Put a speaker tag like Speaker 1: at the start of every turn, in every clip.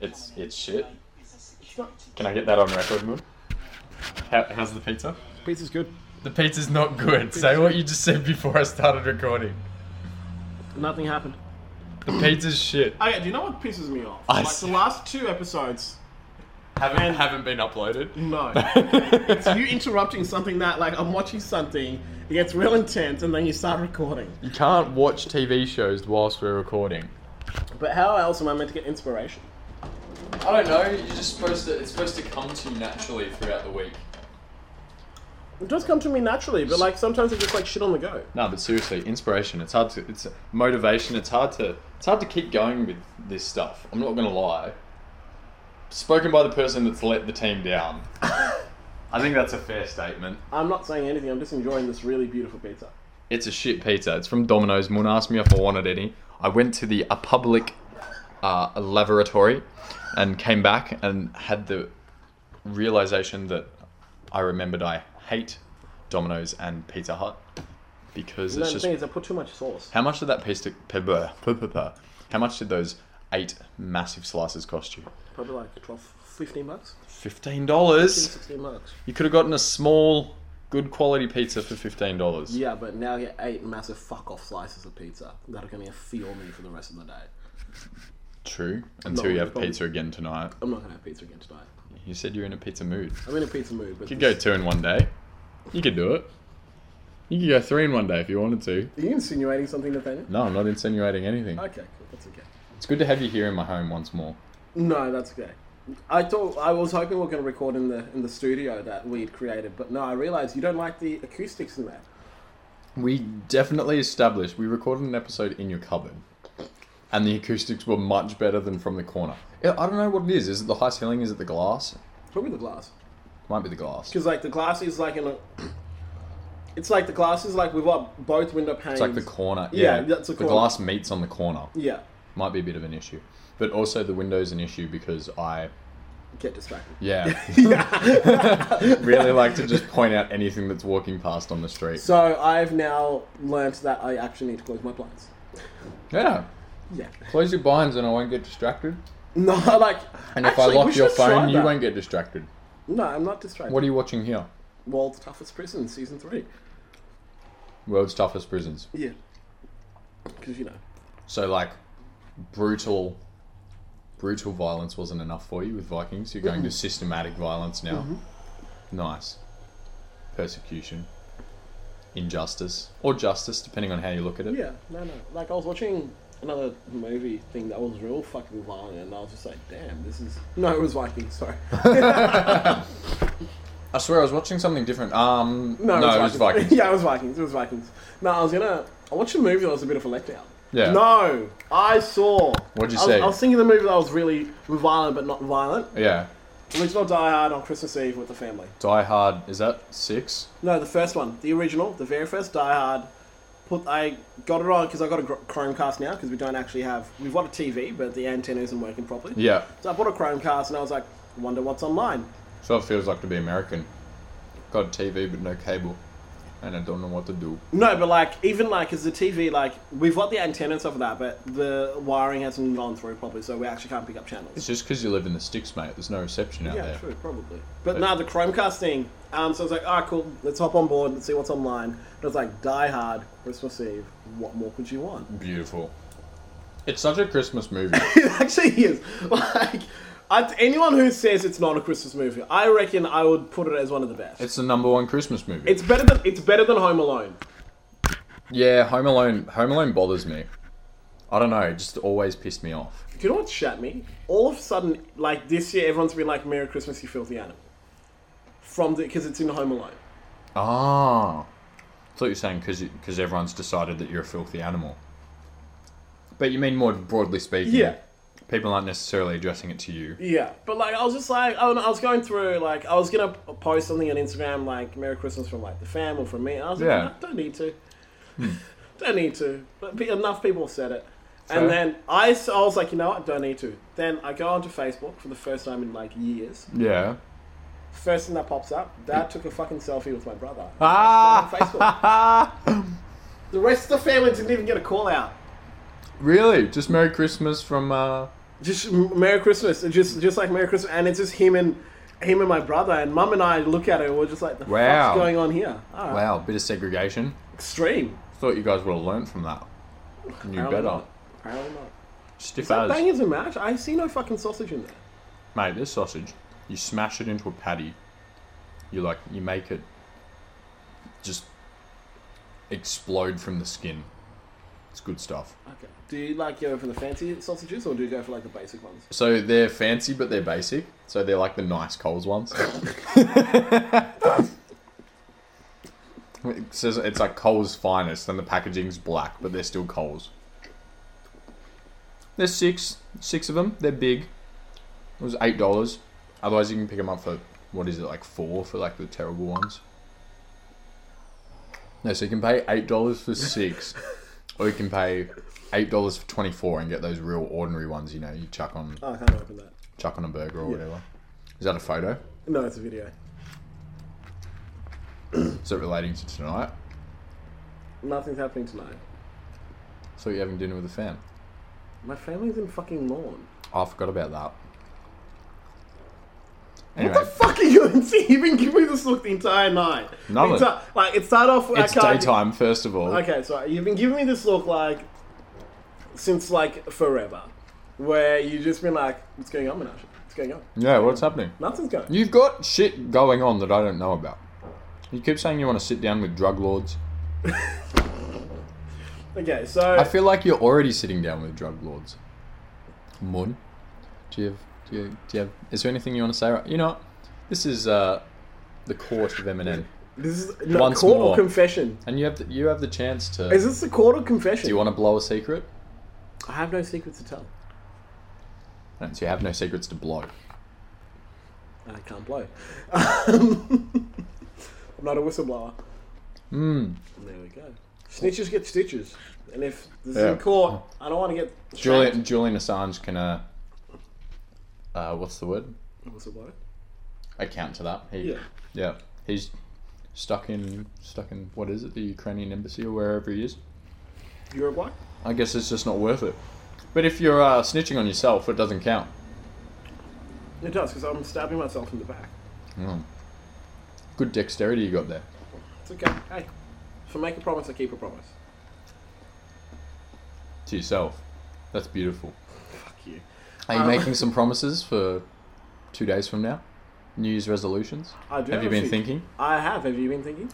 Speaker 1: It's it's shit.
Speaker 2: It's not.
Speaker 1: Can I get that on record, Moon? How, how's the pizza?
Speaker 3: Pizza's good.
Speaker 1: The pizza's not good. Say what you just said before I started recording.
Speaker 3: Nothing happened.
Speaker 1: The pizza's shit.
Speaker 2: Okay, do you know what pisses me off?
Speaker 1: I
Speaker 2: like
Speaker 1: see.
Speaker 2: the last two episodes.
Speaker 1: Haven't haven't been uploaded.
Speaker 2: No. it's you interrupting something that, like, I'm watching something, it gets real intense, and then you start recording.
Speaker 1: You can't watch TV shows whilst we're recording.
Speaker 2: But how else am I meant to get inspiration?
Speaker 1: I don't know. You're just supposed to. It's supposed to come to you naturally throughout the week.
Speaker 2: It does come to me naturally, but, like, sometimes it's just, like, shit on the go.
Speaker 1: No, but seriously, inspiration. It's hard to. It's motivation. It's hard to. It's hard to keep going with this stuff. I'm not gonna lie. Spoken by the person that's let the team down. I think that's a fair statement.
Speaker 2: I'm not saying anything, I'm just enjoying this really beautiful pizza.
Speaker 1: It's a shit pizza. It's from Domino's. Moon asked me if I wanted any. I went to the a public uh, laboratory and came back and had the realization that I remembered I hate Domino's and Pizza Hut because
Speaker 2: No,
Speaker 1: it's
Speaker 2: the
Speaker 1: just
Speaker 2: thing is, I put too much sauce.
Speaker 1: how much did that piece of pepper? How much did those eight massive slices cost you?
Speaker 2: Probably like 12, 15 bucks?
Speaker 1: Fifteen dollars.
Speaker 2: 16 bucks.
Speaker 1: You could have gotten a small, good quality pizza for fifteen dollars.
Speaker 2: Yeah, but now you get eight massive fuck off slices of pizza that are going to fuel me for the rest of the day.
Speaker 1: True. Until
Speaker 2: No,
Speaker 1: you have
Speaker 2: probably-
Speaker 1: pizza again tonight.
Speaker 2: I'm not going to have pizza again tonight.
Speaker 1: You said you're in a pizza mood.
Speaker 2: I'm in a pizza mood, but.
Speaker 1: You could
Speaker 2: this-
Speaker 1: go two in one day. You could do it. You could go three in one day if you wanted to.
Speaker 2: Are you insinuating something, Nathaniel?
Speaker 1: No, I'm not insinuating anything.
Speaker 2: Okay, cool. That's okay.
Speaker 1: It's good to have you here in my home once more.
Speaker 2: No, that's okay. I thought I was hoping we were going to record in the in the studio that we'd created, but no, I realized you don't like the acoustics in there.
Speaker 1: We definitely established we recorded an episode in your cupboard, and the acoustics were much better than from the corner. I I don't know what it is. Is it the high ceiling? Is it the glass?
Speaker 2: Probably the glass,
Speaker 1: Might be the glass.
Speaker 2: because like the glass is like in a. It's like the glass is like we've got both window panes.
Speaker 1: It's like the corner.
Speaker 2: Yeah,
Speaker 1: Yeah,
Speaker 2: that's the
Speaker 1: the
Speaker 2: corner.
Speaker 1: glass meets on the corner.
Speaker 2: yeah,
Speaker 1: Might be a bit of an issue, but also the window's an issue because I
Speaker 2: get distracted.
Speaker 1: Yeah. really like to just point out anything that's walking past on the street.
Speaker 2: So I've now learnt that I actually need to close my blinds.
Speaker 1: Yeah.
Speaker 2: Yeah.
Speaker 1: Close your blinds and I won't get distracted.
Speaker 2: No, like.
Speaker 1: And
Speaker 2: actually,
Speaker 1: if I
Speaker 2: we
Speaker 1: lock your
Speaker 2: should try
Speaker 1: phone, you
Speaker 2: that.
Speaker 1: won't get distracted.
Speaker 2: No, I'm not distracted.
Speaker 1: What are you watching here?
Speaker 2: World's toughest prison, season three.
Speaker 1: World's toughest prisons.
Speaker 2: Yeah. Because you know.
Speaker 1: So like brutal brutal violence wasn't enough for you with Vikings. You're going to systematic violence now. Nice. Persecution. Injustice. Or justice, depending on how you look at it.
Speaker 2: Yeah, no, no. Like I was watching another movie thing that was real fucking violent, and I was just like, damn, this is. No, it was Vikings. Sorry.
Speaker 1: I swear I was watching something different. Um
Speaker 2: No,
Speaker 1: no, it was Vikings.
Speaker 2: yeah, it was Vikings. It was Vikings. No, I was gonna. I watched a movie that was a bit of a letdown.
Speaker 1: Yeah.
Speaker 2: No, I saw.
Speaker 1: What'd you
Speaker 2: I was,
Speaker 1: say?
Speaker 2: I was thinking the movie that was really violent but not violent.
Speaker 1: Yeah.
Speaker 2: Original Die Hard on Christmas Eve with the family.
Speaker 1: Die Hard is that six?
Speaker 2: No, the first one, the original, the very first Die Hard. Put I got it on because I got a gr- Chromecast now because we don't actually have we've got a TV but the antenna isn't working properly.
Speaker 1: Yeah.
Speaker 2: So I bought a Chromecast and I was like, wonder what's online.
Speaker 1: So it feels like to be American. Got TV but no cable, and I don't know what to do.
Speaker 2: No, but like even like as the TV, like we've got the antenna and stuff like that, but the wiring hasn't gone through properly, so we actually can't pick up channels.
Speaker 1: It's just because you live in the sticks, mate. There's no reception out
Speaker 2: Yeah,
Speaker 1: there.
Speaker 2: true, probably. But now the Chromecast thing. Um, so I was like, all right, cool. Let's hop on board. Let's see what's online. But it's like Die Hard, Christmas Eve. What more could you want?
Speaker 1: Beautiful. It's such a Christmas movie.
Speaker 2: It actually is. Like, I, anyone who says it's not a Christmas movie, I reckon I would put it as one of the best. It's,
Speaker 1: it's the number one Christmas movie.
Speaker 2: better than it's better than Home Alone.
Speaker 1: yeah, Home Alone. Home Alone bothers me. I don't know. It just always pissed me off.
Speaker 2: Do you know what shat me? All of a sudden, like this year, everyone's been like, "Merry Christmas, you filthy animal," from the because it's in Home Alone.
Speaker 1: Ah. I thought you were saying because because everyone's decided that you're a filthy animal. But you mean more broadly speaking.
Speaker 2: Yeah.
Speaker 1: People aren't necessarily addressing it to you.
Speaker 2: Yeah, but like I was just like I, don't know, I was going through like I was gonna post something on Instagram like "Merry Christmas" from like the fam or from me. And I was like,
Speaker 1: Yeah. Hmm.
Speaker 2: "No, don't need to, don't need to. But pe- enough people said it,
Speaker 1: Fair.
Speaker 2: and then I, s- I was like, you know what, don't need to. Then I go onto Facebook for the first time in like years.
Speaker 1: Yeah.
Speaker 2: First thing that pops up, Dad took a fucking selfie with my brother.
Speaker 1: Ah!
Speaker 2: On Facebook. Ah! The rest of the family didn't even get a call out.
Speaker 1: Really? Just Merry Christmas from uh,
Speaker 2: just M- Merry Christmas. It's just just like Merry Christmas, and it's just him and him and my brother and mum and I look at it. We're just like, the
Speaker 1: Wow.
Speaker 2: fuck's going on here? All right.
Speaker 1: Wow, bit of segregation.
Speaker 2: Extreme.
Speaker 1: Thought you guys would have learned from that. Knew
Speaker 2: Apparently
Speaker 1: better.
Speaker 2: not. Apparently not.
Speaker 1: Stiff
Speaker 2: That
Speaker 1: as.
Speaker 2: bangers and mash. I see no fucking sausage in there.
Speaker 1: Mate, this sausage, you smash it into a patty. You like, you make it just explode from the skin. It's good stuff.
Speaker 2: Okay. Do you like go for the fancy sausages or do you go for like the basic ones?
Speaker 1: So they're fancy, but they're basic. So they're like the nice Coles ones. it says it's like Coles finest, and the packaging's black, but they're still Coles. There's six, six of them. They're big. It was eight dollars. Otherwise, you can pick them up for what is it like four for like the terrible ones. No, so you can pay eight dollars for six, or you can pay eight dollars for twenty four and get those real ordinary ones. You know, you chuck on
Speaker 2: Oh, I can't open that.
Speaker 1: chuck on a burger or whatever. Is that a photo?
Speaker 2: No, it's a video.
Speaker 1: Is it relating to tonight?
Speaker 2: Nothing's happening tonight.
Speaker 1: So you're having dinner with a fan. Oh,
Speaker 2: My family's in fucking lawn.
Speaker 1: I forgot about that.
Speaker 2: What
Speaker 1: Anyway,
Speaker 2: the fuck are you You've been giving me this look the entire night.
Speaker 1: Nothing.
Speaker 2: It's a- like uh, it started off.
Speaker 1: it's
Speaker 2: I can't-
Speaker 1: daytime first of all.
Speaker 2: Okay, so you've been giving me this look like since like forever, where you've just been like, "What's going on, Menashe? What's going on?
Speaker 1: Yeah, what's happening?
Speaker 2: Nothing's going."
Speaker 1: You've got shit going on that I don't know about. You keep saying you want to sit down with drug lords.
Speaker 2: Okay, so
Speaker 1: I feel like you're already sitting down with drug lords. Mun, do you have? Do you, do you have? Is there anything you want to say? Right? You know, what? this is uh, the court of Eminem,
Speaker 2: this is no,
Speaker 1: Once
Speaker 2: court
Speaker 1: more.
Speaker 2: or confession.
Speaker 1: and you have the, you have the chance to.
Speaker 2: Is this the court or confession?
Speaker 1: do you want to blow a secret?
Speaker 2: I have no secrets to tell.
Speaker 1: No, so you have no secrets to blow.
Speaker 2: I can't blow. Um, I'm not a whistleblower.
Speaker 1: Hmm.
Speaker 2: There we go. Snitches get stitches, and if this is
Speaker 1: Yeah.
Speaker 2: in court, I don't want to get
Speaker 1: Julian Julian Assange can uh, uh, what's the word?
Speaker 2: Whistleblower.
Speaker 1: Account to that. He,
Speaker 2: Yeah.
Speaker 1: yeah. He's stuck in stuck in what is it? The Ukrainian embassy or wherever he is.
Speaker 2: Uruguay.
Speaker 1: I guess it's just not worth it. But if you're uh, snitching on yourself, it doesn't count.
Speaker 2: It does because I'm stabbing myself in the back.
Speaker 1: Good dexterity you got there.
Speaker 2: It's okay. Hey, if I make a promise, I keep a promise.
Speaker 1: To yourself. That's beautiful.
Speaker 2: Fuck you.
Speaker 1: Are you
Speaker 2: Um,
Speaker 1: making some promises for two days from now? New Year's resolutions?
Speaker 2: I do
Speaker 1: Have you
Speaker 2: a
Speaker 1: been
Speaker 2: few-
Speaker 1: thinking?
Speaker 2: I have. Have you been thinking?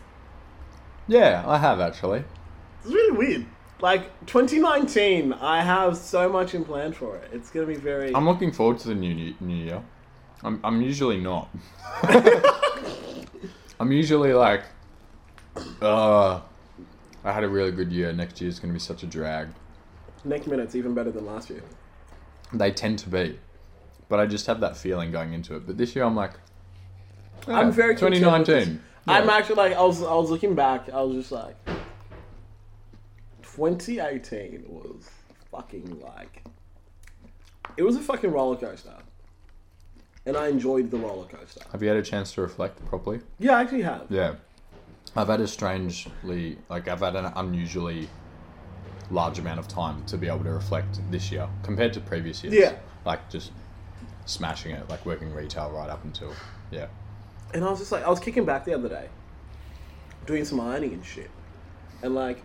Speaker 1: Yeah, I have actually.
Speaker 2: It's really weird. Like 2019, I have so much in plan for it. It's gonna be very.
Speaker 1: I'm looking forward to the new new, new year. I'm I'm usually not. I'm usually like, uh, I had a really good year. Next year's gonna be such a drag.
Speaker 2: Next minute's even better than last year.
Speaker 1: They tend to be, but I just have that feeling going into it. But this year I'm like, yeah,
Speaker 2: I'm very content with
Speaker 1: 2019.
Speaker 2: this. I'm
Speaker 1: Yeah.
Speaker 2: actually like I was. I was looking back. I was just like, 2018 was fucking like. It was a fucking roller coaster, and I enjoyed the roller coaster.
Speaker 1: Have you had a chance to reflect properly?
Speaker 2: Yeah, I actually have.
Speaker 1: Yeah, I've had a strangely like I've had an unusually large amount of time to be able to reflect this year compared to previous years.
Speaker 2: Yeah.
Speaker 1: like just smashing it, like working retail right up until yeah.
Speaker 2: And I was just like, I was kicking back the other day, doing some ironing and shit, and like,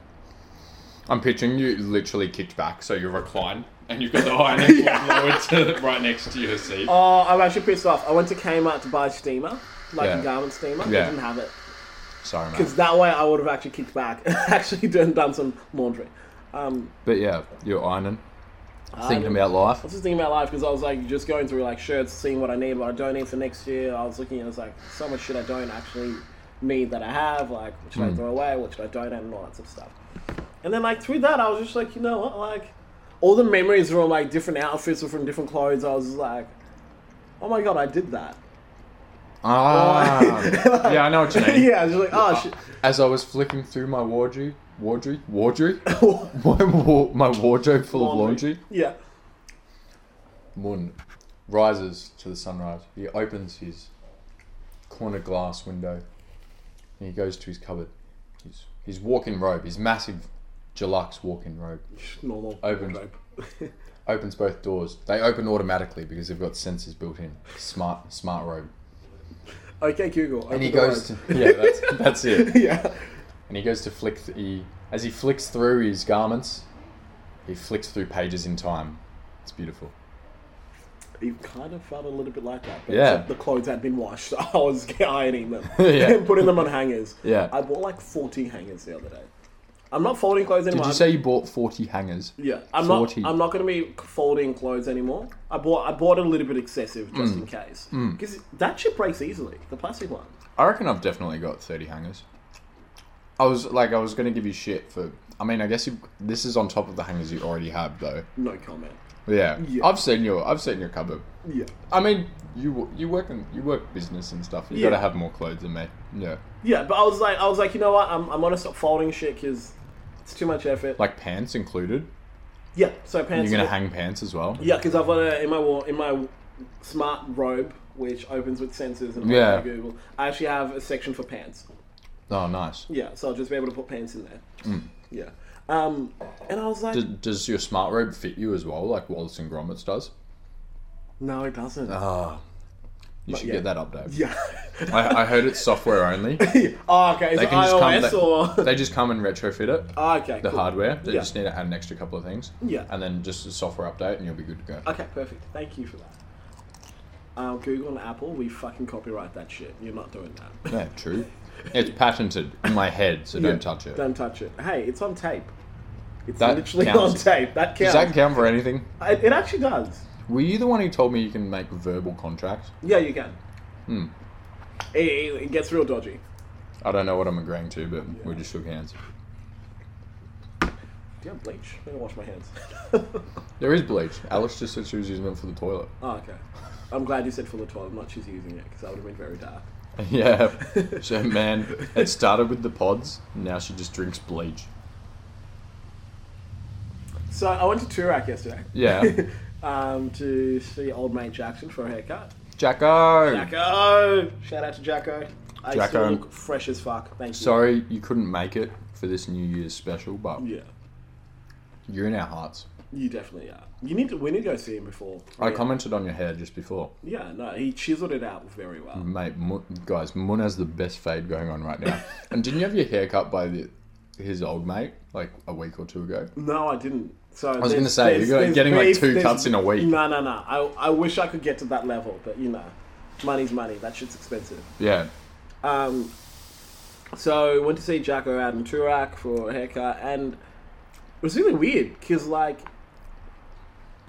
Speaker 1: I'm picturing you literally kicked back, so you're reclined and you've got the ironing board lowered to right next to your seat.
Speaker 2: oh, I'm actually pissed off. I went to Kmart to buy a steamer, like
Speaker 1: Yeah.
Speaker 2: a garment steamer. They
Speaker 1: Yeah.
Speaker 2: didn't have it
Speaker 1: Sorry, man.
Speaker 2: because that way I would have actually kicked back, and actually done done some laundry. Um,
Speaker 1: But yeah, you're ironing, thinking
Speaker 2: ironing.
Speaker 1: about life.
Speaker 2: I Oh. was just thinking about life because I was like just going through like shirts, seeing what I need, what I don't need for next year. I was looking and it's like so much shit I don't actually need that I have. Like what should
Speaker 1: Hmm.
Speaker 2: I throw away? What should I donate? And all that sort of stuff. And then like through that, I was just like, you know what? Like all the memories from like different outfits or from different clothes. I was just like, oh my god, I did that.
Speaker 1: Ah, yeah, I know what you mean.
Speaker 2: yeah, I was just like, oh shit.
Speaker 1: As I was flicking through my wardrobe, wardrobe, wardrobe, my, wa- my wardrobe full of laundry.
Speaker 2: Yeah.
Speaker 1: Moon rises to the sunrise. He opens his corner glass window and he goes to his cupboard. His, his walk in robe, his massive Gelux walk in robe,
Speaker 2: Just Normal.
Speaker 1: Open.
Speaker 2: wardrobe.
Speaker 1: opens both doors. They open automatically because they've got sensors built in. Smart, smart robe.
Speaker 2: Okay, Google.
Speaker 1: And he
Speaker 2: open the
Speaker 1: goes to
Speaker 2: road.
Speaker 1: yeah, that's that's it.
Speaker 2: yeah.
Speaker 1: And he goes to flick. Th- he, as he flicks through his garments, he flicks through pages in time. It's beautiful.
Speaker 2: You kind of felt a little bit like that. But
Speaker 1: Yeah.
Speaker 2: except The clothes had been washed. I was ironing them
Speaker 1: Yeah.
Speaker 2: and putting them on hangers.
Speaker 1: Yeah.
Speaker 2: I bought like 40 hangers the other day. I'm not folding clothes
Speaker 1: Did
Speaker 2: anymore.
Speaker 1: you say you bought forty hangers?
Speaker 2: yeah, I'm
Speaker 1: 40?
Speaker 2: not. I'm not going to be folding clothes anymore. I bought. I bought a little bit excessive just
Speaker 1: Mm.
Speaker 2: in case because that shit breaks easily. The plastic one.
Speaker 1: I reckon I've definitely got thirty hangers. I was like, I was gonna give you shit for. I mean, I guess you, this is on top of the hangers you already have, though.
Speaker 2: No comment.
Speaker 1: Yeah,
Speaker 2: Yeah.
Speaker 1: I've seen your, I've seen your cupboard.
Speaker 2: Yeah.
Speaker 1: I mean, you w- you work in you work business and stuff. You
Speaker 2: Yeah.
Speaker 1: gotta have more clothes than me. Yeah,
Speaker 2: Yeah, but I was like, I was like, you know what? I'm. I'm gonna stop folding shit because it's too much effort.
Speaker 1: like pants included.
Speaker 2: yeah. So pants.
Speaker 1: You're gonna
Speaker 2: are-
Speaker 1: hang pants as well.
Speaker 2: Yeah, because I've got a in my wa- in my smart robe, which opens with sensors and all
Speaker 1: Yeah.
Speaker 2: that Google. I actually have a section for pants.
Speaker 1: Oh, nice.
Speaker 2: Yeah, so I'll just be able to put pants in there.
Speaker 1: Mm.
Speaker 2: Yeah, um, and I was like,
Speaker 1: Does, does your smart robe fit you as well, like Wallace and Gromit does?
Speaker 2: no, it doesn't.
Speaker 1: Ah, you should
Speaker 2: yeah.
Speaker 1: get that update.
Speaker 2: yeah.
Speaker 1: I, I heard it's software only.
Speaker 2: oh, okay. Is
Speaker 1: They
Speaker 2: it
Speaker 1: can just come.
Speaker 2: iOS
Speaker 1: They,
Speaker 2: or?
Speaker 1: they just come and retrofit it.
Speaker 2: oh, okay.
Speaker 1: the
Speaker 2: cool.
Speaker 1: hardware. They
Speaker 2: Yeah.
Speaker 1: just need to add an extra couple of things.
Speaker 2: Yeah.
Speaker 1: And then just a software update, and you'll be good to go.
Speaker 2: Okay, perfect. Thank you for that. Um, Google and Apple, we fucking copyright that shit. You're not doing that.
Speaker 1: Yeah, true. It's patented in my head, so
Speaker 2: Yeah,
Speaker 1: don't touch it.
Speaker 2: Don't touch it. Hey, it's on tape. It's
Speaker 1: That
Speaker 2: literally on
Speaker 1: counts.
Speaker 2: tape. That
Speaker 1: Does
Speaker 2: counts.
Speaker 1: that count for anything?
Speaker 2: It, it actually does.
Speaker 1: Were you the one who told me you can make verbal contracts?
Speaker 2: Yeah, you can.
Speaker 1: Hmm.
Speaker 2: It, it, it gets real dodgy.
Speaker 1: I don't know what I'm agreeing to, but we just shook hands.
Speaker 2: Do you have bleach? I'm gonna wash my hands.
Speaker 1: There is bleach. Alex just said she was using it for the toilet.
Speaker 2: oh, okay. I'm glad you said full of toilet, not she's using it, because that would have been very dark.
Speaker 1: yeah. So, man, it started with the pods. Now she just drinks bleach.
Speaker 2: So I went to Turak yesterday.
Speaker 1: Yeah.
Speaker 2: um, to see old mate Jackson for a haircut.
Speaker 1: Jacko!
Speaker 2: Jacko! Shout out to Jacko. I
Speaker 1: Hmm. Jacko.
Speaker 2: still look fresh as fuck. Thank you.
Speaker 1: Sorry you couldn't make it for this New Year's special, but
Speaker 2: Yeah,
Speaker 1: you're in our hearts.
Speaker 2: you definitely are. You need to. We need to go see him before.
Speaker 1: I commented on your hair just before.
Speaker 2: Yeah, no, he chiseled it out very well.
Speaker 1: Mate, Mu- guys, Mun has the best fade going on right now. and didn't you have your hair cut by the, his old mate like a week or two ago?
Speaker 2: No, I didn't. So I
Speaker 1: was gonna say, you're getting, like, two cuts in a week.
Speaker 2: No, no, no. I, I wish I could get to that level, but you know, money's money. That shit's expensive.
Speaker 1: Yeah.
Speaker 2: Um, so went to see Jacko out in Turak for a haircut, and it was really weird because like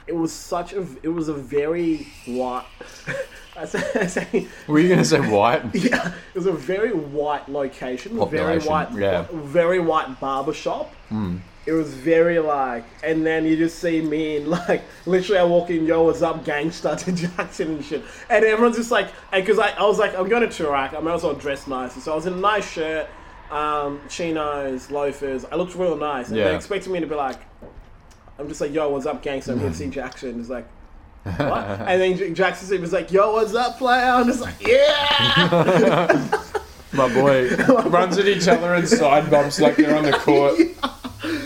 Speaker 2: it was such a it was a very white. I say, I say
Speaker 1: Were you going to say white?
Speaker 2: yeah, it was a very white location, very
Speaker 1: Population,
Speaker 2: white,
Speaker 1: yeah. Hmm.
Speaker 2: very white barber shop. It was very like, and then you just see me and like, literally, I walk in, yo, what's up, gangster to Jackson and shit, and everyone's just like, and because I, I was like, I'm going to Turak, I might as well dress nice, so I was in a nice shirt, um, chinos, loafers, I looked real nice, and
Speaker 1: Yeah.
Speaker 2: they expected me to be like, I'm just like, yo, what's up, gangster? I'm here to see Jackson. It's like, what? and then J- Jackson was like, yo, what's up, player? I'm just like, yeah.
Speaker 1: My boy runs at each other and side bumps like they're on the court.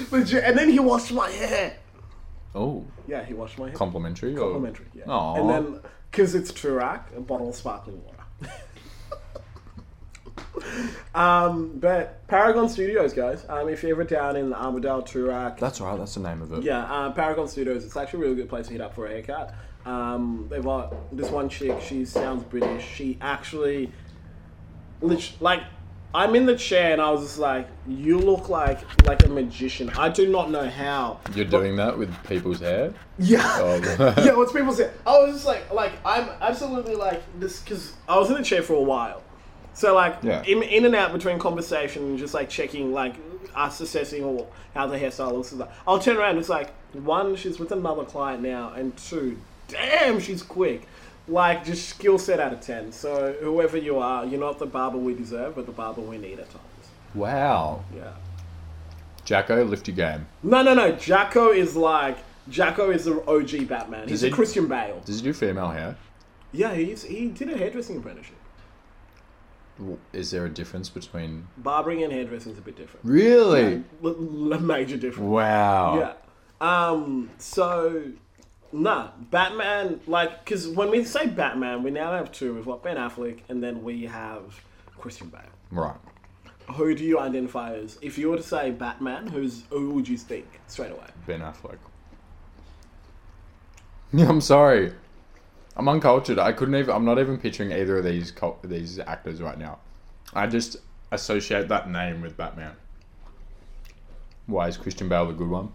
Speaker 2: Legit. And then he washed my hair.
Speaker 1: Oh,
Speaker 2: Yeah, he washed my hair.
Speaker 1: complimentary. or-
Speaker 2: Complimentary. Yeah.
Speaker 1: Aw.
Speaker 2: And then, because it's Turak, a bottle of sparkling water. um, but Paragon Studios, guys. Um, if you're ever down in Armadale, Turak,
Speaker 1: That's right. That's the name of it.
Speaker 2: Yeah, uh, Paragon Studios. It's actually a really good place to hit up for a haircut. Um, they've got this one chick. She sounds British. She actually, lit- like, I'm in the chair and I was just like, "You look like like a magician." I do not know how.
Speaker 1: You're doing that with people's hair.
Speaker 2: Yeah.
Speaker 1: Oh.
Speaker 2: yeah. What's people say? I was just like, like I'm absolutely like this because I was in the chair for a while, so like
Speaker 1: Yeah.
Speaker 2: in, in and out between conversation and just like checking like us assessing or how the hairstyle looks. and stuff. I'll turn around. It's like one, she's with another client now, and two, damn, she's quick. Like just skill set out of ten. So whoever you are, you're not the barber we deserve, but the barber we need at times.
Speaker 1: Wow.
Speaker 2: Yeah.
Speaker 1: Jacko, lift your game.
Speaker 2: No, no, no. Jacko is like Jacko is the OG Batman. He's
Speaker 1: Does
Speaker 2: a
Speaker 1: he-
Speaker 2: Christian Bale.
Speaker 1: Does he do female hair?
Speaker 2: Yeah, he's, he did a hairdressing apprenticeship.
Speaker 1: W- Is there a difference between?
Speaker 2: Barbering and hairdressing is a bit different.
Speaker 1: Really?
Speaker 2: L- l- major difference.
Speaker 1: Wow.
Speaker 2: Yeah. Um. So Nah, Batman, like, because when we say Batman, we now have two. We've got Ben Affleck, and then we have Christian Bale.
Speaker 1: Right.
Speaker 2: Who do you identify as? If you were to say Batman, who's who would you think straight away?
Speaker 1: Ben Affleck. Yeah, I'm sorry. I'm uncultured. I couldn't even. I'm not even picturing either of these cul- these actors right now. I just associate that name with Batman. Why is Christian Bale the good one?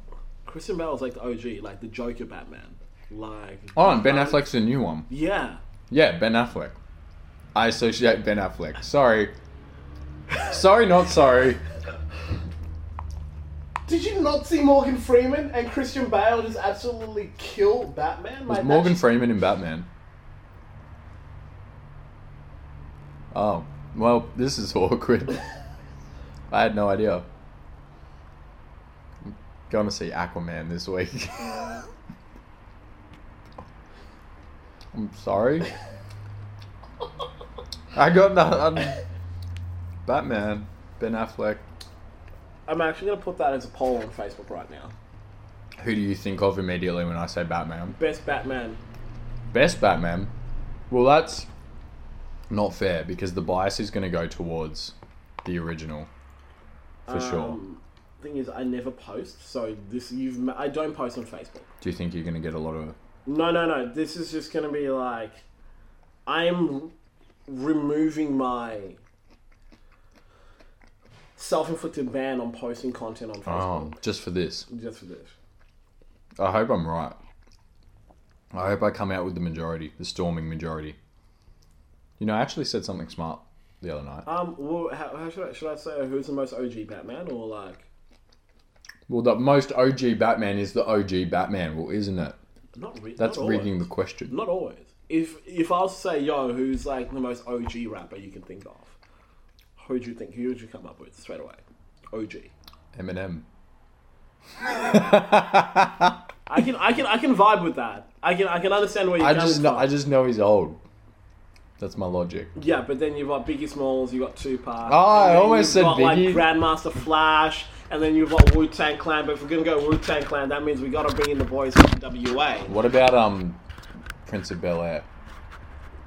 Speaker 2: Christian Bale is like the OG, like the Joker Batman. Like,
Speaker 1: Oh, and Ben Affleck's the new one.
Speaker 2: yeah,
Speaker 1: Yeah, Ben Affleck. I associate Ben Affleck. Sorry. Sorry, not sorry.
Speaker 2: Did you not see Morgan Freeman and Christian Bale just absolutely kill Batman?
Speaker 1: Was
Speaker 2: Like,
Speaker 1: Morgan
Speaker 2: that's-
Speaker 1: Freeman in Batman? Oh, well, this is awkward. I had no idea. I'm going to see Aquaman this week. I'm sorry. I got nothing. Batman, Ben Affleck.
Speaker 2: I'm actually gonna put that as a poll on Facebook right now.
Speaker 1: Who do you think of immediately when I say Batman?
Speaker 2: Best Batman.
Speaker 1: Best Batman. Well, that's not fair because the bias is going to go towards the original for sure.
Speaker 2: Um, Thing is, I never post, so this you've ma- I don't post on Facebook.
Speaker 1: Do you think you're going to get a lot of?
Speaker 2: No, no, no. This is just gonna be like, I'm removing my self-inflicted ban on posting content on
Speaker 1: Oh,
Speaker 2: Facebook
Speaker 1: just for this.
Speaker 2: just for this.
Speaker 1: I hope I'm right. I hope I come out with the majority, the storming majority. You know, I actually said something smart the other night.
Speaker 2: Um, well, how, how should I should I say who's the most OG Batman or like?
Speaker 1: Well, the most OG Batman is the OG Batman. Well, isn't it?
Speaker 2: Not re-
Speaker 1: That's
Speaker 2: not
Speaker 1: reading
Speaker 2: always.
Speaker 1: the question.
Speaker 2: Not always. If if I was to say, yo, who's like the most OG rapper you can think of, who'd you think? Who would you come up with straight away? OG.
Speaker 1: Eminem.
Speaker 2: I can I can I can vibe with that. I can I can understand where you're
Speaker 1: I
Speaker 2: coming
Speaker 1: just know.
Speaker 2: from.
Speaker 1: I just know he's old. That's my logic.
Speaker 2: Yeah, but then you've got Biggie Smalls, you've got Tupac.
Speaker 1: Oh,
Speaker 2: and
Speaker 1: I
Speaker 2: then
Speaker 1: almost
Speaker 2: you've
Speaker 1: said
Speaker 2: got, like
Speaker 1: Biggie.
Speaker 2: Grandmaster Flash, and then you've got Wu Tang Clan. But if we're gonna go Wu Tang Clan, that means we gotta bring in the boys from WA.
Speaker 1: What about um, Prince of Bel Air?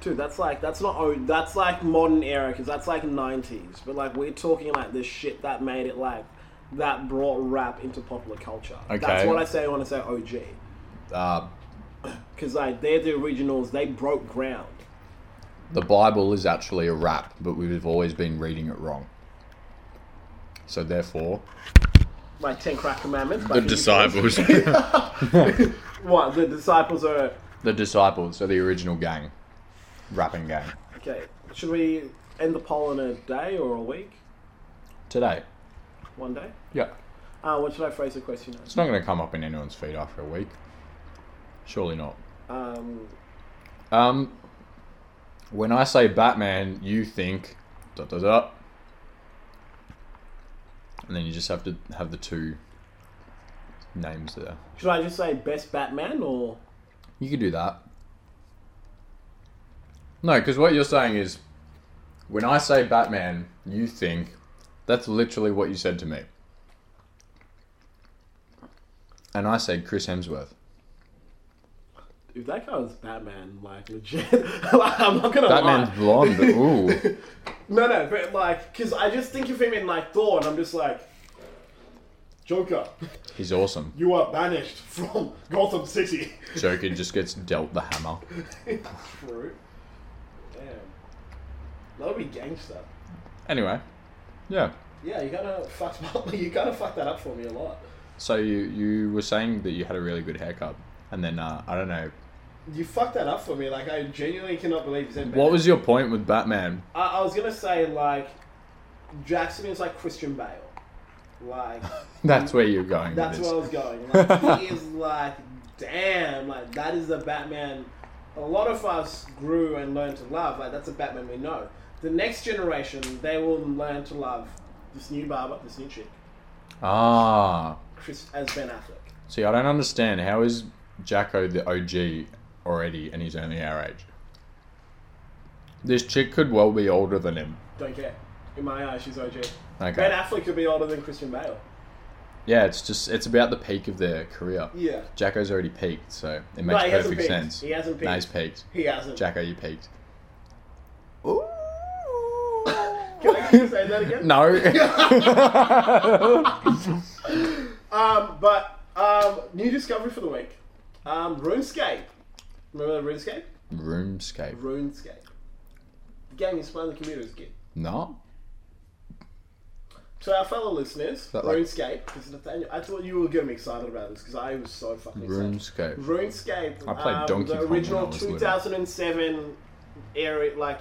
Speaker 2: Dude, that's like that's not oh that's like modern era because that's like nineties. But like we're talking like this shit that made it like that brought rap into popular culture. That's
Speaker 1: Okay.
Speaker 2: what I say when I say OG
Speaker 1: Uh,
Speaker 2: because like they're the originals. They broke ground.
Speaker 1: the Bible is actually a rap, but we've always been reading it wrong. So therefore,
Speaker 2: Like Ten Crack Commandments.
Speaker 1: the
Speaker 2: but-
Speaker 1: disciples,
Speaker 2: What the disciples are.
Speaker 1: the disciples are the original gang, rapping gang.
Speaker 2: Okay, should we end the poll in a day or a week?
Speaker 1: Today,
Speaker 2: One day.
Speaker 1: yeah,
Speaker 2: Uh, what should I phrase the question as?
Speaker 1: it's not going to come up in anyone's feed after a week. Surely not.
Speaker 2: Um,
Speaker 1: Um, when I say Batman, you think dot dot dot, and then you just have to have the two names there.
Speaker 2: should I just say best Batman or?
Speaker 1: You could do that. No, because what you're saying is, when I say Batman, you think that's literally what you said to me. And I said Chris Hemsworth.
Speaker 2: If that guy was Batman, like legit, like, I'm not gonna
Speaker 1: Batman's
Speaker 2: lie.
Speaker 1: blonde. but Ooh.
Speaker 2: No, no, but like, cause I just think of him in like Thor, and I'm just like, Joker,
Speaker 1: He's awesome.
Speaker 2: you are banished from Gotham City.
Speaker 1: Joker just gets dealt the hammer.
Speaker 2: True. Damn. That would be gangster.
Speaker 1: Anyway, yeah.
Speaker 2: Yeah, you gotta fuck. You gotta fuck that up for me a lot.
Speaker 1: So you, you were saying that you had a really good haircut. And then, uh, I don't know.
Speaker 2: You fucked that up for me. Like, I genuinely cannot believe you said. Batman.
Speaker 1: What was your point with Batman?
Speaker 2: I, I was gonna say like, Jackson is like Christian Bale. Like.
Speaker 1: That's where you're going
Speaker 2: That's
Speaker 1: with
Speaker 2: where I
Speaker 1: this.
Speaker 2: was going. Like, he is like, damn, like that is the Batman. A lot of us grew and learned to love. Like that's a Batman we know. The next generation, they will learn to love this new barber, this new chick,
Speaker 1: Ah.
Speaker 2: Chris as Ben Affleck.
Speaker 1: See, I don't understand. How is Jacko the OG already and he's only our age? This chick could well be older than him.
Speaker 2: Don't care. In my eyes, she's OG.
Speaker 1: Okay.
Speaker 2: Ben Affleck could be older than Christian Bale.
Speaker 1: yeah, it's just it's about the peak of their career.
Speaker 2: Yeah.
Speaker 1: Jacko's already peaked, so it
Speaker 2: No,
Speaker 1: makes
Speaker 2: he hasn't
Speaker 1: perfect
Speaker 2: peaked.
Speaker 1: sense.
Speaker 2: He hasn't peaked.
Speaker 1: No, he's peaked.
Speaker 2: He hasn't.
Speaker 1: Jacko, you peaked.
Speaker 2: Can I get you to say that again?
Speaker 1: No.
Speaker 2: Um, but um, new discovery for the week. Um, RuneScape. Remember RuneScape?
Speaker 1: Roomscape.
Speaker 2: RuneScape. The game inspired the community as a kid.
Speaker 1: No.
Speaker 2: So our fellow listeners,
Speaker 1: that like-
Speaker 2: RuneScape. This is Nathaniel. I thought you were going to be excited about this because I was so fucking excited.
Speaker 1: Roomscape.
Speaker 2: RuneScape.
Speaker 1: I played
Speaker 2: um,
Speaker 1: Donkey
Speaker 2: The
Speaker 1: Kong
Speaker 2: original
Speaker 1: when I was little.
Speaker 2: 2007 era, like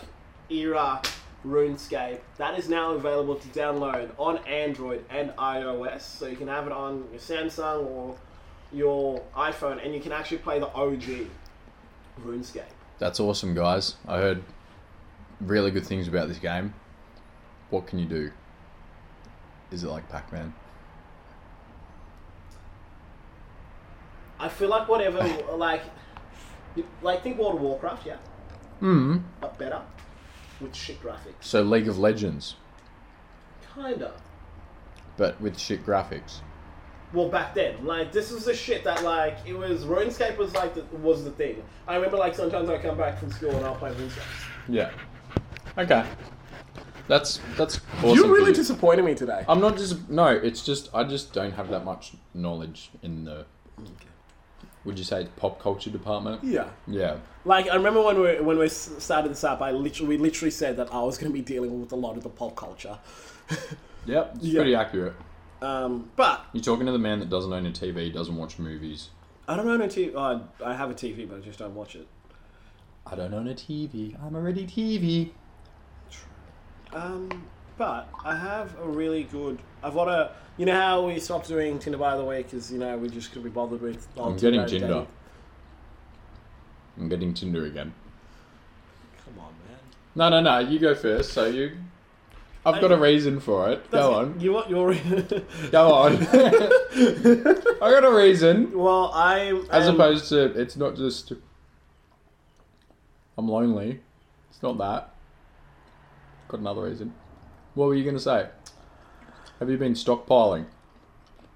Speaker 2: era RuneScape. That is now available to download on Android and iOS. So you can have it on your Samsung or your iPhone, and you can actually play the OG RuneScape.
Speaker 1: That's awesome, guys. I heard really good things about this game. What can you do? Is it like Pac-Man?
Speaker 2: I feel like whatever, like, you- like think World of Warcraft, yeah,
Speaker 1: Hmm.
Speaker 2: but better with shit graphics,
Speaker 1: So League of Legends,
Speaker 2: kinda.
Speaker 1: but with shit graphics.
Speaker 2: well back then like this was the shit that like it was runescape was like the, was the thing i remember like sometimes i come back from school and i'll play runescape
Speaker 1: Yeah. Okay. That's that's awesome.
Speaker 2: you really
Speaker 1: for you.
Speaker 2: disappointed me today
Speaker 1: I'm not just no. It's just I just don't have that much knowledge in the. Would you say pop culture department?
Speaker 2: yeah
Speaker 1: Yeah.
Speaker 2: like i remember when we when we s- started this up i literally we literally said that i was going to be dealing with a lot of the pop culture
Speaker 1: Yep. It's
Speaker 2: Yeah.
Speaker 1: pretty accurate.
Speaker 2: um but
Speaker 1: You're talking to the man that doesn't own a TV, doesn't watch movies.
Speaker 2: i don't own a tv oh, i have a tv but i just don't watch it
Speaker 1: I don't own a TV. I'm already TV.
Speaker 2: Um, but I have a really good. I've got a. You know how we stopped doing Tinder by the way because you know we just could be bothered with. oh,
Speaker 1: I'm getting
Speaker 2: dating.
Speaker 1: Tinder. I'm getting Tinder again.
Speaker 2: Come on, man.
Speaker 1: No, no, no. You go first. So you. I've got a reason for it. Go
Speaker 2: That's-
Speaker 1: on.
Speaker 2: You want your?
Speaker 1: Go on. I got a reason.
Speaker 2: well, I
Speaker 1: As opposed to, it's not just. I'm lonely. It's not that. Got another reason. What were you going to say? Have you been stockpiling?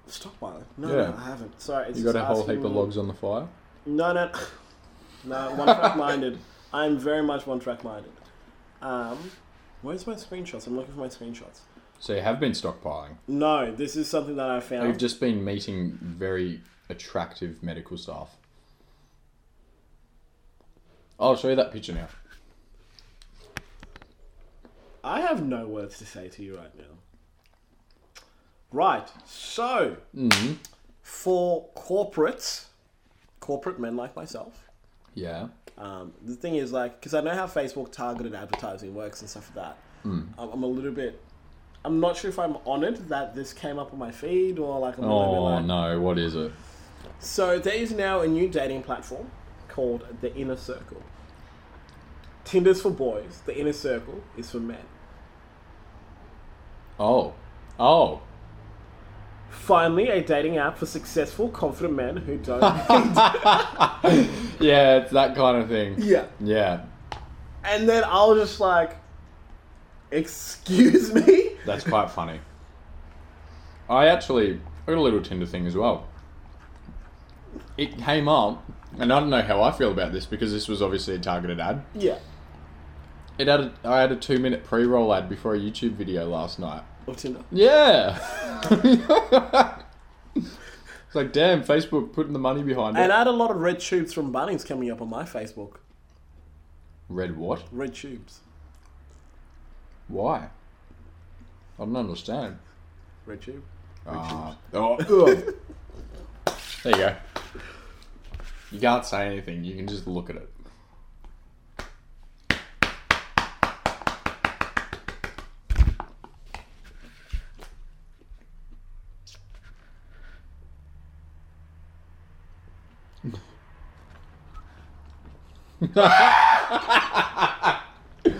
Speaker 2: stockpiling. No,
Speaker 1: Yeah.
Speaker 2: no, I haven't. Sorry, it's
Speaker 1: You got
Speaker 2: just
Speaker 1: a whole
Speaker 2: asking
Speaker 1: heap of
Speaker 2: me-
Speaker 1: logs on the fire?
Speaker 2: No, no, no. One track minded. I'm very much one track minded. Um, where's my screenshots? I'm looking for my screenshots.
Speaker 1: So you have been stockpiling.
Speaker 2: No, this is something that I found.
Speaker 1: You've just been meeting very attractive medical staff. I'll show you that picture now.
Speaker 2: I have no words to say to you right now. Right, so
Speaker 1: Mm-hmm.
Speaker 2: for corporates, corporate men like myself,
Speaker 1: Yeah.
Speaker 2: um, the thing is like because I know how Facebook targeted advertising works and stuff like that.
Speaker 1: Mm.
Speaker 2: I'm, I'm a little bit. I'm not sure if I'm honored that this came up on my feed or like I'm a little bit
Speaker 1: Oh
Speaker 2: like.
Speaker 1: no, what is it?
Speaker 2: So there is now a new dating platform called the Inner Circle. Tinder's for boys. The Inner Circle is for men.
Speaker 1: Oh. Oh.
Speaker 2: Finally, a dating app for successful, confident men who don't.
Speaker 1: Yeah, it's that kind of thing.
Speaker 2: yeah.
Speaker 1: Yeah.
Speaker 2: And then I was just like, excuse me?
Speaker 1: That's quite funny. I actually I got a little Tinder thing as well. It came up, and I don't know how I feel about this because this was obviously a targeted ad.
Speaker 2: Yeah.
Speaker 1: It had a, I had a two minute pre roll ad before a YouTube video last night.
Speaker 2: Or Tinder.
Speaker 1: Yeah. it's like, damn, Facebook putting the money behind
Speaker 2: And
Speaker 1: it.
Speaker 2: I had a lot of red tubes from Bunnings coming up on my Facebook.
Speaker 1: Red what?
Speaker 2: Red tubes.
Speaker 1: Why? I don't understand.
Speaker 2: Red tube.
Speaker 1: Ah. oh, ugh. there you go. You can't say anything. You can just look at it.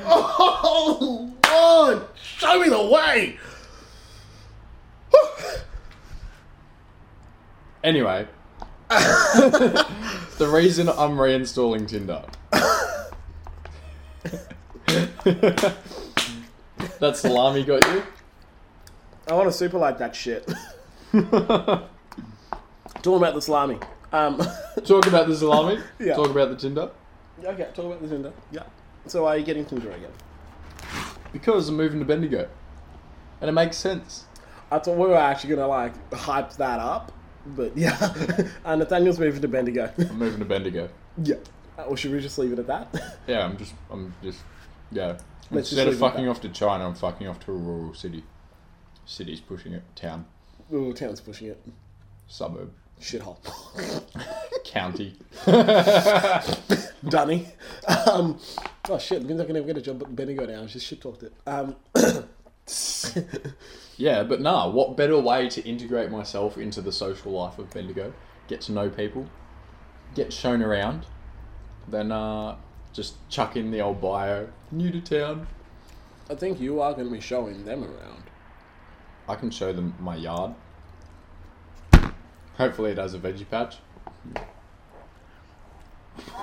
Speaker 2: Oh, Lord! Show me the way!
Speaker 1: Anyway, the reason I'm reinstalling Tinder. that salami got you?
Speaker 2: I want to super like that shit. Talking about the salami. Um,
Speaker 1: Talk about the salami.
Speaker 2: Yeah.
Speaker 1: Talk about the Tinder.
Speaker 2: okay, talk about the Tinder.
Speaker 1: Yeah.
Speaker 2: So why are you getting Tinder again?
Speaker 1: Because I'm moving to Bendigo. And it makes sense.
Speaker 2: I thought we were actually gonna like hype that up, but yeah, uh, Nathaniel's moving to Bendigo.
Speaker 1: I'm moving to Bendigo.
Speaker 2: yeah, uh, or should we just leave it at that?
Speaker 1: Yeah, I'm just, I'm just, yeah.
Speaker 2: Let's just
Speaker 1: Instead of
Speaker 2: leave it at
Speaker 1: fucking
Speaker 2: that.
Speaker 1: off to China, I'm fucking off to a rural city. City's pushing it. Town.
Speaker 2: Ooh, town's pushing it.
Speaker 1: Suburb.
Speaker 2: Shithole.
Speaker 1: County.
Speaker 2: Dunny. Um, oh shit, means I can never get a job at Bendigo now. I just shit talked it. Um,
Speaker 1: Yeah, but nah, what better way to integrate myself into the social life of Bendigo, get to know people, get shown around, than uh, just chuck in the old bio, new to town.
Speaker 2: I think you are gonna be showing them around.
Speaker 1: I can show them my yard. Hopefully it has a veggie patch.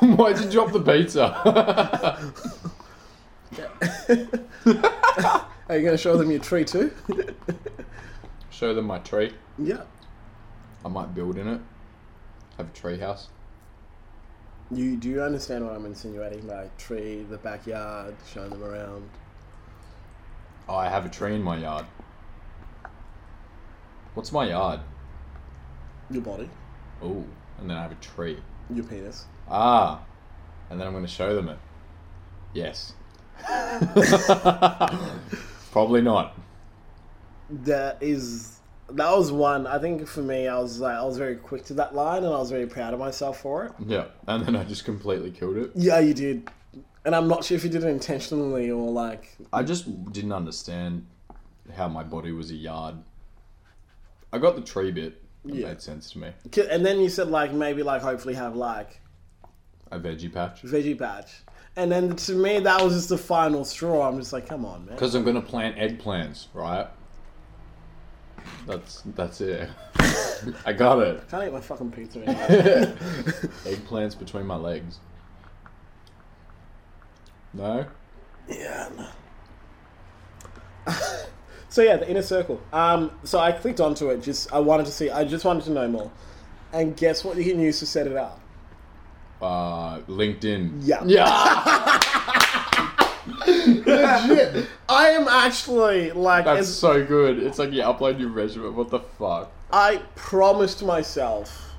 Speaker 1: Why'd you drop the pizza?
Speaker 2: Are you gonna show them your tree too?
Speaker 1: show them my tree.
Speaker 2: yeah.
Speaker 1: I might build in it. Have a tree house.
Speaker 2: You do you understand what I'm insinuating? Like tree, the backyard, showing them around.
Speaker 1: Oh, I have a tree in my yard. What's my yard?
Speaker 2: Your body,
Speaker 1: Oh, and then I have a tree.
Speaker 2: your penis.
Speaker 1: Ah, and then I'm going to show them it. Yes. Probably not.
Speaker 2: That is that was one. I think for me, I was like I was very quick to that line, and I was very proud of myself for it.
Speaker 1: Yeah, and then I just completely killed it.
Speaker 2: Yeah, you did. And I'm not sure if you did it intentionally or like
Speaker 1: I just didn't understand how my body was a yard. I got the tree bit. It
Speaker 2: Yeah.
Speaker 1: made sense to me.
Speaker 2: K- And then you said like maybe like hopefully have like
Speaker 1: A veggie patch.
Speaker 2: veggie patch. And then to me that was just the final straw. I'm just like, come on, man.
Speaker 1: Because I'm going to plant eggplants, right? That's that's it. I got it.
Speaker 2: Can't eat my fucking pizza anymore.
Speaker 1: Eggplants between my legs. No?
Speaker 2: yeah. no. so yeah, the inner circle. Um, so I clicked onto it. Just I wanted to see. I just wanted to know more. And guess what you can use to set it up?
Speaker 1: Uh, LinkedIn.
Speaker 2: Yeah.
Speaker 1: Yeah.
Speaker 2: Shit. I am actually like
Speaker 1: That's
Speaker 2: as-
Speaker 1: so good. It's like you upload your resume. What the fuck?
Speaker 2: I promised myself,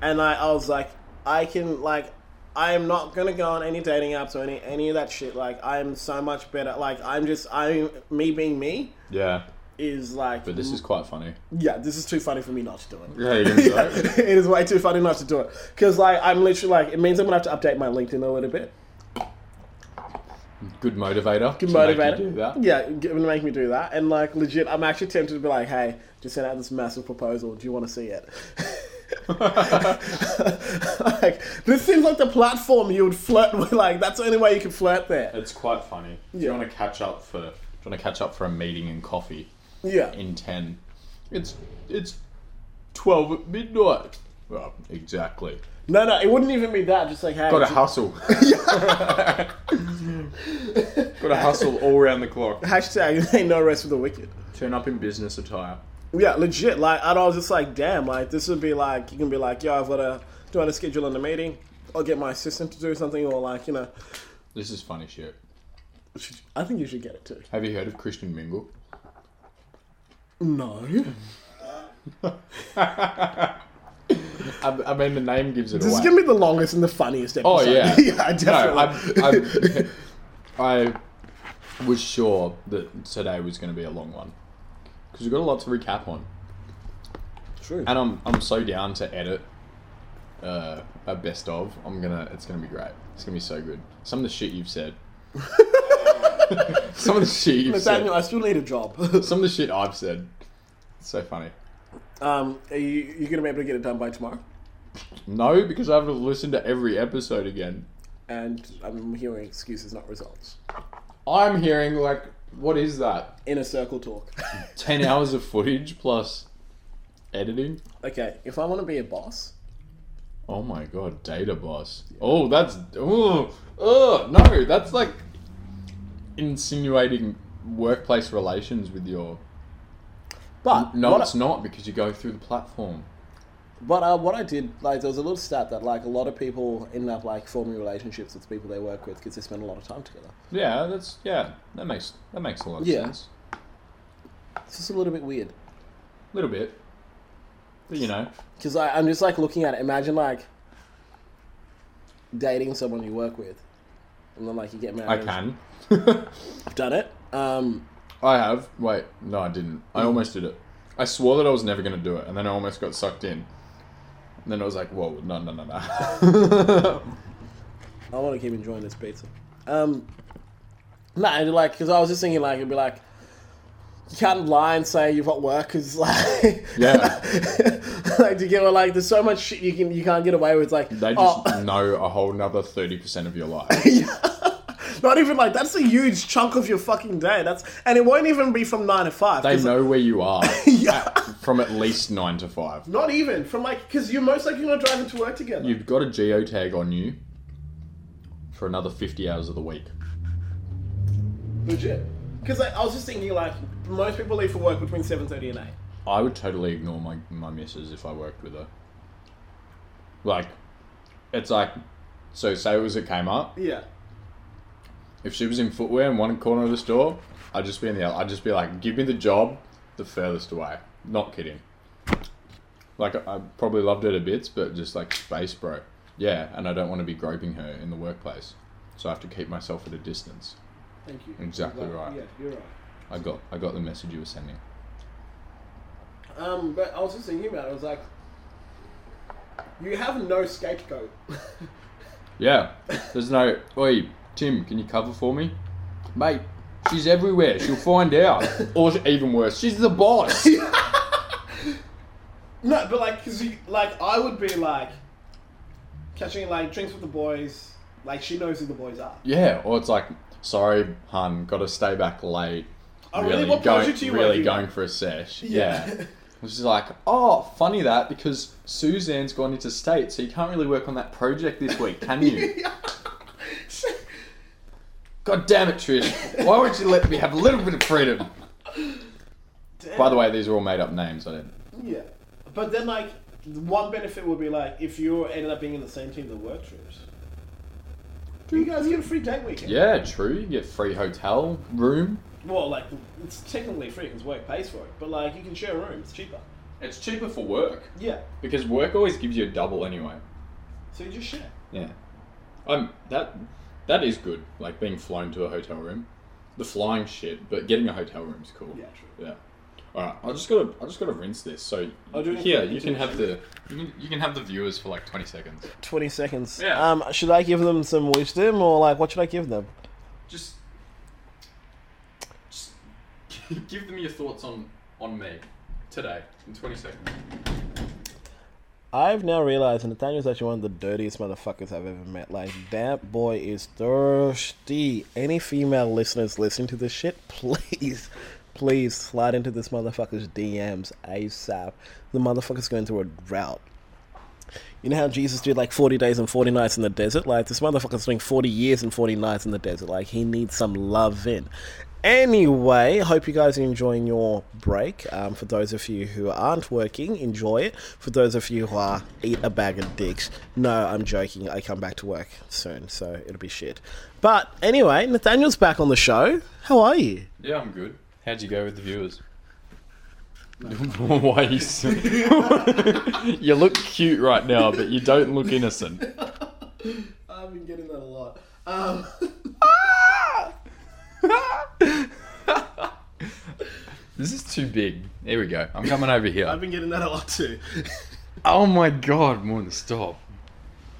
Speaker 2: and I, I was like, I can like, I am not gonna go on any dating apps or any any of that shit. Like, I am so much better. Like, I'm just I me being me
Speaker 1: Yeah.
Speaker 2: is like.
Speaker 1: But this is quite funny.
Speaker 2: yeah, this is too funny for me not to do it.
Speaker 1: Yeah, you're gonna do
Speaker 2: Yeah,
Speaker 1: it.
Speaker 2: it is way too funny not to do it because like I'm literally like it means I'm gonna have to update my LinkedIn a little bit.
Speaker 1: Good motivator. Good
Speaker 2: motivator.
Speaker 1: do that.
Speaker 2: Yeah, g- gonna make me do that. And like legit, I'm actually tempted to be like, hey, just sent out this massive proposal. Do you want to see it? like this seems like the platform you would flirt with. Like that's the only way you can flirt there.
Speaker 1: It's quite funny. Do
Speaker 2: Yeah.
Speaker 1: you want to catch up for? Do you want to catch up for a meeting and coffee
Speaker 2: Yeah,
Speaker 1: in ten? It's it's twelve at midnight. Well, exactly.
Speaker 2: no, no, it wouldn't even be that. Just like hey,
Speaker 1: Got to
Speaker 2: do-
Speaker 1: hustle. Got to hustle all round the clock.
Speaker 2: hashtag ain't no rest for the wicked.
Speaker 1: Turn up in business attire.
Speaker 2: Yeah, legit. Like and I was just like, damn. Like this would be like you can be like, yo, I've got to do I want to schedule in a meeting. I'll get my assistant to do something, or like you know,
Speaker 1: This is funny shit.
Speaker 2: should- I think you should get it too.
Speaker 1: Have you heard of Christian Mingle?
Speaker 2: No.
Speaker 1: I, I mean, the name gives it
Speaker 2: This is
Speaker 1: away.
Speaker 2: gonna be the longest and the funniest episode.
Speaker 1: Oh yeah,
Speaker 2: yeah,
Speaker 1: No,
Speaker 2: definitely.
Speaker 1: I, I, I was sure that today was going to be a long one because we've got a lot to recap on,
Speaker 2: True.
Speaker 1: and I'm I'm so down to edit uh, a best of. I'm gonna it's gonna be great. It's gonna be so good. Some of the shit you've said. Some of the shit you've
Speaker 2: Nathaniel,
Speaker 1: said.
Speaker 2: I still need a job.
Speaker 1: Some of the shit I've said. It's so funny.
Speaker 2: um, are you you gonna be able to get it done by tomorrow?
Speaker 1: No, because I have to listen to every episode again.
Speaker 2: And I'm hearing excuses, not results.
Speaker 1: I'm hearing like, what is that?
Speaker 2: Inner circle talk.
Speaker 1: Ten hours of footage plus editing.
Speaker 2: okay, if I want to be a boss,
Speaker 1: Oh my god, data boss. Oh, that's oh, oh no, that's like insinuating workplace relations with your
Speaker 2: But
Speaker 1: No,
Speaker 2: what
Speaker 1: it's
Speaker 2: I,
Speaker 1: not because you go through the platform.
Speaker 2: but uh, what I did like there was a little stat that like a lot of people end up like forming relationships with people they work with because they spend a lot of time together.
Speaker 1: Yeah, that's yeah. That makes that makes a lot of
Speaker 2: Yeah.
Speaker 1: sense.
Speaker 2: It's just a little bit weird.
Speaker 1: A little bit, but you know,
Speaker 2: Because I'm just like looking at it. Imagine like dating someone you work with, and then like you get
Speaker 1: I
Speaker 2: married.
Speaker 1: can.
Speaker 2: I've done it. Um,
Speaker 1: I have. Wait, no, I didn't. I almost did it. I swore that I was never going to do it, and then I almost got sucked in. And then I was like, "Whoa, no, no, no, no."
Speaker 2: I want to keep enjoying this pizza. Um, no, and, like because I was just thinking like it'd be like you can't lie and say you've got work because like
Speaker 1: Yeah.
Speaker 2: like do you get what like there's so much shit you can you can't get away with like
Speaker 1: they just
Speaker 2: oh,
Speaker 1: know a whole nother thirty percent of your life.
Speaker 2: not even like that's a huge chunk of your fucking day that's and it won't even be from nine to five
Speaker 1: They
Speaker 2: 'cause-
Speaker 1: know where you are
Speaker 2: Yeah.
Speaker 1: at- from at least nine to five.
Speaker 2: Not even from like because you're most likely not driving to work together.
Speaker 1: You've got a geotag on you for another fifty hours of the week.
Speaker 2: Legit. Because I, I was just thinking like most people leave for work between seven thirty and eight.
Speaker 1: I would totally ignore my my missus if I worked with her. Like, it's like, so say it was at Kmart.
Speaker 2: Yeah.
Speaker 1: If she was in footwear in one corner of the store, I'd just be in the other. I'd just be like, give me the job the furthest away. Not kidding. Like, I I probably loved her to bits, but just like space, bro. Yeah, and I don't want to be groping her in the workplace. So I have to keep myself at a distance.
Speaker 2: Thank you.
Speaker 1: Exactly
Speaker 2: Like,
Speaker 1: right.
Speaker 2: Yeah, you're right.
Speaker 1: I got I got the message you were sending.
Speaker 2: Um, but I was just thinking about it. I was like, you have no scapegoat.
Speaker 1: Yeah, there's no. Oi, Tim, can you cover for me? Mate, she's everywhere. She'll find out. Or sh- even worse, she's the boss.
Speaker 2: no, but like, cause you, like I would be like catching like drinks with the boys. Like she knows who the boys are.
Speaker 1: yeah, or it's like, sorry, hun, got to stay back late.
Speaker 2: Oh, really? What
Speaker 1: going,
Speaker 2: project are you
Speaker 1: really
Speaker 2: working on?
Speaker 1: going for a sesh. Yeah. Which is like, oh, funny that because Suzanne's gone into state, so you can't really work on that project this week, can you? God damn it, Trish! Why would you let me have a little bit of freedom? By the way, these are all made up names. I didn't.
Speaker 2: Yeah, but then like one benefit would be like if you ended up being in the same team that work trips. Do you guys get a free date weekend?
Speaker 1: Yeah, true. You get free hotel room.
Speaker 2: Well, like it's technically free because work pays for it, but like you can share a room; it's cheaper.
Speaker 1: It's cheaper for work
Speaker 2: Yeah,
Speaker 1: because work always gives you a double anyway.
Speaker 2: so you just share.
Speaker 1: Yeah, um, that that is good. Like being flown to a hotel room, the flying shit, but getting a hotel room's cool.
Speaker 2: Yeah, true.
Speaker 1: Yeah. All right, I just gotta I just gotta rinse this. So
Speaker 2: I'll do it
Speaker 1: here
Speaker 2: in-
Speaker 1: you can have the
Speaker 2: intermission.
Speaker 1: you can, you can have the viewers for like twenty seconds.
Speaker 2: Twenty seconds.
Speaker 1: Yeah.
Speaker 2: Um, should I give them some wisdom, or like what should I give them?
Speaker 1: Just just give them your thoughts on on me today in twenty seconds.
Speaker 2: I've now realized that Nathaniel's actually one of the dirtiest motherfuckers I've ever met. Like, that boy is thirsty. Any female listeners listening to this shit, please, please slide into this motherfucker's DMs ASAP. The motherfucker's going through a drought. You know how Jesus did like 40 days and 40 nights in the desert? Like, this motherfucker's doing 40 years and 40 nights in the desert. Like, he needs some love in. Anyway, hope you guys are enjoying your break. Um, for those of you who aren't working, enjoy it. For those of you who are, eat a bag of dicks. No, I'm joking. I come back to work soon, so it'll be shit. But anyway, Nathaniel's back on the show. How are you?
Speaker 1: Yeah, I'm good. How'd you go with the viewers? Why you? s- you look cute right now, but you don't look innocent.
Speaker 2: I've been getting that a lot. Um,
Speaker 1: This is too big. Here we go. I'm coming over here.
Speaker 2: been getting that a lot too.
Speaker 1: Oh my god, Moon, stop.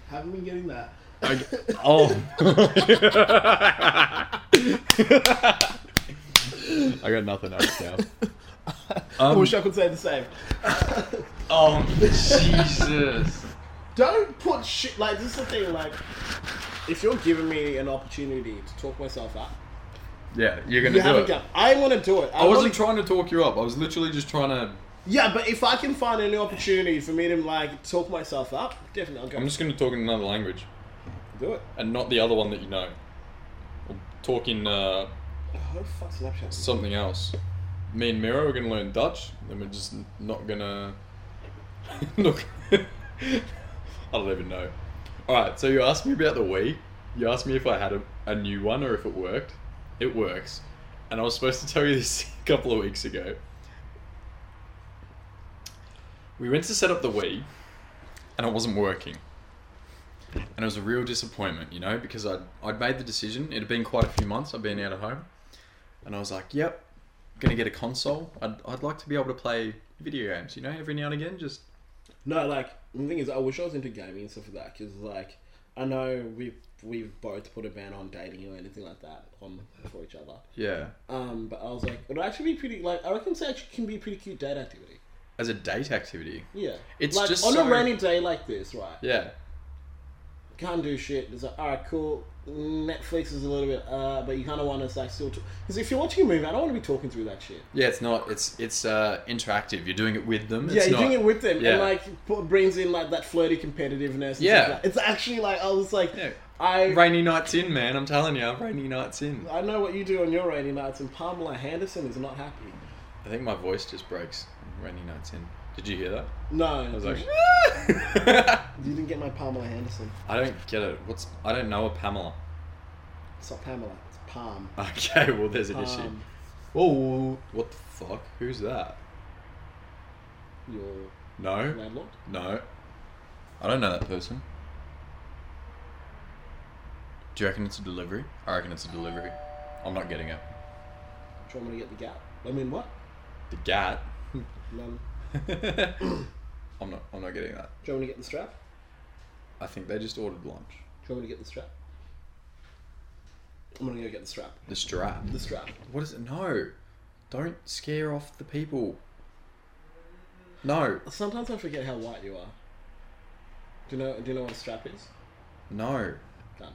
Speaker 2: Haven't been getting that.
Speaker 1: Oh. I got nothing else now. Um,
Speaker 2: I could say the same.
Speaker 1: oh, Jesus.
Speaker 2: Don't put shit like this is the thing. Like, if you're giving me an opportunity to talk myself up,
Speaker 1: Yeah, you're going to do
Speaker 2: you haven't
Speaker 1: it.
Speaker 2: done. I'm gonna do it.
Speaker 1: I wasn't trying to talk you up. I was literally just trying to.
Speaker 2: Yeah, but if I can find any opportunity for me to like talk myself up, definitely I'll go
Speaker 1: I'm just going to talk in another language
Speaker 2: do it.
Speaker 1: and not the other one that you know. Or talk in uh,
Speaker 2: Oh fuck Snapchat.
Speaker 1: something else. me and Miro are going to learn Dutch, and we're just not going to. Look, I don't even know. All right, so you asked me about the Wii. You asked me if I had a, a new one or if it worked. It works, and I was supposed to tell you this a couple of weeks ago. We went to set up the Wii, and it wasn't working. And it was a real disappointment, you know, because I'd, I'd made the decision. It had been quite a few months, I'd been out of home. And I was like, yep, gonna get a console. I'd, I'd like to be able to play video games, you know, every now and again. Just
Speaker 2: No, like the thing is, I wish I was into gaming and stuff like that because, like, I know we've we've both put a ban on dating or anything like that on for each other.
Speaker 1: yeah,
Speaker 2: Um, but I was like, it'd actually be pretty. Like, I reckon it's actually can be a pretty cute date activity.
Speaker 1: as a date activity.
Speaker 2: Yeah,
Speaker 1: It's
Speaker 2: like
Speaker 1: just
Speaker 2: on
Speaker 1: so-
Speaker 2: a rainy day like this, right?
Speaker 1: Yeah,
Speaker 2: Can't do shit. It's like, all right, cool. Netflix is a little bit, uh, but you kind of want to like still because if you're watching a movie, I don't want to be talking through that shit.
Speaker 1: yeah. It's not. It's it's uh, interactive. You're doing it with them. It's
Speaker 2: yeah, you're
Speaker 1: not,
Speaker 2: doing it with them,
Speaker 1: yeah.
Speaker 2: and like it brings in like that flirty competitiveness. and
Speaker 1: Yeah.
Speaker 2: stuff like that. it's actually like I was like,
Speaker 1: Yeah.
Speaker 2: I
Speaker 1: Rainy nights in, man. I'm telling you, rainy nights in.
Speaker 2: I know what you do on your rainy nights, and Pamela Henderson is not happy.
Speaker 1: I think my voice just breaks. Rainy nights in. Did you hear that?
Speaker 2: No,
Speaker 1: I was
Speaker 2: you-
Speaker 1: like,
Speaker 2: you didn't get my Pamela Henderson.
Speaker 1: I don't get it. What's I don't know a Pamela.
Speaker 2: It's not Pamela. It's Palm.
Speaker 1: Okay, well there's an issue.
Speaker 2: Palm.
Speaker 1: Oh, what the fuck? Who's that?
Speaker 2: Your
Speaker 1: No,
Speaker 2: landlord.
Speaker 1: no. I don't know that person. Do you reckon it's a delivery? I reckon it's a delivery. I'm not getting it.
Speaker 2: Do you want me to get the gap? I mean, what?
Speaker 1: The gat.
Speaker 2: None.
Speaker 1: I'm not. I'm not getting that.
Speaker 2: Do you want me to get the strap?
Speaker 1: I think they just ordered lunch.
Speaker 2: Do you want me to get the strap? I'm gonna go get the strap.
Speaker 1: The strap.
Speaker 2: The strap.
Speaker 1: What is it? No. Don't scare off the people. No.
Speaker 2: Sometimes I forget how white you are. Do you know? Do you know what a strap is?
Speaker 1: No.
Speaker 2: Gun.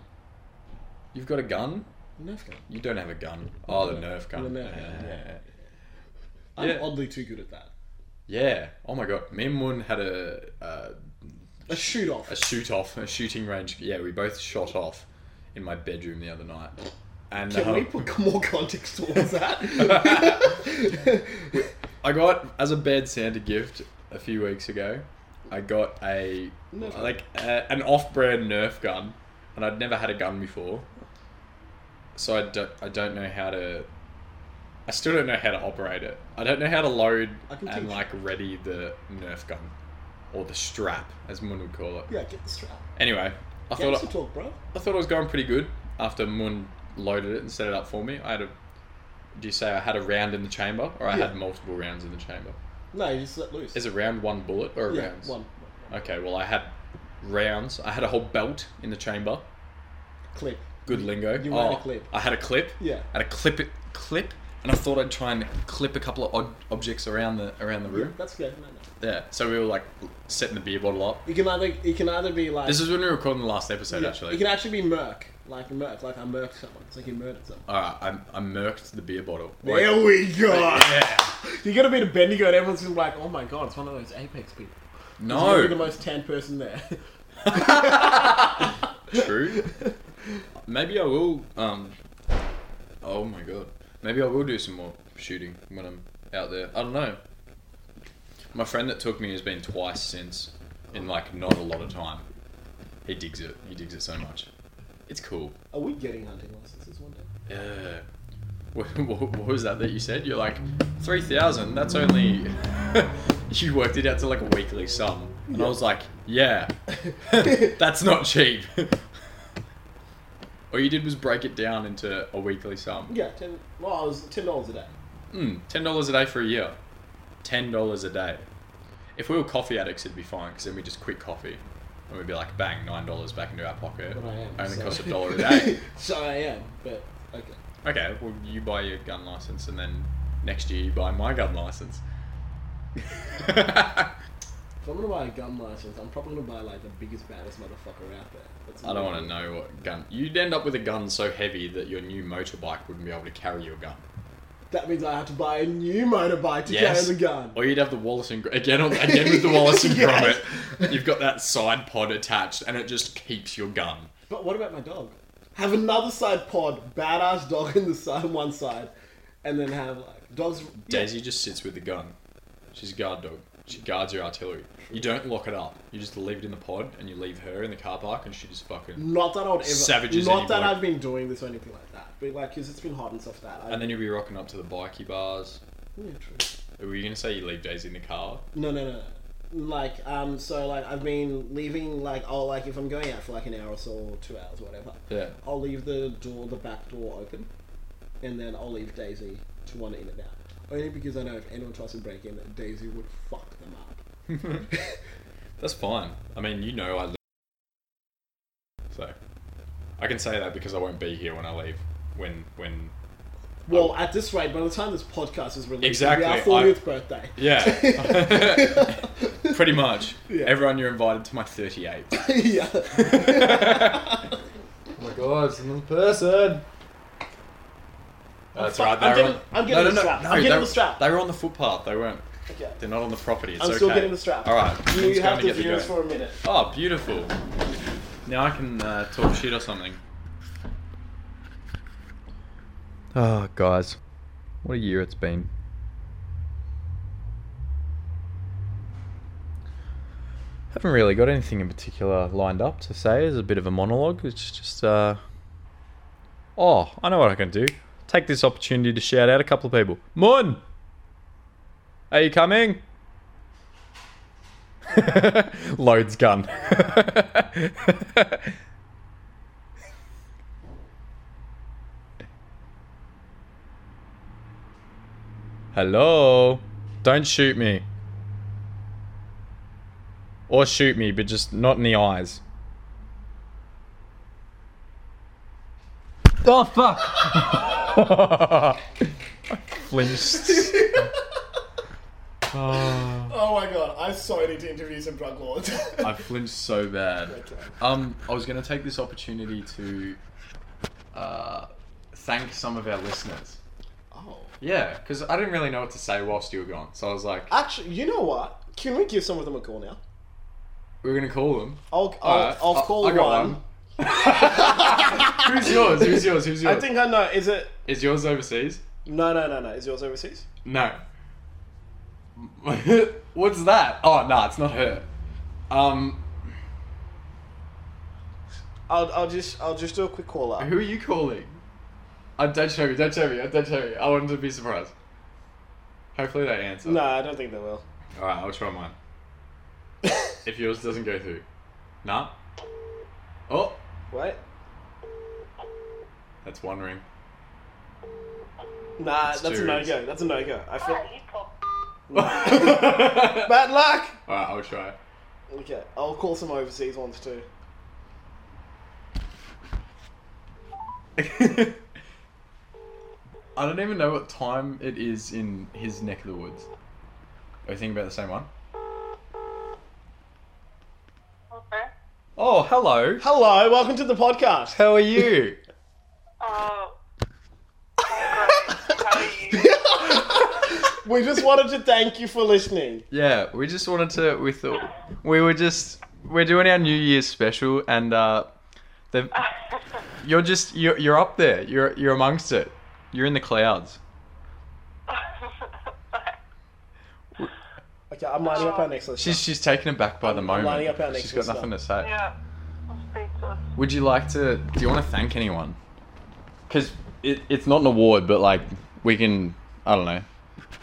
Speaker 1: You've got a gun.
Speaker 2: Nerf gun.
Speaker 1: You don't have a gun. Oh, the Nerf gun.
Speaker 2: The Nerf gun,
Speaker 1: Yeah.
Speaker 2: I'm
Speaker 1: Yeah.
Speaker 2: oddly too good at that.
Speaker 1: Yeah. Oh my god. Me and Moon had a uh,
Speaker 2: A shoot off.
Speaker 1: a shoot off, a shooting range. Yeah, we both shot off in my bedroom the other night. And
Speaker 2: Can
Speaker 1: uh,
Speaker 2: we put more context towards that?
Speaker 1: I got as a bad Santa gift a few weeks ago. I got a
Speaker 2: Nerf gun.
Speaker 1: like a, an off-brand Nerf gun, and I'd never had a gun before, so I don't I don't know how to. I still don't know how to operate it. I don't know how to load
Speaker 2: I can
Speaker 1: and
Speaker 2: teach.
Speaker 1: like ready the Nerf gun, or the strap, as Moon would call it.
Speaker 2: yeah, get the strap.
Speaker 1: Anyway, I thought
Speaker 2: Gangster
Speaker 1: I,
Speaker 2: talk, bro.
Speaker 1: I thought it was going pretty good after Moon loaded it and set it up for me. I had a. Do you say I had a round in the chamber, or I
Speaker 2: Yeah.
Speaker 1: had multiple rounds in the chamber?
Speaker 2: No, you just let loose.
Speaker 1: Is a round one bullet or a
Speaker 2: yeah,
Speaker 1: rounds?
Speaker 2: one
Speaker 1: Okay, well I had rounds. I had a whole belt in the chamber.
Speaker 2: clip.
Speaker 1: Good lingo. Oh,
Speaker 2: you had a clip.
Speaker 1: I had a clip.
Speaker 2: Yeah.
Speaker 1: I had a clip clip, and I thought I'd try and clip a couple of odd objects around the around the room.
Speaker 2: That's good. No, no.
Speaker 1: Yeah. So we were like setting the beer bottle up.
Speaker 2: You can either you can either be like
Speaker 1: This is when we were recording the last episode,
Speaker 2: yeah,
Speaker 1: actually.
Speaker 2: You can actually be murk, like murk, like I murked someone. It's like you murdered someone.
Speaker 1: All right, I, I murked the beer bottle.
Speaker 2: There we go.
Speaker 1: Yeah.
Speaker 2: You're gonna be the Bendigo, and everyone's just like, "Oh my god, it's one of those Apex people." It's gonna be
Speaker 1: No.
Speaker 2: the most tan person there.
Speaker 1: True. Maybe I will. Um. Oh my god. Maybe I will do some more shooting when I'm out there. I don't know. My friend that took me has been twice since, in like not a lot of time. He digs it. He digs it so much. It's cool.
Speaker 2: Are we getting hunting licenses one day?
Speaker 1: Yeah. What, what, what was that that you said? You're like three thousand. That's only. you worked it out to like a weekly sum, and I was like, yeah, that's not cheap. All you did was break it down into a weekly sum.
Speaker 2: Yeah, ten. Well, it was ten dollars a day.
Speaker 1: Mm, ten dollars a day for a year. Ten dollars a day. If we were coffee addicts, it'd be fine because then we just quit coffee, and we'd be like, bang, nine dollars back into our pocket.
Speaker 2: But I am.
Speaker 1: Only
Speaker 2: so.
Speaker 1: costs a dollar a day.
Speaker 2: so I am, but okay.
Speaker 1: Okay, well, you buy your gun license, and then next year you buy my gun license. I
Speaker 2: If I'm gonna buy a gun license, I'm probably gonna buy like the biggest, baddest motherfucker out there. That's
Speaker 1: don't want to know what gun. You'd end up with a gun so heavy that your new motorbike wouldn't be able to carry your gun.
Speaker 2: That means I have to buy a new motorbike to
Speaker 1: Yes.
Speaker 2: carry the gun.
Speaker 1: Or you'd have the Wallace and Gro- again on- again with the Wallace and
Speaker 2: Yes.
Speaker 1: Gromit. You've got that side pod attached, and it just keeps your gun.
Speaker 2: But what about my dog? Have another side pod, badass dog in the side one side, and then have like dogs.
Speaker 4: Daisy just sits with the gun. She's a guard dog. She guards your artillery. You don't lock it up. You just leave it in the pod, and you leave her in the car park, and she just fucking.
Speaker 2: Not that I would ever.
Speaker 4: Savages
Speaker 2: Not that
Speaker 4: anymore.
Speaker 2: I've been doing this or anything like that. But like, because it's been hot and stuff like that. I,
Speaker 4: And then you'll be rocking up to the bikey bars.
Speaker 2: yeah, true.
Speaker 4: Were you gonna say you leave Daisy in the car?
Speaker 2: No, no, no. no. Like, um, so like I've been leaving like oh like if I'm going out for like an hour or so, or two hours, whatever.
Speaker 4: Yeah.
Speaker 2: I'll leave the door, the back door open, and then I'll leave Daisy to one in and out. Only because I know if anyone tries to break in, Daisy would fuck them up.
Speaker 4: That's fine. I mean, you know I. Leave. So, I can say that because I won't be here when I leave. When when.
Speaker 2: Well, at this rate, by the time this podcast is released,
Speaker 4: Um, Exactly,
Speaker 2: it'll be
Speaker 4: I-
Speaker 2: our fortieth birthday.
Speaker 4: Yeah. Pretty much.
Speaker 2: Yeah.
Speaker 4: Everyone, you're invited to my 38.
Speaker 2: yeah.
Speaker 1: Oh my god, it's another person.
Speaker 4: That's
Speaker 2: fu-
Speaker 4: right.
Speaker 2: I'm
Speaker 4: they were
Speaker 2: getting-
Speaker 4: on-
Speaker 2: I'm getting
Speaker 4: No, no, no,
Speaker 2: the strap.
Speaker 4: no,
Speaker 2: I'm getting
Speaker 4: they
Speaker 2: the
Speaker 4: were-
Speaker 2: strap.
Speaker 4: They were on the footpath. They weren't.
Speaker 2: Okay.
Speaker 4: They're not on the property. It's
Speaker 2: I'm
Speaker 4: okay.
Speaker 2: still getting the strap.
Speaker 4: All right. Lynn's
Speaker 2: You
Speaker 4: going
Speaker 2: have
Speaker 4: to
Speaker 2: to
Speaker 4: get the
Speaker 2: view us
Speaker 4: go.
Speaker 2: for a minute.
Speaker 4: Oh, beautiful. Now I can uh, talk shit or something.
Speaker 1: Ah, guys, what a year it's been. Haven't really got anything in particular lined up to say as a bit of a monologue. It's just, uh, oh, I know what I can do. Take this opportunity to shout out a couple of people. Mun, are you coming? Loads gun. Hello. Don't shoot me. Or shoot me, but just not in the eyes. Oh fuck! Flinched.
Speaker 2: Oh my god, I so need to interview some drug lords.
Speaker 4: I flinched so bad. Um, I was going to take this opportunity to uh, thank some of our listeners.
Speaker 2: oh.
Speaker 4: Yeah, because I didn't really know what to say whilst you were gone. So I was like,
Speaker 2: Actually, you know what? Can we give some of them a call now?
Speaker 4: we're going to call them.
Speaker 2: I'll, I'll,
Speaker 4: Alright,
Speaker 2: I'll
Speaker 4: I-
Speaker 2: call
Speaker 4: I got
Speaker 2: one.
Speaker 4: one. Who's yours? Who's yours? Who's yours?
Speaker 2: I think I know. Is it?
Speaker 4: Is yours overseas?
Speaker 2: No, no, no, no. Is yours overseas?
Speaker 4: No. What's that? Oh, no, it's not her. Um,
Speaker 2: I'll, I'll just, I'll just do a quick call up.
Speaker 4: who are you calling? Uh, don't show me, don't show me, uh, don't show me. I wanted to be surprised. Hopefully they answer.
Speaker 2: No, I don't think they will.
Speaker 4: Alright, I'll try mine. if yours doesn't go through. Nah. Oh,
Speaker 2: Wait.
Speaker 4: that's one ring.
Speaker 2: Nah,
Speaker 4: It's
Speaker 2: that's a
Speaker 4: two
Speaker 2: no
Speaker 4: rings.
Speaker 2: go. That's a no go. I feel
Speaker 5: you call.
Speaker 4: Alright,
Speaker 2: bad luck.
Speaker 4: I'll try.
Speaker 2: Okay, I'll call some overseas ones too.
Speaker 4: I don't even know what time it is in his neck of the woods. Are you thinking about the same one?
Speaker 5: Over.
Speaker 1: Oh, hello.
Speaker 2: Hello, welcome to the podcast.
Speaker 1: How are you?
Speaker 5: Oh. Great. How are you?
Speaker 2: We just wanted to thank you for listening.
Speaker 1: Yeah, we just wanted to. We thought we were just we're doing our New Year's special, and uh, the you're just you're, you're up there. You're you're amongst it. You're in the clouds.
Speaker 2: Okay, I'm lining up our next list.
Speaker 1: She's she's taken aback by the moment.
Speaker 2: lining up our next
Speaker 1: She's got
Speaker 2: list
Speaker 1: nothing to say.
Speaker 5: yeah. I'm speechless.
Speaker 1: Would you like to? Do you want to thank anyone? Because it, it's not an award, but like we can. I don't know.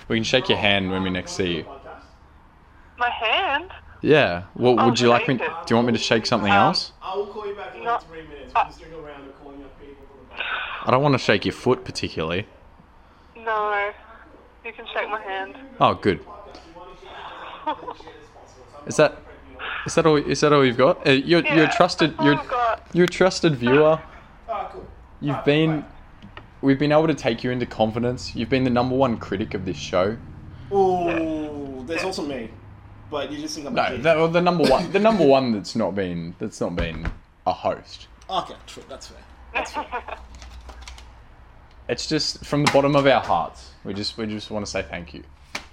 Speaker 1: We can shake your hand when we next see you.
Speaker 5: My hand?
Speaker 1: Yeah. What would you like me? Do
Speaker 5: Amazing.
Speaker 1: you want me to shake something
Speaker 5: Um,
Speaker 1: else?
Speaker 2: I will call you back in
Speaker 5: like,
Speaker 2: three minutes.
Speaker 5: We're
Speaker 2: just doing a round of calling up people from the
Speaker 1: I don't want to shake your foot particularly.
Speaker 5: No. You can shake my hand.
Speaker 1: Oh, good. Is that is that all? Is that all you've got? Uh, you're you're a
Speaker 5: Yeah, Oh,
Speaker 1: trusted.
Speaker 5: that's all
Speaker 1: You're
Speaker 5: I've got.
Speaker 1: you're a trusted viewer.
Speaker 2: Oh, cool.
Speaker 1: You've been. We've been able to take you into confidence. You've been the number one critic of this show.
Speaker 2: Ooh, there's also me. But you just think I'm a
Speaker 1: No,
Speaker 2: dick.
Speaker 1: the, well, the number one. The number one that's not been that's not been a host.
Speaker 2: Okay, true. That's fair.
Speaker 1: It's just from the bottom of our hearts. We just we just want to say thank you.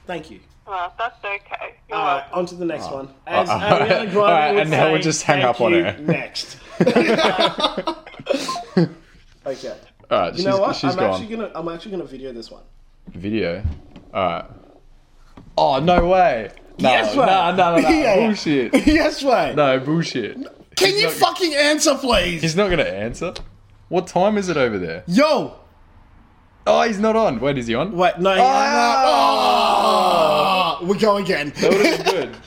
Speaker 2: Thank you.
Speaker 5: well, that's okay. You're
Speaker 2: All right,
Speaker 5: welcome.
Speaker 2: on to the next one. As
Speaker 1: Uh,
Speaker 2: Ariana
Speaker 1: all right,
Speaker 2: Grande
Speaker 1: all right,
Speaker 2: would
Speaker 1: and now we'll
Speaker 2: say,
Speaker 1: just hang
Speaker 2: "Thank
Speaker 1: up on
Speaker 2: you,
Speaker 1: her."
Speaker 2: Next. okay.
Speaker 1: All right,
Speaker 2: You
Speaker 1: she's,
Speaker 2: know what?
Speaker 1: she's
Speaker 2: I'm
Speaker 1: gone.
Speaker 2: actually gonna I'm actually gonna video this one.
Speaker 1: Video. All right. Oh no way! No,
Speaker 2: Yes,
Speaker 1: no,
Speaker 2: way.
Speaker 1: Oh, no, no, no.
Speaker 2: Yeah, yeah.
Speaker 1: bullshit.
Speaker 2: yes, way.
Speaker 1: No bullshit.
Speaker 2: Can you
Speaker 1: not-
Speaker 2: fucking answer, please?
Speaker 1: He's not gonna answer. What time is it over there?
Speaker 2: Yo,
Speaker 1: Oh, he's not on. Wait, is he on?
Speaker 2: wait, no,
Speaker 1: Ah!
Speaker 2: no. Oh, we go again.
Speaker 1: That would have been good.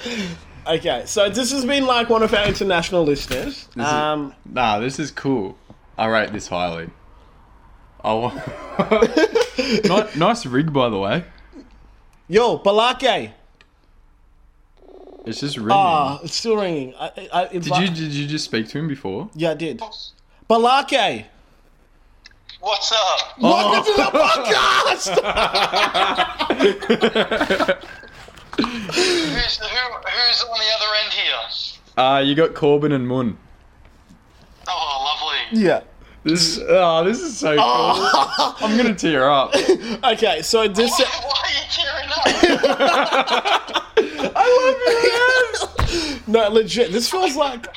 Speaker 2: okay, so this has been like one of our international listeners.
Speaker 1: is-
Speaker 2: Um,
Speaker 1: Nah, this is cool. I rate this highly. Oh, Ni- nice rig, by the way.
Speaker 2: yo, Balake.
Speaker 1: It's just ringing.
Speaker 2: Ah, it's still ringing. I, I, it's
Speaker 1: Hmm. did you did you just speak to him before?
Speaker 2: Yeah, I did. Balake.
Speaker 6: What's up?
Speaker 2: Welcome to the podcast.
Speaker 6: Who's, who, who's on the other end here?
Speaker 1: Uh, you got Corbin and Mun.
Speaker 6: Oh, lovely.
Speaker 2: yeah.
Speaker 1: This oh, this is so
Speaker 2: Ah.
Speaker 1: cool. I'm gonna tear up.
Speaker 2: Okay, so this.
Speaker 6: Why, why are you tearing up?
Speaker 2: No, legit. This feels like.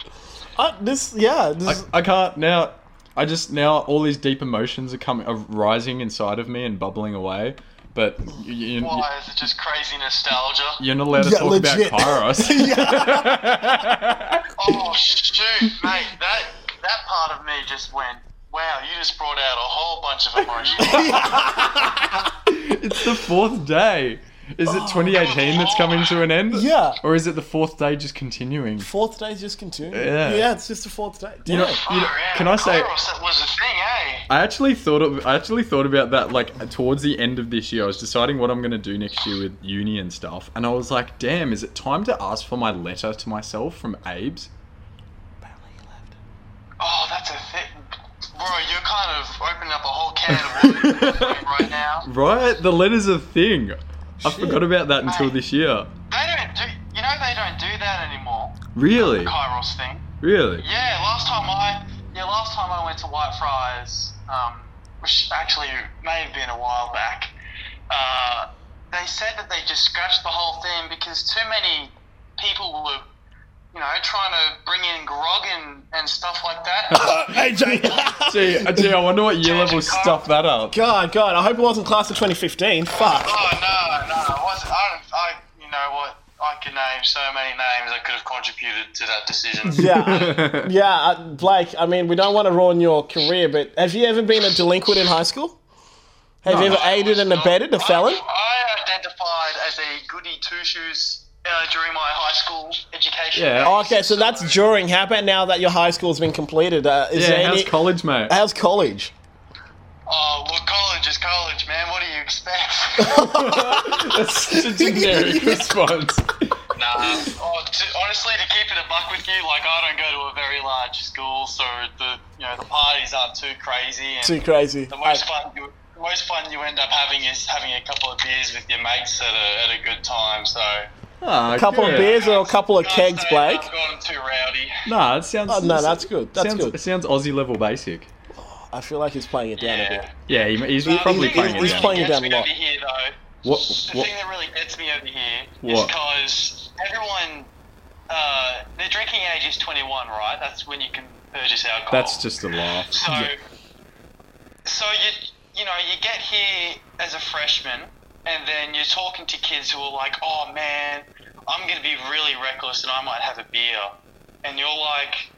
Speaker 2: Uh, this, yeah. This,
Speaker 1: I, I can't now. I just now all these deep emotions are coming, are rising inside of me and bubbling away. But you, you, you,
Speaker 6: Why is it just crazy nostalgia?
Speaker 1: you're not allowed to
Speaker 2: Yeah,
Speaker 1: talk
Speaker 2: legit.
Speaker 1: about Kairos.
Speaker 6: Oh shoot, mate, that that part of me just went. Wow, you just brought out a whole bunch of emotions.
Speaker 1: It's the fourth day. Is it 2018 that's coming to an end?
Speaker 2: yeah.
Speaker 1: Or is it the fourth day just continuing?
Speaker 2: Fourth day's just continuing.
Speaker 1: Yeah.
Speaker 2: Yeah, it's just the fourth day.
Speaker 1: You know,
Speaker 2: Damn.
Speaker 1: you know-
Speaker 6: Far out.
Speaker 1: can I say?
Speaker 6: Kairos, that was a thing, eh?
Speaker 1: I actually thought of, I actually thought about that like towards the end of this year. I was deciding what I'm gonna do next year with uni and stuff, and I was like, "Damn, is it time to ask for my letter to myself from Abe's?"
Speaker 6: Oh, that's a thing, bro. You're kind of opening up a whole can of worms right now.
Speaker 1: Right, the letter's a thing. I forgot about that until this year.
Speaker 6: They don't do. You know they don't do that anymore.
Speaker 1: Really,
Speaker 6: Kairos thing.
Speaker 1: really.
Speaker 6: Yeah, last time I yeah last time I went to Whitefriars, um, which actually may have been a while back. Uh, they said that they just scratched the whole thing because too many people were, you know, trying to bring in grog and, and stuff like that. Oh,
Speaker 2: AJ.
Speaker 1: Gee, uh, gee, I wonder what year level stuff that up.
Speaker 2: God, God. I hope it wasn't class of 2015. Fuck.
Speaker 6: oh no, no, it wasn't. I, don't- I you know what. I could name so many names that could have contributed to that decision.
Speaker 2: Yeah. I- yeah, I- Blake, I mean, we don't want to ruin your career, but have you ever been a delinquent in high school? Have you ever aided and abetted a felon?
Speaker 6: I, I identified as a goody two shoes uh, during my high school education.
Speaker 1: Yeah.
Speaker 6: days.
Speaker 2: Oh, Okay, so that's during. How about now that your high school's been completed? Uh, is there
Speaker 1: Yeah, how's
Speaker 2: any,
Speaker 1: college, mate?
Speaker 2: how's college?
Speaker 6: Oh, look, college is college, man. What do you expect?
Speaker 2: Uh,
Speaker 1: That's such a generic response.
Speaker 6: nah. Oh, to, honestly, to keep it a buck with you, like I don't go to a very large school, so the you know the parties aren't too crazy, and
Speaker 2: Too crazy.
Speaker 6: the most fun you the most fun you end up having is having a couple of beers with your mates at a, at a good time. So
Speaker 1: Ah,
Speaker 2: A couple
Speaker 1: good.
Speaker 2: of beers or a couple of
Speaker 6: Can't
Speaker 2: kegs,
Speaker 6: say
Speaker 2: Blake?
Speaker 6: I've gotten too rowdy.
Speaker 1: Nah, it sounds.
Speaker 2: Oh, no, that's good. That's
Speaker 1: sounds,
Speaker 2: good.
Speaker 1: It sounds Aussie level basic.
Speaker 2: I feel like he's playing it down a bit.
Speaker 6: Yeah.
Speaker 1: Yeah, he, he's
Speaker 6: Nah,
Speaker 1: probably
Speaker 6: Um, the thing
Speaker 1: playing
Speaker 6: that
Speaker 1: it.
Speaker 2: he's
Speaker 1: down.
Speaker 6: really
Speaker 2: playing it down
Speaker 6: gets me
Speaker 2: a lot.
Speaker 6: Over here, though,
Speaker 1: What?
Speaker 6: The
Speaker 1: What?
Speaker 6: thing that really gets me over here is
Speaker 1: What?
Speaker 6: because everyone, uh, their drinking age is 21, right? That's when you can purchase alcohol.
Speaker 1: That's just a laugh.
Speaker 6: So, so you you know you get here as a freshman, and then you're talking to kids who are like, "Oh man, I'm gonna be really reckless, and I might have a beer," and you're like,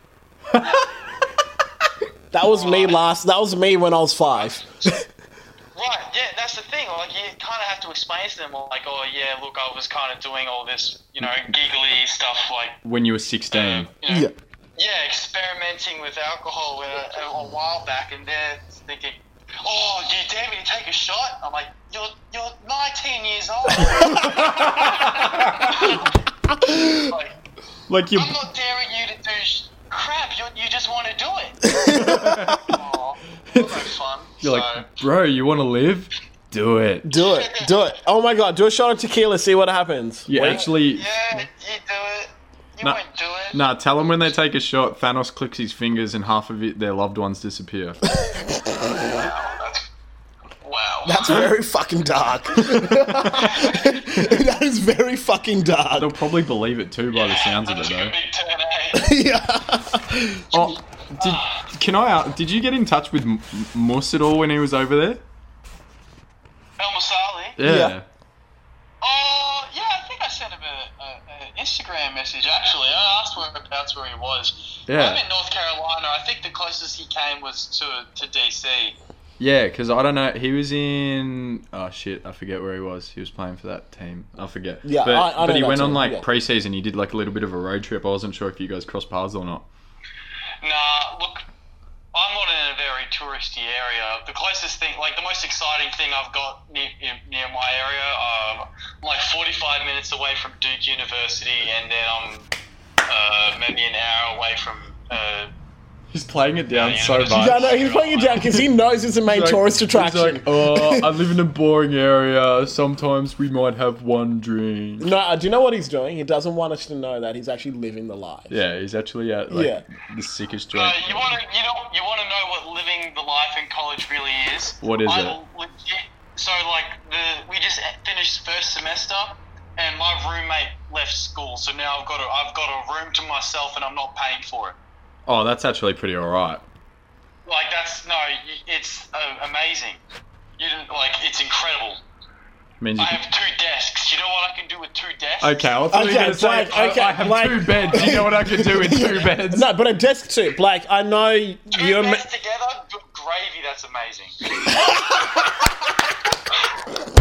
Speaker 2: That was me last. That was me when I was five.
Speaker 6: Right, yeah, that's the thing. Like, you kind of have to explain to them, like, oh, yeah, look, I was kind of doing all this, you know, giggly stuff, like,
Speaker 1: When you were 16.
Speaker 6: you know, yeah. experimenting with alcohol a, a, a while back, and they're thinking, oh, you dare me to take a shot? I'm like, you're, you're 19 years old. like,
Speaker 1: Like you.
Speaker 6: I'm not daring you to do sh- crap, you you just want to do it. oh, no fun.
Speaker 1: You're
Speaker 6: so-
Speaker 1: like, bro, you want to live? Do it.
Speaker 2: Do it. Do it. Oh my god. Do a shot of tequila. See what happens.
Speaker 1: You
Speaker 2: Wink.
Speaker 1: actually.
Speaker 6: Yeah, you do it. You
Speaker 1: Nah.
Speaker 6: won't do it.
Speaker 1: Nah, tell them when they take a shot, Thanos clicks his fingers and half of it, their loved ones disappear.
Speaker 6: Wow.
Speaker 2: That's very fucking dark. that is very fucking dark.
Speaker 1: They'll probably believe it too by the sounds of it,
Speaker 6: That's a
Speaker 1: though.
Speaker 6: big turn, eh?
Speaker 2: Yeah.
Speaker 1: Oh, did, Can I? Uh, did you get in touch with M- M- Moss at all when he was over there?
Speaker 6: El Masali.
Speaker 1: Yeah.
Speaker 6: Uh, yeah, I think I sent him a, a, an Instagram message actually. I asked whereabouts where he was.
Speaker 1: Yeah.
Speaker 6: I'm in North Carolina. I think the closest he came was to to DC.
Speaker 1: Yeah, because I don't know. He was in. Oh shit, I forget where he was. He was playing for that team. I forget.
Speaker 7: Yeah,
Speaker 1: but,
Speaker 7: I- I know
Speaker 1: but he
Speaker 7: that
Speaker 1: went on
Speaker 7: team,
Speaker 1: like
Speaker 7: yeah.
Speaker 1: preseason. He did like a little bit of a road trip. I wasn't sure if you guys crossed paths or not.
Speaker 6: Nah, look, I'm not in a very touristy area. The closest thing, like the most exciting thing I've got near, near, near my area, um, I'm like 45 minutes away from Duke University, and then I'm uh, maybe an hour away from. Uh,
Speaker 1: He's playing it down
Speaker 6: Yeah,
Speaker 1: so
Speaker 6: yeah.
Speaker 1: much.
Speaker 7: Yeah, no, he's playing it down because he knows it's the main
Speaker 1: Like,
Speaker 7: tourist attraction.
Speaker 1: He's like, oh, I live in a boring area. Sometimes we might have one drink.
Speaker 7: no, uh, do you know what he's doing? He doesn't want us to know that he's actually living the life.
Speaker 1: Yeah, he's actually at like
Speaker 7: Yeah.
Speaker 1: the sickest
Speaker 6: no,
Speaker 1: joint.
Speaker 6: you want to you know you want to know what living the life in college really is.
Speaker 1: What is
Speaker 6: I
Speaker 1: it?
Speaker 6: legit- so like the we just e, finished first semester, and my roommate left school, so now I've got a I've got a room to myself, and I'm not paying for it.
Speaker 1: Oh, that's actually pretty alright.
Speaker 6: Like that's no, y- it's uh, amazing. You didn't like it's incredible.
Speaker 1: Means
Speaker 6: I
Speaker 1: you can.
Speaker 6: have two desks. You know what I can do with two desks?
Speaker 1: Okay, I thought you were
Speaker 7: Okay,
Speaker 1: going to say,
Speaker 7: Blake,
Speaker 1: I,
Speaker 7: okay,
Speaker 1: I have
Speaker 7: Blake.
Speaker 1: two beds. You know what I can do with two beds?
Speaker 7: No, but a desk too. Like I know
Speaker 6: Two
Speaker 7: you're. ma-
Speaker 6: desks together, g- gravy. That's amazing.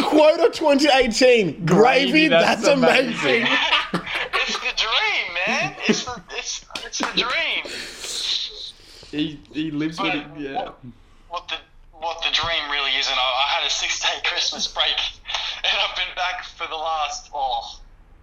Speaker 7: Quota 2018. Gravy, that's, amazing.
Speaker 6: it's the dream, man. It's the it's it's the dream.
Speaker 1: He, he lives with it.
Speaker 6: But
Speaker 1: Yeah.
Speaker 6: what, what the what the dream really is, and I, I had a six day Christmas break, and I've been back for the last oh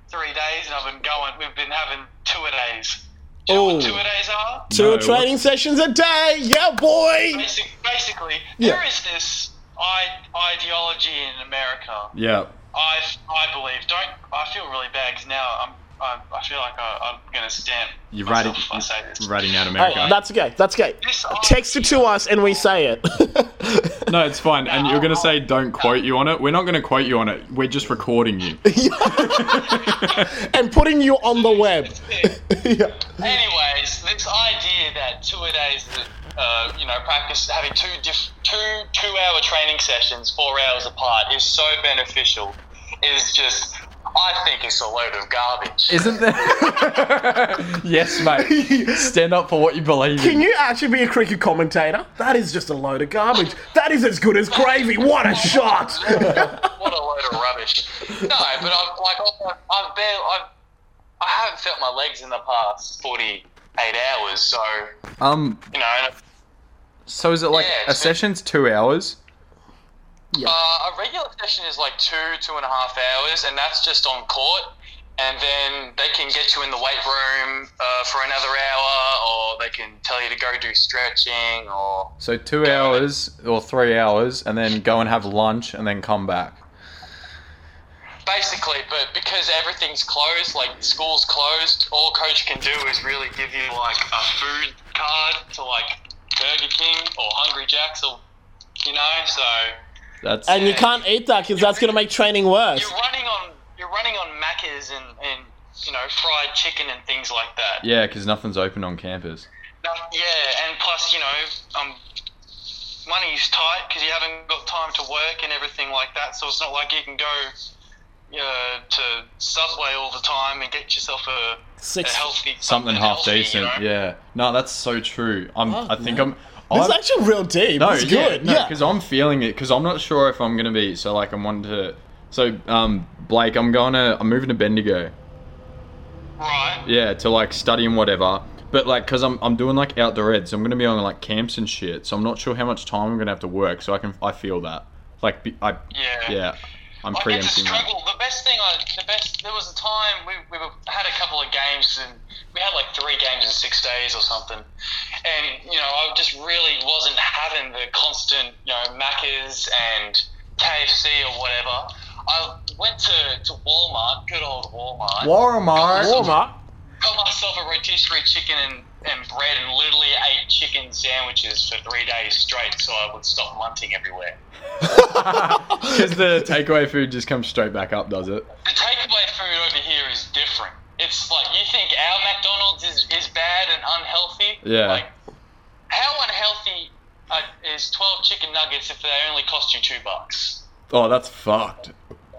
Speaker 6: three days, and I've been going. We've been having two a days. Do you know
Speaker 7: Ooh.
Speaker 6: what two a days are?
Speaker 7: Two
Speaker 1: No,
Speaker 7: training sessions a day. Yeah, boy.
Speaker 6: Basic, basically, there is this I- ideology in America.
Speaker 1: Yeah.
Speaker 6: I, I believe. Don't. I feel really bad 'cause now I'm. I, I feel like I, I'm gonna stamp.
Speaker 1: You're
Speaker 6: myself
Speaker 1: ratting,
Speaker 6: if I say this.
Speaker 1: ratting out
Speaker 7: Hey,
Speaker 1: America.
Speaker 7: that's okay. That's okay.
Speaker 6: This
Speaker 7: Text it to us and we say it.
Speaker 1: no, it's fine. And you're going to say, don't quote you on it. We're not going to quote you on it. We're just recording you.
Speaker 7: and putting you on the web.
Speaker 6: thing.
Speaker 7: yeah.
Speaker 6: Anyways, this idea that two a days, uh, you know, practice having two diff- two two hour training sessions, four hours apart, is so beneficial. Is just, I think it's a load of garbage.
Speaker 1: Isn't there? yes, mate. Stand up for what you believe in.
Speaker 7: Can you actually be a cricket commentator? That is just a load of garbage. That is as good as gravy. What a shot!
Speaker 6: what a load of rubbish. No, but I've like I've, I've barely I've I haven't felt my legs in the past forty eight hours, so
Speaker 1: um,
Speaker 6: you know. and,
Speaker 1: so is it like
Speaker 6: Yeah,
Speaker 1: a
Speaker 6: it's-
Speaker 1: session's two hours?
Speaker 6: Uh, a regular session is like two two and a half hours, and that's just on court. And then they can get you in the weight room uh, for another hour, or they can tell you to go do stretching, or
Speaker 1: So two hours or three hours, and then go and have lunch, and then come back.
Speaker 6: basically. But because everything's closed, like school's closed, all coach can do is really give you like a food card to like Burger King or Hungry Jacks, or you know. So
Speaker 1: That's
Speaker 7: And you can't eat that because that's going to make training worse.
Speaker 6: you're running on you're running on Macca's and and you know fried chicken and things like that.
Speaker 1: yeah, because nothing's open on campus.
Speaker 6: No, yeah, and plus, you know, um, money's tight because you haven't got time to work and everything like that. So it's not like you can go uh, to Subway all the time and get yourself a, a
Speaker 7: Six.
Speaker 6: healthy
Speaker 1: Something half
Speaker 6: healthy, you
Speaker 1: decent.
Speaker 6: know?
Speaker 1: Yeah. No, that's so true. I'm. I think I'm.
Speaker 7: It's
Speaker 1: I'm-
Speaker 7: Oh, actually real deep.
Speaker 1: No,
Speaker 7: it's
Speaker 1: yeah,
Speaker 7: good.
Speaker 1: No,
Speaker 7: yeah.
Speaker 1: because I'm feeling it. Because I'm not sure if I'm gonna be. So like, I'm wanting to. So um, Blake, I'm going to. I'm moving to Bendigo.
Speaker 6: Right.
Speaker 1: Yeah, to like study and whatever. But like, cause I'm I'm doing like outdoor ed, so I'm gonna be on like camps and shit. So I'm not sure how much time I'm gonna have to work. So I can. I feel that. Like, be, I.
Speaker 6: Yeah.
Speaker 1: Yeah. I'm
Speaker 6: I get to
Speaker 1: preempting that.
Speaker 6: struggle. The best thing I, the best, there was a time we, we were, had a couple of games and we had like three games in six days or something. And, you know, I just really wasn't having the constant, you know, Macca's and KFC or whatever. I went to, to Walmart, good old Walmart,
Speaker 1: Walmart.
Speaker 7: Walmart.
Speaker 6: got myself a rotisserie chicken and, and bread and literally ate chicken sandwiches for three days straight so I would stop munting everywhere.
Speaker 1: Because the takeaway food just comes straight back up, does it?
Speaker 6: the takeaway food over here is different. It's like you think our McDonald's is, is bad and unhealthy.
Speaker 1: Yeah.
Speaker 6: Like how unhealthy uh, is 12 chicken nuggets if they only cost you two bucks?
Speaker 1: Oh, that's fucked.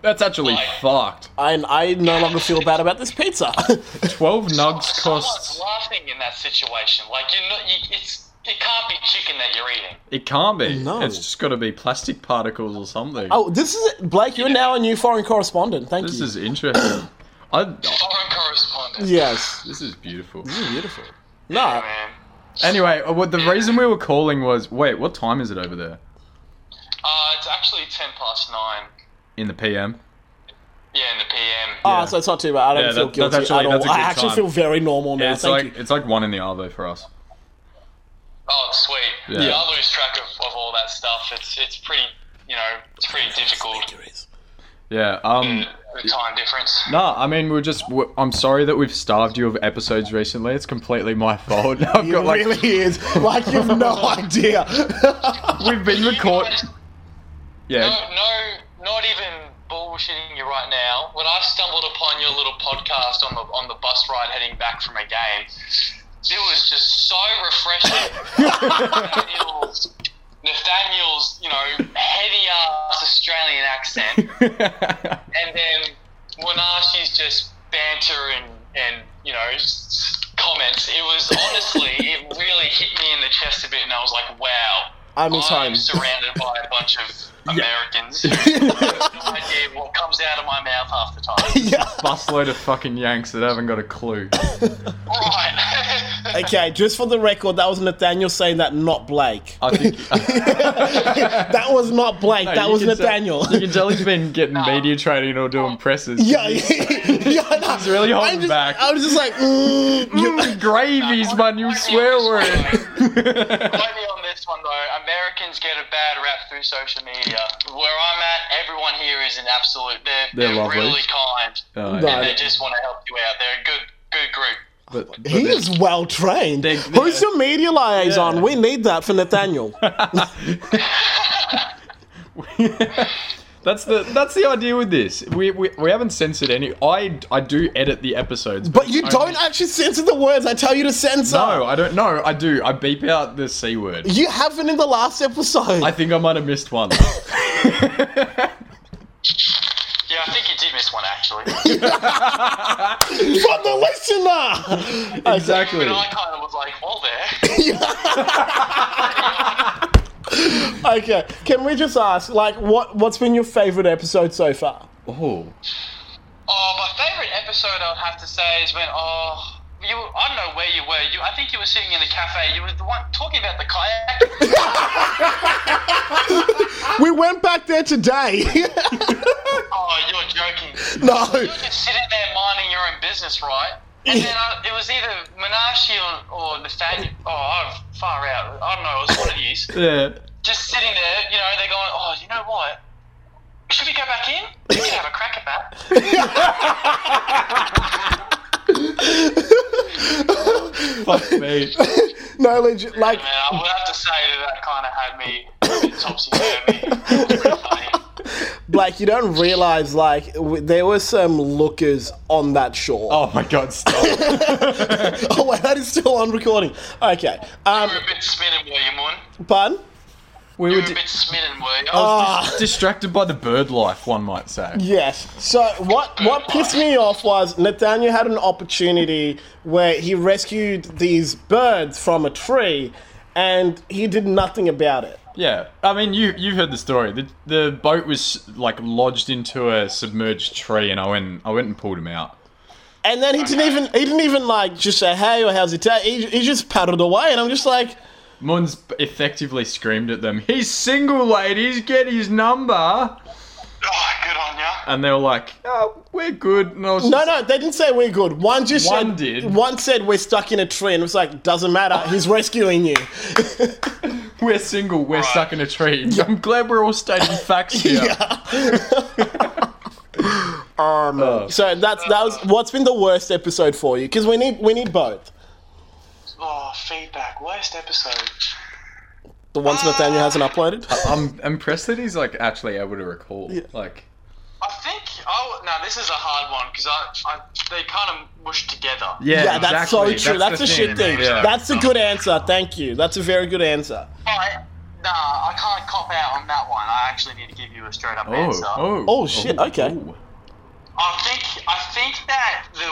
Speaker 1: That's actually
Speaker 6: Like-
Speaker 1: fucked.
Speaker 2: I, I no longer feel bad about this pizza.
Speaker 1: 12 nugs
Speaker 6: Someone's
Speaker 1: costs.
Speaker 6: laughing in that situation. Like you're not. You, it's it can't be chicken that you're eating.
Speaker 1: It can't be.
Speaker 2: No.
Speaker 1: It's just got to be plastic particles or something.
Speaker 2: oh, this is it. Blake. You're now a new foreign correspondent. Thank
Speaker 1: This
Speaker 2: you.
Speaker 1: is interesting. I,
Speaker 6: Foreign correspondent.
Speaker 2: yes.
Speaker 1: this is beautiful.
Speaker 2: Beautiful. No,
Speaker 6: Man.
Speaker 1: Anyway, uh, what the reason we were calling was wait, what time is it over there
Speaker 6: Uh, it's actually ten past nine.
Speaker 1: in the PM?
Speaker 6: Yeah, in the PM.
Speaker 2: Ah, so it's not too bad. I don't
Speaker 1: Yeah,
Speaker 2: feel
Speaker 1: that-
Speaker 2: guilty
Speaker 1: that's actually-
Speaker 2: at all.
Speaker 1: that's a good
Speaker 2: I actually
Speaker 1: time.
Speaker 2: feel very normal now.
Speaker 1: Yeah, it's
Speaker 2: Thank
Speaker 1: like
Speaker 2: you.
Speaker 1: it's like one in the arvo for us.
Speaker 6: Oh, sweet.
Speaker 1: Yeah.
Speaker 6: Yeah. I lose track of, of all that stuff. It's it's pretty, you know, it's pretty difficult.
Speaker 1: Yeah. Um.
Speaker 6: The time difference.
Speaker 1: Nah, I mean we're just. we I'm sorry that we've starved you of episodes recently. It's completely my fault. I've got like
Speaker 2: really is. Like you've no idea.
Speaker 1: we've been recording.
Speaker 6: No,
Speaker 1: Yeah.
Speaker 6: no, not even bullshitting you right now. When I stumbled upon your little podcast on the on the bus ride heading back from a game, it was just so refreshing. Nathaniel's, Nathaniel's, you know, heady ass Australian accent. and then Wanashi's just banter and, and you know s- comments. It was honestly, it really hit me in the chest a bit, and I was like, wow.
Speaker 2: I'm in time.
Speaker 6: surrounded by a bunch of Americans. who have no idea what comes out of my mouth half the time.
Speaker 2: yeah.
Speaker 1: Busload of fucking yanks that haven't got a clue.
Speaker 6: Right.
Speaker 2: Okay, just for the record, that was Nathaniel saying that, not Blake.
Speaker 1: I think
Speaker 2: that was not Blake.
Speaker 1: No,
Speaker 2: that
Speaker 1: you
Speaker 2: was
Speaker 1: can tell-
Speaker 2: Nathaniel.
Speaker 1: you can tell he's been getting media training or doing presses.
Speaker 2: yeah, yeah. no.
Speaker 1: He's really holding
Speaker 2: I'm just,
Speaker 1: back.
Speaker 2: I was just like, mm, you-
Speaker 1: Mm, gravy's my new swear word.
Speaker 6: Maybe on this one though, Americans get a bad rap through social media. Where I'm at, everyone here is an absolute. They're,
Speaker 1: They're
Speaker 6: they're,
Speaker 1: lovely.
Speaker 6: really kind.
Speaker 1: Oh,
Speaker 2: No.
Speaker 1: yeah.
Speaker 6: And they just want to help you out. They're a good, good group.
Speaker 1: But- but
Speaker 2: he
Speaker 1: then-
Speaker 2: is well trained.
Speaker 1: They-
Speaker 2: Who's your media liaison?
Speaker 1: Yeah.
Speaker 2: We need that for Nathaniel.
Speaker 1: that's the that's the idea with this. We, we we haven't censored any. I I do edit the episodes,
Speaker 2: but you don't actually censor the words I tell you to censor.
Speaker 1: no, I don't. No, I do. I beep out the c word.
Speaker 2: You haven't in the last episode.
Speaker 1: I think I might have missed one.
Speaker 6: Yeah, I think you did miss one actually.
Speaker 2: From the listener!
Speaker 1: exactly.
Speaker 6: Even I kind of was like, well, there.
Speaker 2: Okay, can we just ask, like, what, what's been your favourite episode so far?
Speaker 1: Oh,
Speaker 6: Oh, my favorite episode I'd have to say is when oh. You, I don't know where you were. You, I think you were sitting in the cafe. You were the one talking about the kayak.
Speaker 2: We went back there today.
Speaker 6: oh, you're joking.
Speaker 2: no.
Speaker 6: You're just sitting there minding your own business, right? And then I, it was either Menashe or, or Nathaniel. Oh, I'm far out. I don't know. It was one of yous.
Speaker 1: yeah.
Speaker 6: Just sitting there, you know, they're going, oh, you know what? Should we go back in? We can have a crack at that.
Speaker 1: Fuck me.
Speaker 2: No, legit, like,
Speaker 6: Man, uh, I would have to say that that kind of had me a bit topsy-turvy. It was pretty funny.
Speaker 2: Blake, you don't realise, like, w- there were some lookers on that shore.
Speaker 1: Oh my god, stop.
Speaker 2: Oh, wait, that is still on recording. Okay. Um,
Speaker 6: You were a bit smitten, were you, Moon?
Speaker 2: pardon?
Speaker 1: We
Speaker 6: You
Speaker 1: were
Speaker 6: were a
Speaker 1: di-
Speaker 6: bit smitten, were you?
Speaker 2: Ah,
Speaker 1: distracted by the bird life, one might say.
Speaker 2: yes. So what what pissed me off was Nathaniel had an opportunity where he rescued these birds from a tree, and he did nothing about it.
Speaker 1: Yeah, I mean, you you've heard the story. The the boat was like lodged into a submerged tree, and I went I went and pulled him out.
Speaker 2: And then he didn't even he didn't even like just say hey or how's it day. He, he just paddled away, and I'm just like,
Speaker 1: Mun's effectively screamed at them, He's single, ladies, get his number.
Speaker 6: oh, good on ya.
Speaker 1: And they were like, oh, We're good. And I was
Speaker 2: no,
Speaker 1: just-
Speaker 2: no, they didn't say we're good. One just
Speaker 1: One
Speaker 2: said,
Speaker 1: did.
Speaker 2: One said we're stuck in a tree, and it was like doesn't matter. He's rescuing you.
Speaker 1: We're single, we're stuck in a tree. I'm glad we're all stating facts here.
Speaker 2: Um,
Speaker 1: Uh.
Speaker 2: so that's that was what's been the worst episode for you because we need we need both
Speaker 6: Oh, feedback. Worst episode.
Speaker 2: the ones Nathaniel hasn't uploaded.
Speaker 1: Um, I'm impressed that he's like actually able to recall. Like,
Speaker 6: I think I w- no, this is a hard one because I, I, they kind of mushed together.
Speaker 1: Yeah,
Speaker 2: Yeah, that's so
Speaker 1: exactly.
Speaker 2: true. That's,
Speaker 1: the
Speaker 2: a shit thing.
Speaker 1: Yeah.
Speaker 2: That's a good answer. Thank you. That's a very good answer.
Speaker 6: Alright, nah, I can't cop out on that one. I actually need to give you a straight up
Speaker 1: Oh,
Speaker 6: answer.
Speaker 1: oh,
Speaker 2: Oh, shit, okay.
Speaker 6: I think I think that the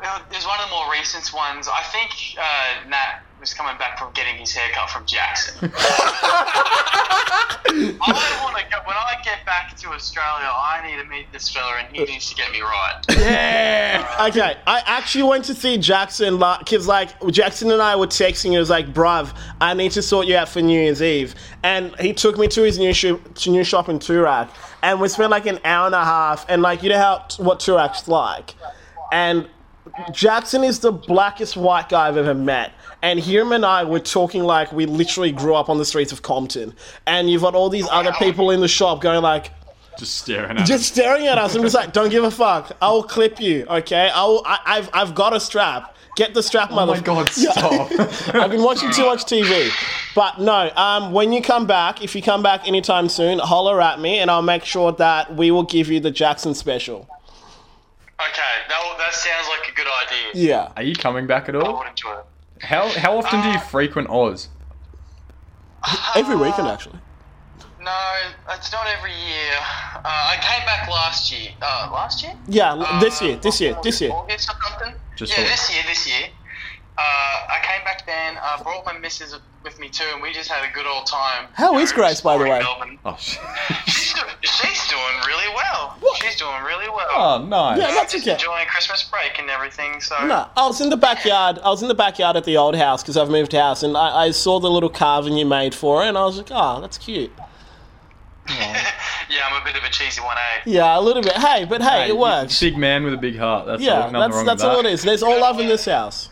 Speaker 6: uh, there's one of the more recent ones. I think uh, Nat was coming back from getting his haircut from Jackson. I want to get when I get back to Australia. I need to meet this fella, and he needs to get me right.
Speaker 2: Okay, I actually went to see Jackson because, like, Jackson and I were texting. and He was like, "Bruv, I need to sort you out for New Year's Eve," and he took me to his new shop, to new shop in Turak, and we spent like an hour and a half. And like, you know how what Turak's like, and Jackson is the blackest white guy I've ever met. And him and I were talking like we literally grew up on the streets of Compton. And you've got all these other people in the shop going like,
Speaker 1: Just staring at
Speaker 2: just staring at us. I'm just like, don't give a fuck. I will clip you, okay? I will, I, I've, I've got a strap. Get the strap,
Speaker 1: Oh my
Speaker 2: motherfucker.
Speaker 1: god, stop.
Speaker 2: I've been watching too much TV. But no, um, when you come back, if you come back anytime soon, holler at me and I'll make sure that we will give you the Jackson special.
Speaker 6: Okay, that will- that sounds like a good idea.
Speaker 2: Yeah.
Speaker 1: Are you coming back at
Speaker 6: I
Speaker 1: all?
Speaker 6: would enjoy it.
Speaker 1: How how often do you frequent Oz?
Speaker 2: Every weekend, actually.
Speaker 6: No, it's not every year. Uh, I came back last year. Uh, last year?
Speaker 2: Yeah, l- this
Speaker 6: Uh,
Speaker 2: year, this year, this year.
Speaker 6: August or something?
Speaker 1: Just
Speaker 6: yeah,
Speaker 1: for-
Speaker 6: this year, this year. Uh, I came back then, uh, brought my missus with me too, and we just had a good old time.
Speaker 2: How
Speaker 6: You
Speaker 2: is
Speaker 6: know,
Speaker 2: Grace, by the
Speaker 6: exploring
Speaker 2: way?
Speaker 6: Melbourne.
Speaker 1: Oh shit.
Speaker 6: She's, do- she's doing really well. She's doing really well.
Speaker 1: Oh nice.
Speaker 2: Yeah, that's
Speaker 6: just
Speaker 2: okay.
Speaker 6: enjoying Christmas break and everything, so.
Speaker 2: No, I was in the backyard. I was in the backyard at the old house because I've moved house, and I, I saw the little carving you made for her, and I was like, "Oh, that's cute."
Speaker 6: Yeah, I'm a bit of a cheesy one, eh?
Speaker 2: Yeah, a little bit. Hey, but hey,
Speaker 1: Hey,
Speaker 2: it works.
Speaker 1: Big man with a big heart. That's
Speaker 2: Yeah,
Speaker 1: all, nothing
Speaker 2: that's
Speaker 1: wrong
Speaker 2: that's
Speaker 1: with
Speaker 2: all it
Speaker 1: that.
Speaker 2: is. There's all love in this house.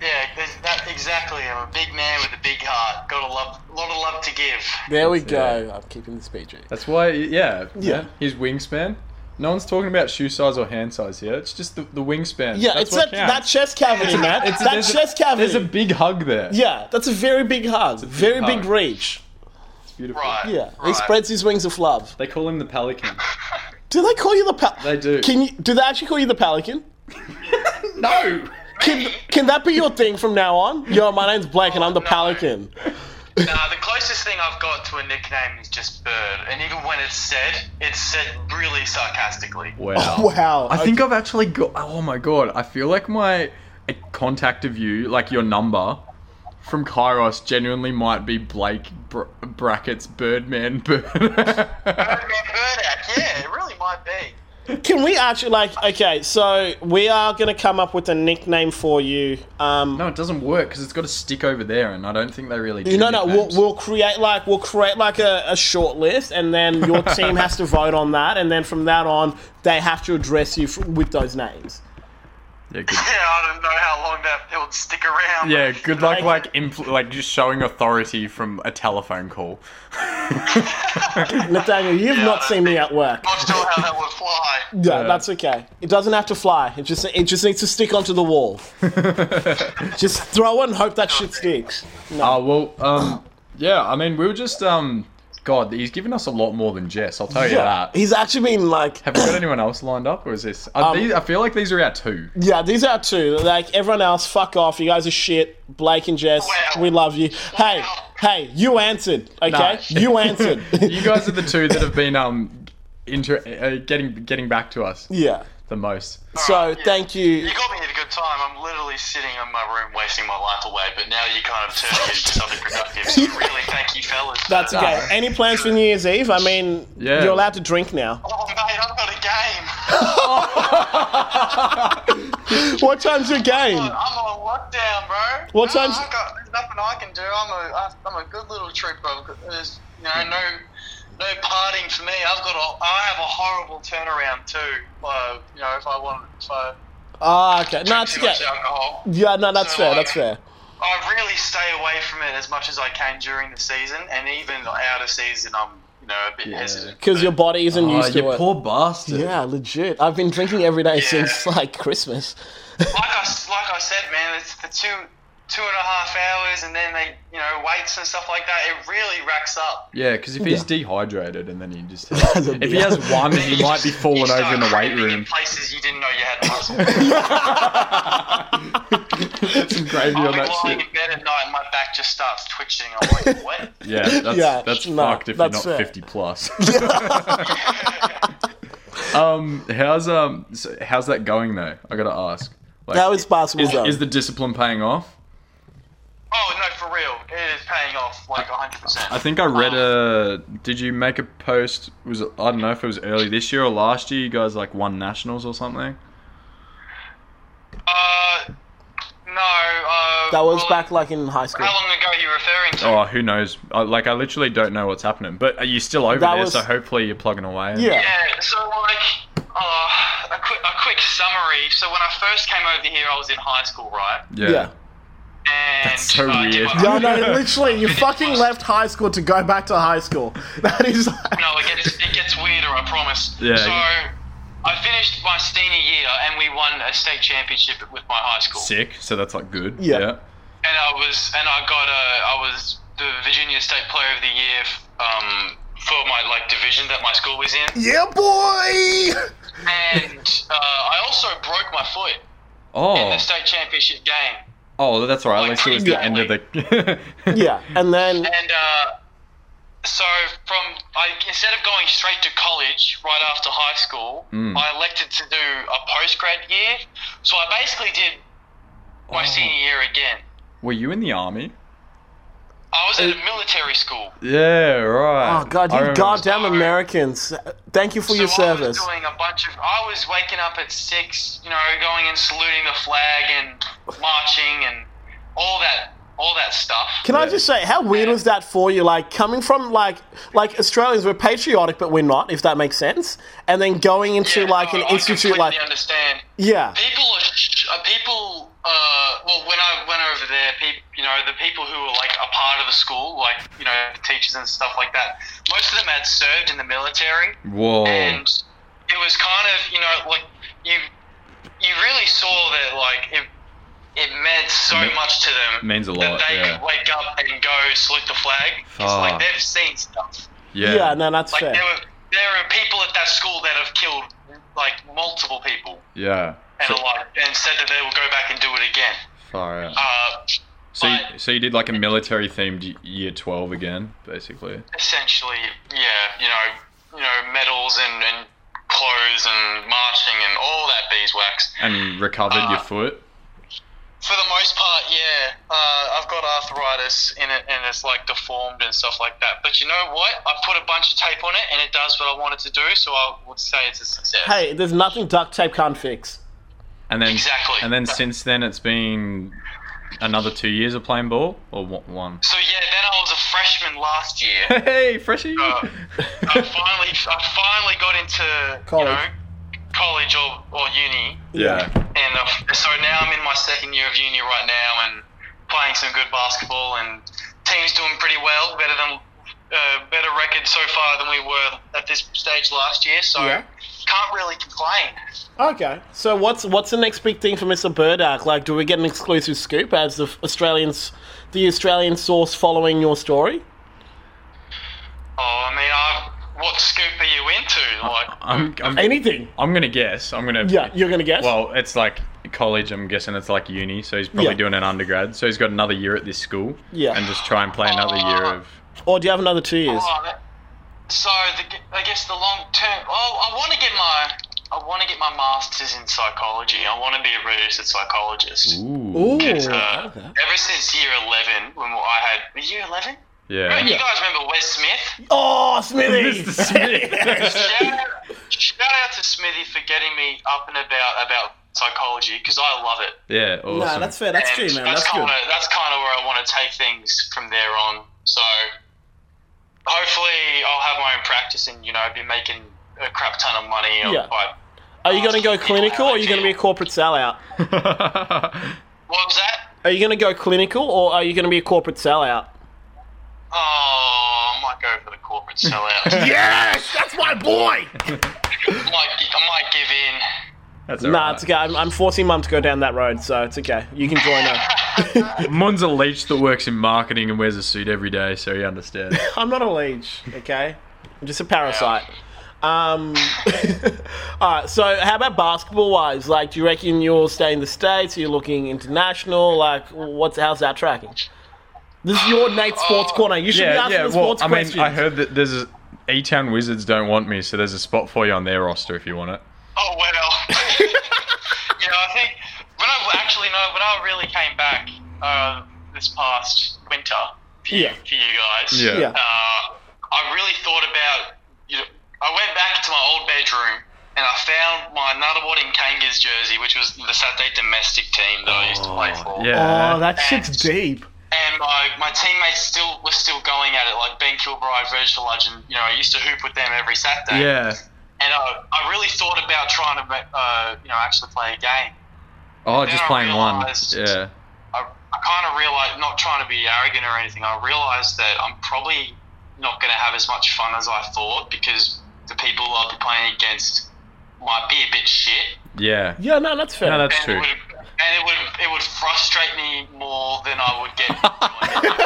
Speaker 6: Yeah, there's that, exactly. I'm a big man with a big heart. Got a love, lot of love to give.
Speaker 2: There we
Speaker 1: That's
Speaker 2: go. I'm keeping this PG.
Speaker 1: That's why, yeah,
Speaker 2: Yeah.
Speaker 1: man, His wingspan. No one's talking about shoe size or hand size here. It's just the, the wingspan.
Speaker 2: Yeah,
Speaker 1: that's
Speaker 2: it's
Speaker 1: what
Speaker 2: that,
Speaker 1: counts.
Speaker 2: that chest cavity, man.
Speaker 1: It's a-
Speaker 2: that
Speaker 1: there's a-
Speaker 2: chest cavity.
Speaker 1: There's a big hug there.
Speaker 2: yeah, that's a very big hug. very
Speaker 1: hug.
Speaker 2: big reach.
Speaker 1: it's beautiful.
Speaker 6: Right.
Speaker 2: Yeah,
Speaker 6: right.
Speaker 2: he spreads his wings of love.
Speaker 1: They call him the pelican.
Speaker 2: Do they call you the pelican?
Speaker 1: They do.
Speaker 2: Can you? Do they actually call you the pelican?
Speaker 1: no.
Speaker 2: Can Can that be your thing from now on? Yo, my name's Blake,
Speaker 1: Oh,
Speaker 2: and I'm the
Speaker 6: No.
Speaker 2: pelican.
Speaker 6: Nah, the closest thing I've got to a nickname is just Bird, and even when it's said, it's said really sarcastically.
Speaker 1: Wow.
Speaker 2: Oh, Wow.
Speaker 1: I think I've actually got. Oh my god! I feel like my contact of you, like your number from Kairos, genuinely might be Blake br- brackets Birdman Bird.
Speaker 6: Birdman Birdak, yeah, it really might be.
Speaker 2: Can we actually like? Okay, so we are gonna come up with a nickname for you. Um,
Speaker 1: no, it doesn't work because it's got a stick over there, and I don't think they really. do
Speaker 2: No, no, we'll,
Speaker 1: nicknames.
Speaker 2: we'll create like we'll create like a, a short list, and then your team has to vote on that, and then from that on, they have to address you f- with those names.
Speaker 1: Yeah, good.
Speaker 6: Yeah, I don't know how long that it would stick around.
Speaker 1: Yeah, good luck, like infl- like just showing authority from a telephone call.
Speaker 2: Nathaniel, you've not
Speaker 6: I
Speaker 2: seen me at work.
Speaker 6: I'm not sure how that would fly.
Speaker 2: Yeah, that's okay. It doesn't have to fly. It just it just needs to stick onto the wall. just throw it and hope that shit sticks.
Speaker 1: Ah, well, um, yeah, I mean, we were just, um, God, he's given us a lot more than Jess. I'll tell you
Speaker 2: Yeah,
Speaker 1: that.
Speaker 2: he's actually been like,
Speaker 1: Have we got anyone else lined up, or is this? Are
Speaker 2: Um,
Speaker 1: these, I feel like these are our two.
Speaker 2: yeah, these are two. Like everyone else, fuck off. You guys are shit. Blake and Jess,
Speaker 6: Wow.
Speaker 2: we love you. Hey,
Speaker 6: Wow.
Speaker 2: hey, you answered. Okay,
Speaker 1: Nah.
Speaker 2: you answered.
Speaker 1: You guys are the two that have been um inter- uh, getting getting back to us
Speaker 2: yeah.
Speaker 1: the most.
Speaker 2: So
Speaker 6: Alright, yeah.
Speaker 2: thank you.
Speaker 6: You got me at a good time. I'm literally sitting in my room wasting my life away, but now you kind of turned me into something productive. So really, thank you, fellas.
Speaker 2: That's
Speaker 6: Uh,
Speaker 2: okay. Any plans for New Year's Eve? I mean,
Speaker 1: Yeah.
Speaker 2: you're allowed to drink now.
Speaker 6: Oh, mate, I've got a game.
Speaker 2: What time's your game?
Speaker 6: I'm on lockdown, bro.
Speaker 2: What
Speaker 6: no,
Speaker 2: time's-
Speaker 6: I've got, there's nothing I can do. I'm a, I- I'm a good little trooper. There's you know no, no partying for me. I've got a, I have a horrible turnaround too. Uh, you know, if I want, if I
Speaker 2: Ah, okay. No,
Speaker 6: drink
Speaker 2: it's
Speaker 6: too
Speaker 2: okay.
Speaker 6: much alcohol,
Speaker 2: Yeah, no, that's
Speaker 6: So,
Speaker 2: fair.
Speaker 6: like-
Speaker 2: That's fair.
Speaker 6: I really stay away from it as much as I can during the season, and even out of season, I'm you know a bit hesitant.
Speaker 2: Because your body isn't
Speaker 1: Ah,
Speaker 2: used to
Speaker 1: you
Speaker 2: it.
Speaker 1: poor bastard.
Speaker 2: yeah, legit. I've been drinking every day
Speaker 6: Yeah.
Speaker 2: since like Christmas.
Speaker 6: like I, like I said, man, it's the two two and a half hours, and then they, you know, weights and stuff like that. It really racks up.
Speaker 1: Yeah, because if he's dehydrated and then he just if he
Speaker 7: yeah.
Speaker 1: has one, he might be
Speaker 6: You
Speaker 1: falling
Speaker 6: start
Speaker 1: over in the weight
Speaker 6: craving
Speaker 1: room.
Speaker 6: in places you didn't know you had muscle.
Speaker 1: Some gravy
Speaker 6: I'll
Speaker 1: on
Speaker 6: be
Speaker 1: that
Speaker 6: lying
Speaker 1: shit.
Speaker 6: in bed at night, and my back just starts twitching. I'm like, what?
Speaker 1: Yeah, that's
Speaker 7: Yeah,
Speaker 1: that's
Speaker 7: no,
Speaker 1: fucked if
Speaker 7: that's
Speaker 1: you're
Speaker 7: fair.
Speaker 1: not fifty plus. um, how's um, so how's that going though? I gotta ask. Like,
Speaker 7: How is basketball
Speaker 1: is,
Speaker 7: going?
Speaker 1: is the discipline paying off?
Speaker 6: Oh no, for real, it is paying off like 100. percent
Speaker 1: I think I read a. Did you make a post? Was it, I don't know if it was early this year or last year. You guys like won nationals or something.
Speaker 6: Uh, no. Uh,
Speaker 2: That was
Speaker 6: well,
Speaker 2: back like in high school.
Speaker 6: How long ago are you referring to?
Speaker 1: Oh, who knows? I, like I literally don't know what's happening. But are you still over
Speaker 2: That
Speaker 1: there?
Speaker 2: was-
Speaker 1: So hopefully you're plugging away.
Speaker 7: Yeah.
Speaker 6: Yeah, so like uh, a, quick, a quick summary. So when I first came over here, I was in high school, right?
Speaker 1: Yeah.
Speaker 7: Yeah.
Speaker 6: And
Speaker 1: That's so
Speaker 6: I did
Speaker 1: weird.
Speaker 6: my-
Speaker 7: Yeah, no, literally, you fucking left high school to go back to high school. That is like,
Speaker 6: no, it gets it gets weirder. I promise.
Speaker 1: Yeah.
Speaker 6: So I finished my senior year, and we won a state championship with my high school.
Speaker 1: Sick. So that's like good.
Speaker 7: Yeah.
Speaker 6: And I was and I got a I was the Virginia State Player of the Year um, for my like division that my school was in.
Speaker 7: yeah, boy.
Speaker 6: And uh, I also broke my foot in
Speaker 1: Oh.
Speaker 6: the state championship game.
Speaker 1: Oh, that's alright. At least it was the end of the.
Speaker 2: yeah, and then
Speaker 6: And uh, so from I, instead of going straight to college right after high school,
Speaker 2: Hmm.
Speaker 6: I elected to do a post grad year. So I basically did my
Speaker 1: Oh.
Speaker 6: senior year again.
Speaker 1: Were you in the army?
Speaker 6: I was at a military school.
Speaker 1: Yeah. Right.
Speaker 2: oh god,
Speaker 1: I
Speaker 2: you
Speaker 1: remember-
Speaker 2: goddamn Americans! Thank you for your
Speaker 6: so I was
Speaker 2: service.
Speaker 6: doing a bunch of. I was waking up at six, you know, going and saluting the flag and marching and all that, all that stuff.
Speaker 2: Can I just say, how weird was that for you? Like coming from like like Australians, we're patriotic, but we're not. If that makes sense, and then going into
Speaker 6: Yeah,
Speaker 2: like
Speaker 6: no,
Speaker 2: an
Speaker 6: I
Speaker 2: institute, like
Speaker 6: completely understand.
Speaker 2: yeah,
Speaker 6: people are sh- uh, people uh well when i went over there people you know the people who were like a part of the school like you know the teachers and stuff like that most of them had served in the military
Speaker 1: Whoa.
Speaker 6: and it was kind of you know like you you really saw that like it it meant so
Speaker 1: Me-
Speaker 6: much to them
Speaker 1: means a lot,
Speaker 6: that they
Speaker 1: yeah.
Speaker 6: could wake up and go salute the flag because like
Speaker 1: Fuck.
Speaker 6: they've seen stuff
Speaker 1: yeah.
Speaker 2: yeah, no, that's
Speaker 6: like
Speaker 2: fair.
Speaker 6: there were there are people at that school that have killed like multiple people
Speaker 1: Yeah.
Speaker 6: and
Speaker 1: So,
Speaker 6: like and said that they will go back and do it again.
Speaker 1: far out.
Speaker 6: Uh,
Speaker 1: So, you,
Speaker 6: but-
Speaker 1: so you did like a military themed year twelve again, basically.
Speaker 6: essentially, yeah, you know, you know, medals and, and clothes and marching and all that beeswax.
Speaker 1: And you recovered
Speaker 6: Uh,
Speaker 1: your foot.
Speaker 6: For the most part, yeah, uh, I've got arthritis in it and it's like deformed and stuff like that. But you know what? I put a bunch of tape on it and it does what I want it to do, so I would say it's a success.
Speaker 2: Hey, there's nothing duct tape can't fix.
Speaker 1: And then
Speaker 6: Exactly.
Speaker 1: And then since then, it's been another two years of playing ball, or one- one.
Speaker 6: So yeah, then I was a freshman last year.
Speaker 1: Hey, freshie.
Speaker 6: Uh, I finally, I finally got into
Speaker 2: College.
Speaker 6: you know, college or, or uni,
Speaker 1: yeah.
Speaker 6: and uh, so now I'm in my second year of uni right now, and playing some good basketball, and team's doing pretty well, better than uh, better record so far than we were at this stage last year. So
Speaker 2: Yeah.
Speaker 6: can't really complain.
Speaker 2: Okay, so what's what's the next big thing for Mr. Burdock? Like, do we get an exclusive scoop as the Australians, the Australian source following your story?
Speaker 6: Oh, I mean, I've, what scoop are you into? Like,
Speaker 1: I'm. I'm,
Speaker 2: Anything?
Speaker 1: I'm gonna guess. I'm gonna.
Speaker 2: Yeah, you're gonna guess.
Speaker 1: Well, it's like college. I'm guessing it's like uni. So he's probably
Speaker 2: Yeah.
Speaker 1: doing an undergrad. So he's got another year at this school.
Speaker 2: Yeah.
Speaker 1: And just try and play another year of.
Speaker 2: or do you have another two years?
Speaker 6: Oh, that- so the, I guess the long term. Oh, I want to get my I want to get my masters in psychology. I want to be a registered psychologist.
Speaker 1: Ooh.
Speaker 6: It's, uh, ever since year eleven, when I had were you year eleven.
Speaker 1: Yeah.
Speaker 6: You guys remember Wes Smith?
Speaker 2: Oh, Smithy!
Speaker 6: Shout, shout out to Smithy for getting me up and about about psychology because I love it.
Speaker 1: Yeah. Awesome.
Speaker 2: Nah, that's fair. That's
Speaker 6: And
Speaker 2: true, man. That's
Speaker 6: kinda,
Speaker 2: good.
Speaker 6: That's kind of where I want to take things from there on. So hopefully, I'll have my own practice and you know be making a crap ton of money.
Speaker 2: Yeah.
Speaker 6: By,
Speaker 2: Are you gonna go clinical or are you gonna be a corporate sellout?
Speaker 6: what was that?
Speaker 2: Are you gonna go clinical or are you gonna be a corporate sellout?
Speaker 6: Oh, I might go for the corporate sellout. yeah.
Speaker 7: Yes, that's my boy.
Speaker 6: I might, gi- I might give in.
Speaker 1: that's
Speaker 2: Nah,
Speaker 1: alright.
Speaker 2: it's okay. I'm, I'm forcing mum to go down that road, so it's okay. You can join her.
Speaker 1: Mon's a leech that works in marketing and wears a suit every day, so he understands.
Speaker 2: I'm not a leech, okay? I'm just a parasite. Um, all right. So, how about basketball-wise? Like, do you reckon you'll stay in the states? Are you looking international? Like, what's how's that tracking? This is your Nate Sports Corner. You should be
Speaker 1: yeah,
Speaker 2: asking
Speaker 1: yeah.
Speaker 2: the
Speaker 1: Well,
Speaker 2: sports
Speaker 1: I mean,
Speaker 2: questions.
Speaker 1: I heard that there's a E Town Wizards don't want me, so there's a spot for you on their roster if you want it.
Speaker 6: Oh well. yeah, I think when I actually no, when I really came back uh, this past winter for, you-
Speaker 2: Yeah.
Speaker 6: for you guys,
Speaker 1: Yeah. Yeah.
Speaker 6: Uh, I really thought about. You know, I went back to my old bedroom and I found my Nuttawad and Kangas jersey, which was the Saturday domestic team that I used to play for.
Speaker 1: Yeah.
Speaker 2: oh, that shit's deep.
Speaker 6: And my, my teammates still were still going at it, like Ben Kilbride, Virgil Ludgen. You know, I used to hoop with them every Saturday
Speaker 1: yeah.
Speaker 6: and I, I really thought about trying to uh, you know actually play a game.
Speaker 1: Oh,
Speaker 6: Then
Speaker 1: just
Speaker 6: I
Speaker 1: playing one.
Speaker 6: realised-
Speaker 1: Yeah.
Speaker 6: I, I kind of realized, not trying to be arrogant or anything, I realized that I'm probably not going to have as much fun as I thought because the people I'll be playing against might be a bit shit.
Speaker 1: Yeah.
Speaker 2: Yeah, no, that's fair.
Speaker 1: No, that's
Speaker 6: and it
Speaker 1: true.
Speaker 6: would and it would it would frustrate me more than I would get. enjoyment.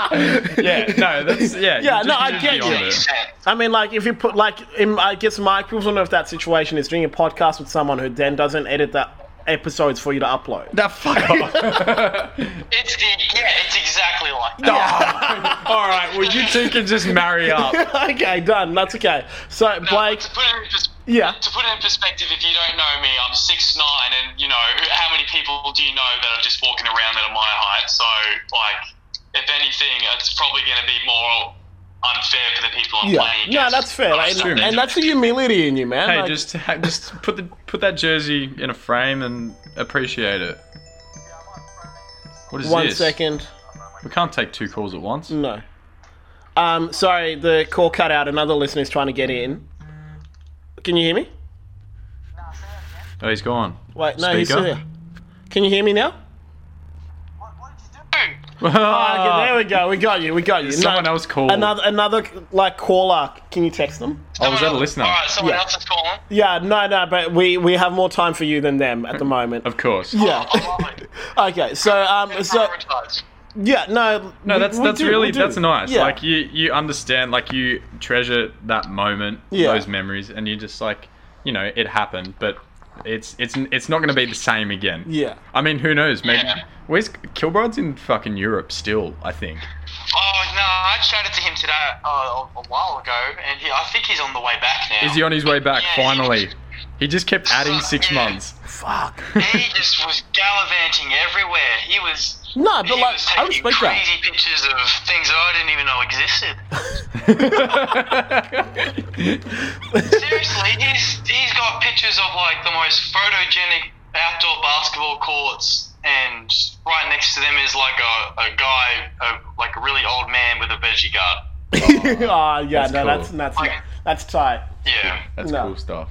Speaker 1: yeah. No, that's yeah.
Speaker 2: Yeah,
Speaker 1: you
Speaker 2: no,
Speaker 1: just
Speaker 2: I
Speaker 1: need to
Speaker 2: get
Speaker 1: be on
Speaker 2: you.
Speaker 1: it.
Speaker 2: I mean, like, if you put, like, in, I guess my equivalent of that situation is doing a podcast with someone who then doesn't edit the episodes for you to upload.
Speaker 1: That fuck off.
Speaker 6: It's the, yeah, it's exactly like that.
Speaker 1: All right. Well, you two can just marry up.
Speaker 2: okay, done. That's okay. So,
Speaker 6: No,
Speaker 2: Blake,
Speaker 6: to put it in pers-
Speaker 2: Yeah.
Speaker 6: To put it in perspective, if you don't know me, I'm six nine, and you know how many people do you know that are just walking around that are my height? So, like, if anything, it's probably going to be more unfair for the people I'm
Speaker 2: yeah,
Speaker 6: playing
Speaker 2: yeah,
Speaker 6: against.
Speaker 2: that's fair. Like,
Speaker 1: true,
Speaker 2: and,
Speaker 1: man.
Speaker 2: that's the humility in you, man.
Speaker 1: Hey,
Speaker 2: Like,
Speaker 1: just ha- just put the put that jersey in a frame and appreciate it. What is
Speaker 2: one
Speaker 1: this?
Speaker 2: second. Mm.
Speaker 1: We can't take two calls at once.
Speaker 2: No. Um, sorry, the call cut out. Another listener's trying to get in. Can you hear me?
Speaker 1: Oh, he's gone.
Speaker 2: Wait, no, he's
Speaker 1: Speaker?
Speaker 2: still here. Can you hear me now?
Speaker 1: Oh,
Speaker 2: Okay, Oh, there we go. We got you. We got you. No,
Speaker 1: Ah, Someone else called.
Speaker 2: Another, another like caller. Can you text them?
Speaker 1: Oh, was that a
Speaker 6: Someone-
Speaker 1: listener?
Speaker 6: All right, someone
Speaker 2: Yeah.
Speaker 6: else is calling.
Speaker 2: Yeah, no, no, but we we have more time for you than them at the moment.
Speaker 1: Of course.
Speaker 2: Yeah.
Speaker 6: I love it.
Speaker 2: okay, so um, so
Speaker 6: Prioritize.
Speaker 2: yeah, no,
Speaker 1: No, that's that's really that's nice.
Speaker 2: Yeah.
Speaker 1: Like you you understand, like you treasure that moment,
Speaker 2: Yeah.
Speaker 1: those memories, and you just like you know it happened, but it's it's it's not going to be the same again.
Speaker 2: Yeah.
Speaker 1: I mean, who knows? Maybe
Speaker 6: Yeah.
Speaker 1: where's Kilbride's in fucking Europe still? I think.
Speaker 6: Oh no, I chatted to him today uh, a a while ago, and he, I think he's on the way back now.
Speaker 1: Is he on his way back?
Speaker 6: Yeah.
Speaker 1: Finally, he just kept adding six
Speaker 6: Yeah.
Speaker 1: months.
Speaker 2: Fuck.
Speaker 6: he just was gallivanting everywhere. He was
Speaker 2: No, but
Speaker 6: he
Speaker 2: like
Speaker 6: was
Speaker 2: I
Speaker 6: taking
Speaker 2: respect that.
Speaker 6: crazy pictures of things that I didn't even know existed. Seriously, he's he's got pictures of like the most photogenic outdoor basketball courts, and right next to them is like a, a guy, a, like a really old man with a veggie garden.
Speaker 2: Ah, yeah, no,
Speaker 1: cool.
Speaker 2: that's that's
Speaker 6: Okay.
Speaker 2: that's tight.
Speaker 6: Yeah.
Speaker 1: That's
Speaker 2: No.
Speaker 1: cool stuff.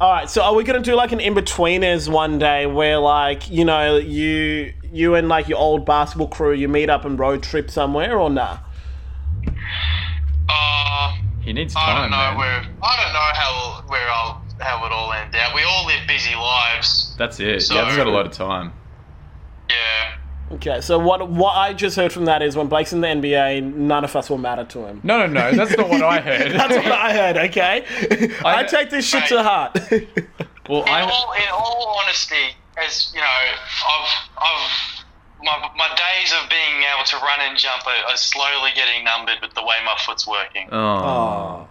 Speaker 2: All right, so are we gonna do like an in betweeners one day where like you know you you and like your old basketball crew you meet up and road trip somewhere or nah?
Speaker 6: Uh,
Speaker 1: He needs
Speaker 6: I
Speaker 1: time.
Speaker 6: don't know
Speaker 1: man.
Speaker 6: where I don't know how where I'll how it all end out. We all live busy lives.
Speaker 1: That's it.
Speaker 6: So-
Speaker 1: you haven't got a lot of time.
Speaker 6: Yeah.
Speaker 2: Okay, so what what I just heard from that is when Blake's in the NBA, none of us will matter to him.
Speaker 1: No, no, no. That's not what I heard.
Speaker 2: That's what I heard, okay? I,
Speaker 1: I-
Speaker 2: take this shit to
Speaker 6: I-
Speaker 2: heart.
Speaker 1: well,
Speaker 6: In
Speaker 1: I.
Speaker 6: all, in all honesty, as you know, I've, I've my, my days of being able to run and jump are, are slowly getting numbered with the way my foot's working.
Speaker 1: Oh.
Speaker 2: oh.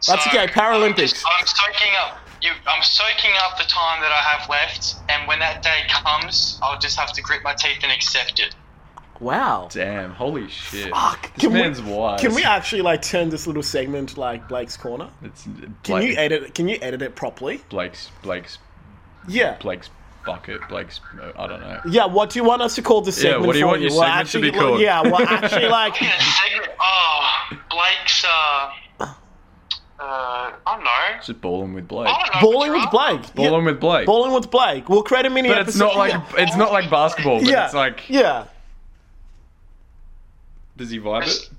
Speaker 6: So,
Speaker 2: that's okay, Paralympics.
Speaker 6: I'm, just- I'm soaking up. You, I'm soaking up the time that I have left, and when that day comes, I'll just have to grit my teeth and accept it.
Speaker 2: Wow.
Speaker 1: Damn. Holy shit.
Speaker 2: Fuck,
Speaker 1: This
Speaker 2: can we-
Speaker 1: man's wise.
Speaker 2: Can we actually like turn this little segment like Blake's corner?
Speaker 1: It's
Speaker 2: Can
Speaker 1: Blake,
Speaker 2: you edit it? Can you edit it properly?
Speaker 1: Blake's Blake's
Speaker 2: Yeah.
Speaker 1: Blake's bucket. Blake's uh, I don't know.
Speaker 2: Yeah, what do you want us to call this
Speaker 1: Yeah,
Speaker 2: segment
Speaker 1: what do you
Speaker 2: for
Speaker 1: want your
Speaker 2: Well,
Speaker 1: segment to
Speaker 2: actually,
Speaker 1: be called?
Speaker 2: Yeah, well actually like
Speaker 6: Yeah, segment. Oh, Blake's. Uh, uh, I don't know.
Speaker 1: Just balling with Blake.
Speaker 6: I don't know.
Speaker 2: Balling
Speaker 6: what's
Speaker 2: with
Speaker 6: wrong.
Speaker 2: Blake. Yeah,
Speaker 1: Balling with Blake.
Speaker 2: Balling with Blake. We'll create a mini
Speaker 1: but
Speaker 2: episode.
Speaker 1: it's not like
Speaker 2: yeah.
Speaker 1: it's not like basketball. But
Speaker 2: yeah.
Speaker 1: it's like
Speaker 2: Yeah.
Speaker 1: does he vibe it?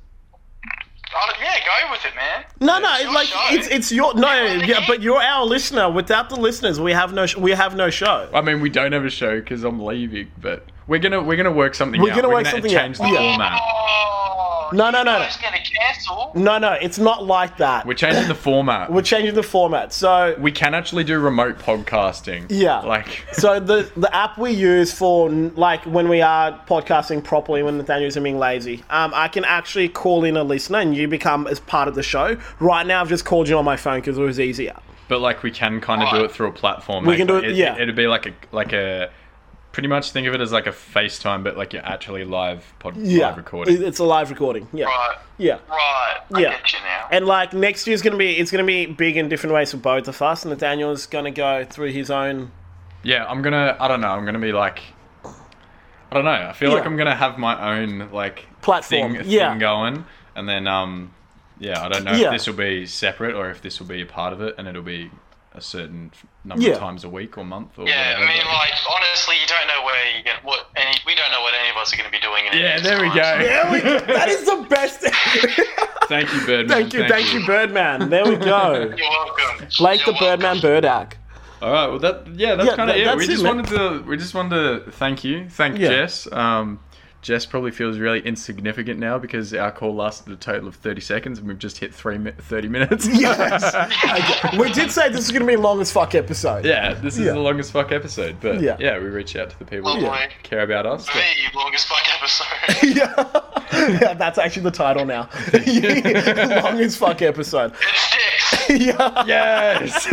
Speaker 6: I don't- yeah, go with it, man.
Speaker 2: No, no,
Speaker 6: It's
Speaker 2: it's
Speaker 6: your
Speaker 2: like
Speaker 6: show.
Speaker 2: it's it's your no,
Speaker 6: Yeah.
Speaker 2: yeah, but you're our listener. Without the listeners, we have no sh- we have no show.
Speaker 1: I mean, we don't have a show because I'm leaving. But We're gonna we're gonna work something
Speaker 2: We're
Speaker 1: out.
Speaker 2: gonna
Speaker 1: we're
Speaker 2: work
Speaker 1: gonna
Speaker 2: something
Speaker 1: change
Speaker 2: out.
Speaker 1: the
Speaker 2: Yeah.
Speaker 1: format.
Speaker 6: Oh,
Speaker 2: No, no, no, no.
Speaker 6: It's going to cancel.
Speaker 2: No, no, it's not like that.
Speaker 1: We're changing the format.
Speaker 2: We're changing the format. So
Speaker 1: we can actually do remote podcasting.
Speaker 2: Yeah.
Speaker 1: Like
Speaker 2: so the the app we use for like when we are podcasting properly when Nathaniel's being lazy, um, I can actually call in a listener and you become as part of the show. Right now, I've just called you on my phone because it was easier.
Speaker 1: but like we can kind of do
Speaker 6: Right.
Speaker 1: it through a platform.
Speaker 2: Oh, We
Speaker 1: like,
Speaker 2: can do it- yeah.
Speaker 1: It'd be like a like a pretty much think of it as like a FaceTime, but like you're actually live pod
Speaker 2: Yeah,
Speaker 1: live recording.
Speaker 2: It- It's a live recording. Yeah,
Speaker 6: Right.
Speaker 2: yeah.
Speaker 6: Right. I
Speaker 2: Yeah.
Speaker 6: get you now.
Speaker 2: And like next year's gonna be, it's gonna be big in different ways for both of us. Nathaniel's gonna go through his own.
Speaker 1: Yeah, I'm gonna I don't know, I'm gonna be like I don't know. I feel like
Speaker 2: Yeah.
Speaker 1: I'm gonna have my own like
Speaker 2: Platform,
Speaker 1: thing,
Speaker 2: yeah.
Speaker 1: thing going. And then um yeah, I don't know
Speaker 2: Yeah.
Speaker 1: if this will be separate or if this will be a part of it and it'll be a certain f- number
Speaker 2: Yeah.
Speaker 1: of times a week or month or
Speaker 6: Yeah, I
Speaker 1: whatever.
Speaker 6: mean, like honestly, you don't know where you get what any. We don't know what any of us are going to be doing. In any
Speaker 1: Yeah,
Speaker 6: of
Speaker 1: there we
Speaker 6: these
Speaker 1: go.
Speaker 6: times.
Speaker 2: That is the best.
Speaker 1: Thank you, Birdman.
Speaker 2: thank you, thank you, Birdman. There we go.
Speaker 6: You're welcome.
Speaker 2: Blake the
Speaker 6: You're welcome.
Speaker 2: Birdman Birdak.
Speaker 1: All right. Well, that yeah, that's
Speaker 2: Yeah,
Speaker 1: kind of
Speaker 2: that-
Speaker 1: it.
Speaker 2: that's
Speaker 1: We
Speaker 2: it,
Speaker 1: just
Speaker 2: man.
Speaker 1: wanted to we just wanted to thank you, thank
Speaker 2: Yeah.
Speaker 1: Jess. Um, Jess probably feels really insignificant now because our call lasted a total of thirty seconds and we've just hit three mi- thirty minutes.
Speaker 2: Yes. Okay. We did say this is gonna be the longest fuck episode.
Speaker 1: yeah, this is
Speaker 2: Yeah.
Speaker 1: the longest fuck episode, but
Speaker 2: Yeah.
Speaker 1: yeah, we reach out to the people
Speaker 6: Lovely.
Speaker 1: that care about us.
Speaker 6: For me, longest fuck episode.
Speaker 2: Yeah. yeah, that's actually the title now. longest fuck episode.
Speaker 6: It sticks.
Speaker 2: Yeah.
Speaker 1: yes,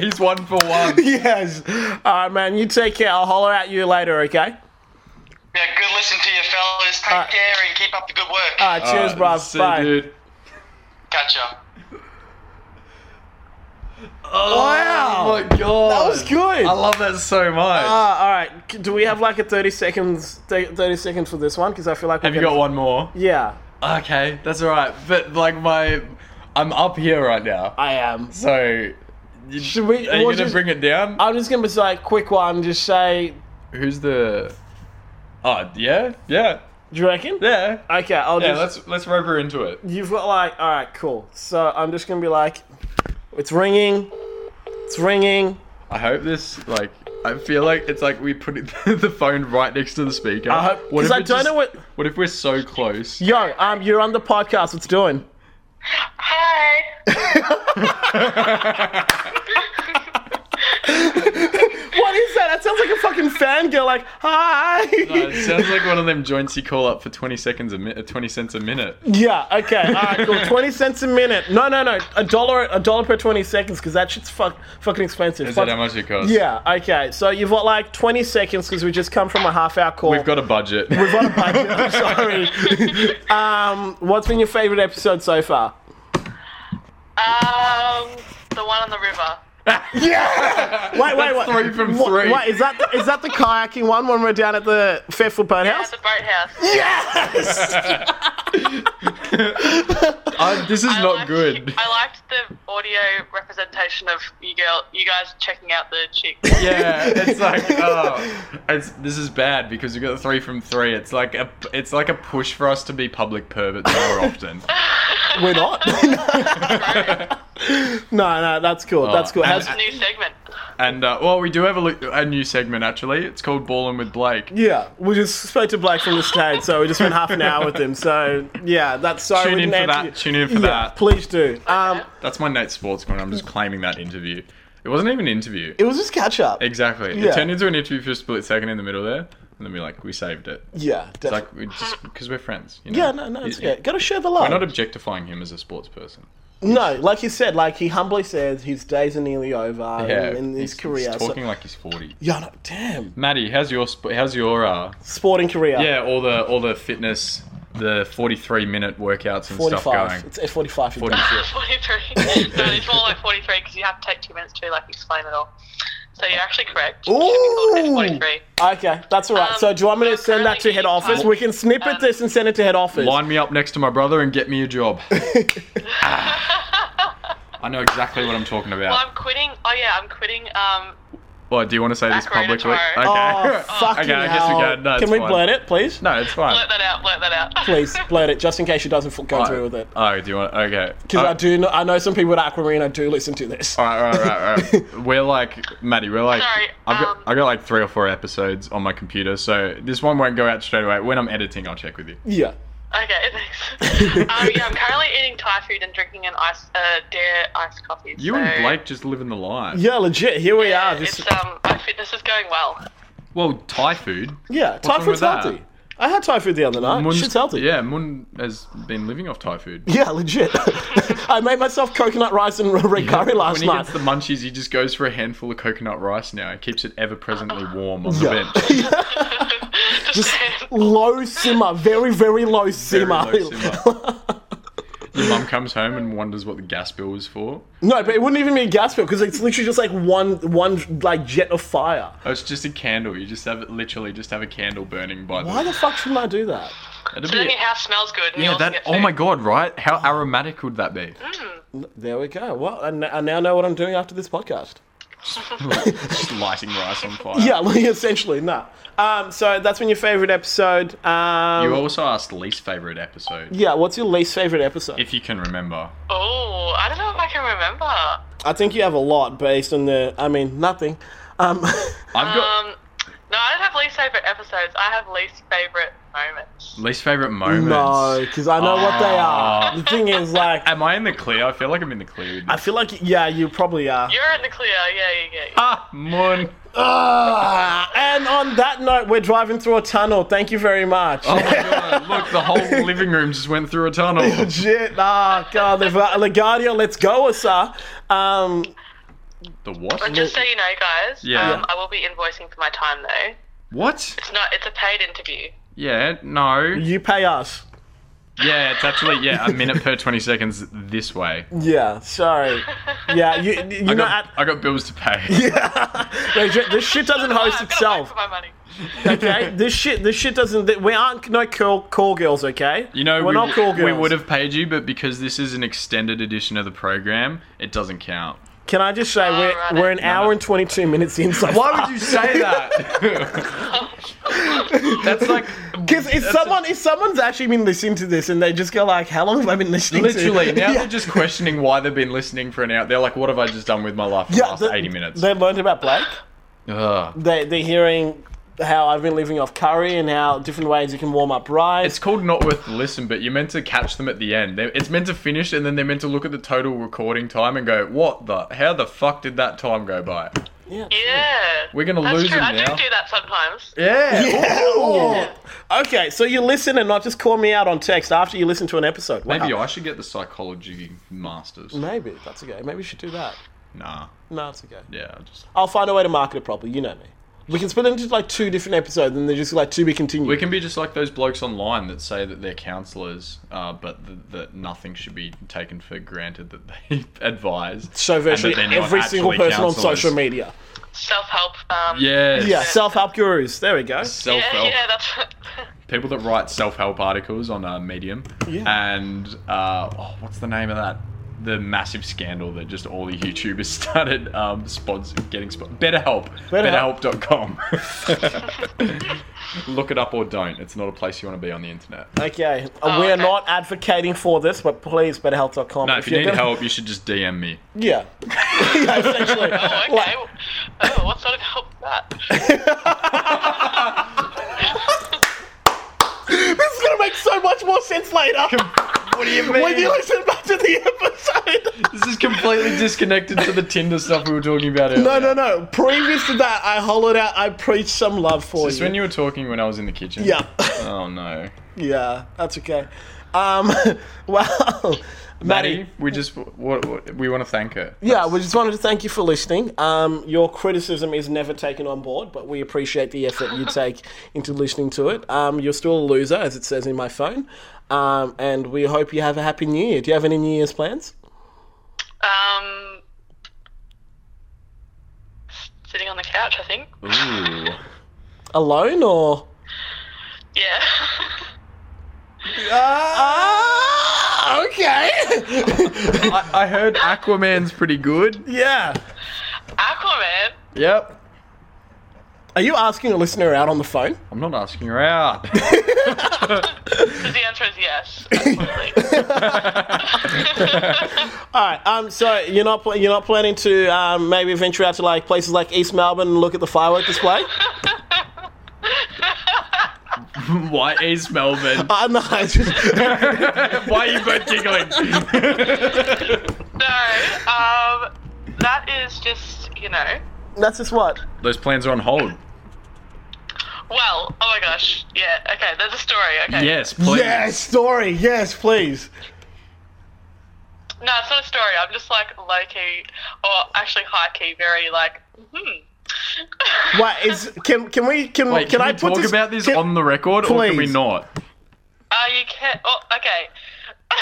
Speaker 1: he's one for one.
Speaker 2: Yes. All right, man. You take care. I'll holler at you later. Okay.
Speaker 6: Yeah, good listen to you, fellas. Take
Speaker 2: Alright.
Speaker 6: care and keep up the good work.
Speaker 2: All right. Cheers,
Speaker 1: All right,
Speaker 2: bruv.
Speaker 1: see you,
Speaker 2: Bye.
Speaker 1: dude.
Speaker 6: Gotcha.
Speaker 2: Wow.
Speaker 1: Oh my god,
Speaker 2: That was good.
Speaker 1: I love that so much.
Speaker 2: Ah, all right. C- Do we have like a thirty seconds? thir- Thirty seconds for this one because I feel like.
Speaker 1: Have you got one more?
Speaker 2: Yeah,
Speaker 1: Okay, that's all right. But like my, I'm up here right now.
Speaker 2: I am.
Speaker 1: So, you,
Speaker 2: Should we-
Speaker 1: Are you
Speaker 2: we'll
Speaker 1: gonna
Speaker 2: just-
Speaker 1: bring it down?
Speaker 2: I'm just gonna be like quick one. Just say,
Speaker 1: Who's the? Oh yeah, yeah,
Speaker 2: do you reckon?
Speaker 1: yeah.
Speaker 2: Okay, I'll
Speaker 1: Yeah,
Speaker 2: just.
Speaker 1: let's let's rope her into it.
Speaker 2: You've got like, all right, cool. So I'm just gonna be like, it's ringing, it's ringing.
Speaker 1: I hope this like. I feel like it's like we put it, the phone right next to the speaker.
Speaker 2: I hope
Speaker 1: What
Speaker 2: because
Speaker 1: if
Speaker 2: I
Speaker 1: it
Speaker 2: don't
Speaker 1: just-
Speaker 2: know Uh, what.
Speaker 1: What if we're so close?
Speaker 2: Yo, um, you're on the podcast. What's doing?
Speaker 5: Hi.
Speaker 2: What is that? That sounds like a fucking fangirl. Like, hi.
Speaker 1: Uh, it sounds like one of them joints you call up for twenty seconds a minute, twenty cents a minute.
Speaker 2: Yeah. Okay. All right. Cool. Twenty cents a minute. No, no, no. A dollar. A dollar per twenty seconds, because that shit's fuck, fucking expensive.
Speaker 1: Is
Speaker 2: Fuck-
Speaker 1: that how much it costs?
Speaker 2: Yeah. Okay. So you've got like twenty seconds, because we just come from a half hour call.
Speaker 1: We've got a budget.
Speaker 2: We've got a budget. I'm sorry. um, what's been your favorite episode so far?
Speaker 5: Um, the one on the river.
Speaker 2: Wait, wait, wait.
Speaker 1: three from
Speaker 2: Wha-
Speaker 1: three.
Speaker 2: Wait, is that the, is that the kayaking one when we're down at the Fairfield
Speaker 5: At
Speaker 2: Boathouse?
Speaker 5: the boathouse.
Speaker 1: I- this is
Speaker 5: I
Speaker 1: not
Speaker 5: liked-
Speaker 1: good.
Speaker 5: I liked the audio representation of you girl, you guys checking out the chick.
Speaker 1: Yeah, it's like oh, it's this is bad because we got three from three. It's like a it's like a push for us to be public perverts more often.
Speaker 2: We're not. no, no, that's cool. that's cool.
Speaker 1: Oh, and-
Speaker 2: How's-
Speaker 5: New segment.
Speaker 1: And uh, well, we do have a, lo- a new segment actually. It's called Ballin' with Blake.
Speaker 2: yeah, we just spoke to Blake from the stage, so we just went half an hour with him. So yeah, that's sorry.
Speaker 1: Tune
Speaker 2: we
Speaker 1: in
Speaker 2: didn't
Speaker 1: for
Speaker 2: answer
Speaker 1: that.
Speaker 2: you.
Speaker 1: Tune in for
Speaker 2: yeah,
Speaker 1: that.
Speaker 2: Please do. Um,
Speaker 1: That's my Nate Sports corner. I'm just claiming that interview. It wasn't even an interview.
Speaker 2: it was just catch up.
Speaker 1: exactly.
Speaker 2: Yeah.
Speaker 1: It turned into an interview for a split second in the middle there, and then we like we saved it.
Speaker 2: yeah, definitely.
Speaker 1: It's like we just because we're friends. You know?
Speaker 2: yeah, no, no, it's
Speaker 1: You- you-
Speaker 2: okay. Gotta share the love.
Speaker 1: We're not objectifying him as a sports person.
Speaker 2: No, like he said, like he humbly says his days are nearly over
Speaker 1: Yeah,
Speaker 2: in, in his
Speaker 1: he's-
Speaker 2: career.
Speaker 1: He's
Speaker 2: so-
Speaker 1: talking like he's forty.
Speaker 2: yeah, no, damn.
Speaker 1: Maddie, how's your sp- how's your uh
Speaker 2: Sporting career.
Speaker 1: yeah all the all the fitness the forty three minute workouts and stuff
Speaker 2: 45.
Speaker 1: going.
Speaker 2: It's at 45.
Speaker 1: 40
Speaker 5: 43. no, it's more like 43 because you have to take two minutes to like explain it all. So you're actually correct. You should be
Speaker 2: Ooh.
Speaker 5: called 43.
Speaker 2: Okay, that's all right.
Speaker 5: Um,
Speaker 2: so do you want me to
Speaker 5: I'm
Speaker 2: send that to head
Speaker 5: currently
Speaker 2: office?
Speaker 5: tied-
Speaker 2: We can snip at
Speaker 5: um,
Speaker 2: this and send it to head office.
Speaker 1: Line me up next to my brother and get me a job. Ah. I know exactly what I'm talking
Speaker 5: Well,
Speaker 1: about.
Speaker 5: I'm quitting. Oh yeah, I'm quitting. Um,
Speaker 1: What do you want to say this
Speaker 5: Macarena
Speaker 1: publicly?
Speaker 5: tomorrow.
Speaker 1: Okay.
Speaker 2: Oh, fucking
Speaker 1: okay, I guess
Speaker 2: hell.
Speaker 1: we can. No,
Speaker 2: Can
Speaker 1: it's
Speaker 2: we
Speaker 1: fine.
Speaker 2: blurt it, please?
Speaker 1: No, it's fine.
Speaker 5: Blurt that out, blurt that out.
Speaker 2: Please, blurt it, just in case she doesn't f- go
Speaker 1: Alright.
Speaker 2: through with it.
Speaker 1: Oh, do you want? Okay.
Speaker 2: Because
Speaker 1: Oh,
Speaker 2: I do, know, I know some people at Aquarina do listen to this.
Speaker 1: All right, all right, all right, all right. We're like Maddie. We're like
Speaker 5: Sorry,
Speaker 1: I've got
Speaker 5: um,
Speaker 1: I got like three or four episodes on my computer, so this one won't go out straight away. When I'm editing, I'll check with you.
Speaker 2: Yeah.
Speaker 5: Okay, thanks. um, yeah, I'm currently eating Thai food and drinking an ice, uh, dare iced coffee.
Speaker 1: You
Speaker 5: so
Speaker 1: and Blake just living the life.
Speaker 2: Oh, Yeah, legit. Here we
Speaker 5: Yeah,
Speaker 2: are. Just
Speaker 5: it's, um, my fitness is going well.
Speaker 1: Well, Thai food.
Speaker 2: yeah, Thai
Speaker 1: wrong with
Speaker 2: food's healthy.
Speaker 1: that?
Speaker 2: I had Thai food the other night.
Speaker 1: Mun's-
Speaker 2: Shit's healthy.
Speaker 1: Yeah, Mun has been living off Thai food.
Speaker 2: Yeah, legit. I made myself coconut rice and red curry last
Speaker 1: when he
Speaker 2: night.
Speaker 1: gets the munchies, he just goes for a handful of coconut rice now and keeps it ever presently
Speaker 5: Oh.
Speaker 1: warm on
Speaker 2: Yeah.
Speaker 1: the bench.
Speaker 5: Just
Speaker 2: low simmer, very very low simmer.
Speaker 1: low simmer. Your mum comes home and wonders what the gas bill was for.
Speaker 2: no, but it wouldn't even be a gas bill because it's literally just like one one like jet of fire.
Speaker 1: Oh, it's just a candle. You just have it literally just have a candle burning by
Speaker 2: Why the fuck shouldn't I do that?
Speaker 1: It'd
Speaker 5: so then your house smells good. And
Speaker 1: yeah,
Speaker 5: yours
Speaker 1: that.
Speaker 5: get
Speaker 1: Oh my
Speaker 5: food.
Speaker 1: god! Right? How aromatic would that be?
Speaker 2: There we go. Well, I n- I now know what I'm doing after this podcast.
Speaker 1: just lighting rice on fire.
Speaker 2: Yeah, like, essentially, nah. Um, so that's been your favorite episode. Um,
Speaker 1: You also asked least favorite episode,
Speaker 2: yeah, what's your least favorite episode?
Speaker 1: if you can remember.
Speaker 5: Oh, I don't know if I can remember.
Speaker 2: I think you have a lot based on the. I mean, nothing. Um,
Speaker 1: I've got
Speaker 5: Um, no, I don't have least favorite episodes. I have least favorite moments.
Speaker 1: least favorite moments.
Speaker 2: no, because I know what they are. The thing is, like,
Speaker 1: Am I in the clear? I feel like I'm in the clear. with
Speaker 2: I
Speaker 1: this.
Speaker 2: feel like yeah, you probably are.
Speaker 5: You're in the clear. Yeah, yeah, yeah.
Speaker 1: Ah, mon.
Speaker 2: Ah, and on that note, we're driving through a tunnel. Thank you very much.
Speaker 1: Oh my god! Look, the whole living room just went through a tunnel.
Speaker 2: Shit, ah, God, the Va- LaGuardia, let's go, sir. Um,
Speaker 1: The what?
Speaker 5: But just so you know, guys,
Speaker 1: Yeah.
Speaker 5: um, I will be invoicing for my time though.
Speaker 1: What?
Speaker 5: It's not. It's a paid interview.
Speaker 1: Yeah. No.
Speaker 2: you pay us.
Speaker 1: Yeah, it's actually yeah a minute per twenty seconds this way.
Speaker 2: Yeah, sorry. Yeah, you, you
Speaker 1: I
Speaker 2: know,
Speaker 1: got,
Speaker 2: at,
Speaker 1: I got bills to pay.
Speaker 2: like, this shit doesn't host
Speaker 5: Oh, I've gotta work
Speaker 2: itself.
Speaker 5: for my money.
Speaker 2: Okay, this shit, this shit doesn't. th- We aren't no cool, cool girls, okay?
Speaker 1: You know,
Speaker 2: we're
Speaker 1: we,
Speaker 2: not cool girls.
Speaker 1: we would have paid you, but because this is an extended edition of the program, it doesn't count.
Speaker 2: Can I just say we're,
Speaker 5: Alright.
Speaker 2: we're an hour and twenty two minutes in so far.
Speaker 1: would you say that? That's like
Speaker 2: Because if someone, if someone's actually been listening to this and they just go like, "How long have I been listening?"
Speaker 1: literally
Speaker 2: to?
Speaker 1: now
Speaker 2: yeah,
Speaker 1: they're just questioning why they've been listening for an hour. They're like, "What have I just done with my life for the
Speaker 2: yeah,
Speaker 1: last
Speaker 2: they-
Speaker 1: eighty minutes?"
Speaker 2: They learned about Blake.
Speaker 1: Ugh.
Speaker 2: They they're hearing how I've been living off curry and how different ways you can warm up rice.
Speaker 1: It's called not worth the listen, but you're meant to catch them at the end. They're, it's meant to finish, and then they're meant to look at the total recording time and go, "What the? How the fuck did that time go by?"
Speaker 5: Yeah.
Speaker 1: We're gonna
Speaker 5: That's
Speaker 1: lose
Speaker 5: true.
Speaker 1: him
Speaker 5: I
Speaker 1: now.
Speaker 5: do do that sometimes.
Speaker 1: Yeah.
Speaker 2: Okay, so you listen and not just call me out on text after you listen to an episode. Wow.
Speaker 1: Maybe I should get the psychology masters.
Speaker 2: Maybe that's okay. Maybe you should do that.
Speaker 1: Nah.
Speaker 2: No, it's okay.
Speaker 1: Yeah. I'll Just
Speaker 2: I'll find a way to market it properly. You know me. We can split it into like two different episodes, and they're just like to be continued.
Speaker 1: We can be just like those blokes online that say that they're counselors, uh, but th- that nothing should be taken for granted that they advise.
Speaker 2: so virtually
Speaker 1: And that they're not
Speaker 2: every single
Speaker 1: actually
Speaker 2: person on
Speaker 1: counselors.
Speaker 2: social media.
Speaker 5: Self help. Um,
Speaker 1: Yes.
Speaker 2: Yeah, self help gurus. There we go.
Speaker 1: Self
Speaker 5: Yeah,
Speaker 1: help.
Speaker 5: yeah, that's.
Speaker 1: People that write self help articles on uh, Medium.
Speaker 2: Yeah.
Speaker 1: And uh, oh, what's the name of that? The massive scandal that just all the YouTubers started um, sponsor, getting sponsored. BetterHelp.
Speaker 2: BetterHelp.
Speaker 1: BetterHelp.com. Look it up or don't. It's not a place you want to be on the internet.
Speaker 2: Okay,
Speaker 5: Oh,
Speaker 2: we're
Speaker 5: okay.
Speaker 2: not advocating for this, but please, betterhelp.com.
Speaker 1: No, if you
Speaker 2: you're
Speaker 1: need
Speaker 2: gonna-
Speaker 1: help, you should just DM me.
Speaker 2: yeah, yeah, essentially.
Speaker 5: Oh, okay.
Speaker 2: Like,
Speaker 5: oh, what sort of help is that?
Speaker 2: this is gonna make so much more sense later
Speaker 1: What do you mean?
Speaker 2: when you listen back to the episode.
Speaker 1: This is completely disconnected to the Tinder stuff we were talking about earlier.
Speaker 2: No, no, no. Previous to that, I hollered out, I preached some love for
Speaker 1: Is this
Speaker 2: you.
Speaker 1: when you were talking when I was in the kitchen?
Speaker 2: Yeah.
Speaker 1: Oh no,
Speaker 2: Yeah, that's okay. Um, well, Maddie.
Speaker 1: Maddie, we just what, what we want to thank her.
Speaker 2: Yeah, we just wanted to thank you for listening. Um, your criticism is never taken on board, but we appreciate the effort you take into listening to it. Um, you're still a loser, as it says in my phone. Um, and we hope you have a happy new year. Do you have any New Year's plans?
Speaker 5: Um, sitting on the couch, I think.
Speaker 1: Ooh.
Speaker 2: Alone or?
Speaker 5: Yeah.
Speaker 2: Ah, okay.
Speaker 1: I, I heard Aquaman's pretty good.
Speaker 2: yeah.
Speaker 5: Aquaman.
Speaker 1: Yep.
Speaker 2: Are you asking a listener out on the phone?
Speaker 1: I'm not asking her out.
Speaker 5: Because the answer is yes. Absolutely.
Speaker 2: All right. Um. So you're not pl- you're not planning to um, maybe venture out to like places like East Melbourne and look at the firework display?
Speaker 1: Why is Melbourne?
Speaker 2: uh, no. It's just,
Speaker 1: Why are you both giggling?
Speaker 5: no, um, that is just, you know.
Speaker 2: that's just what.
Speaker 1: Those plans are on hold.
Speaker 5: Well, oh my gosh. Yeah, okay, there's a story, okay.
Speaker 1: Yes, please.
Speaker 2: Yes. Story. Yes. Please.
Speaker 5: No, it's not a story. I'm just like low key, or actually high key, very like, hmm.
Speaker 2: Wait. Is can can we can
Speaker 1: Wait,
Speaker 2: can,
Speaker 1: can,
Speaker 2: I
Speaker 1: we
Speaker 2: put
Speaker 1: talk
Speaker 2: this,
Speaker 1: about this
Speaker 2: can-
Speaker 1: on the record, or can we
Speaker 2: Please.
Speaker 1: not?
Speaker 5: Are you can Oh, okay.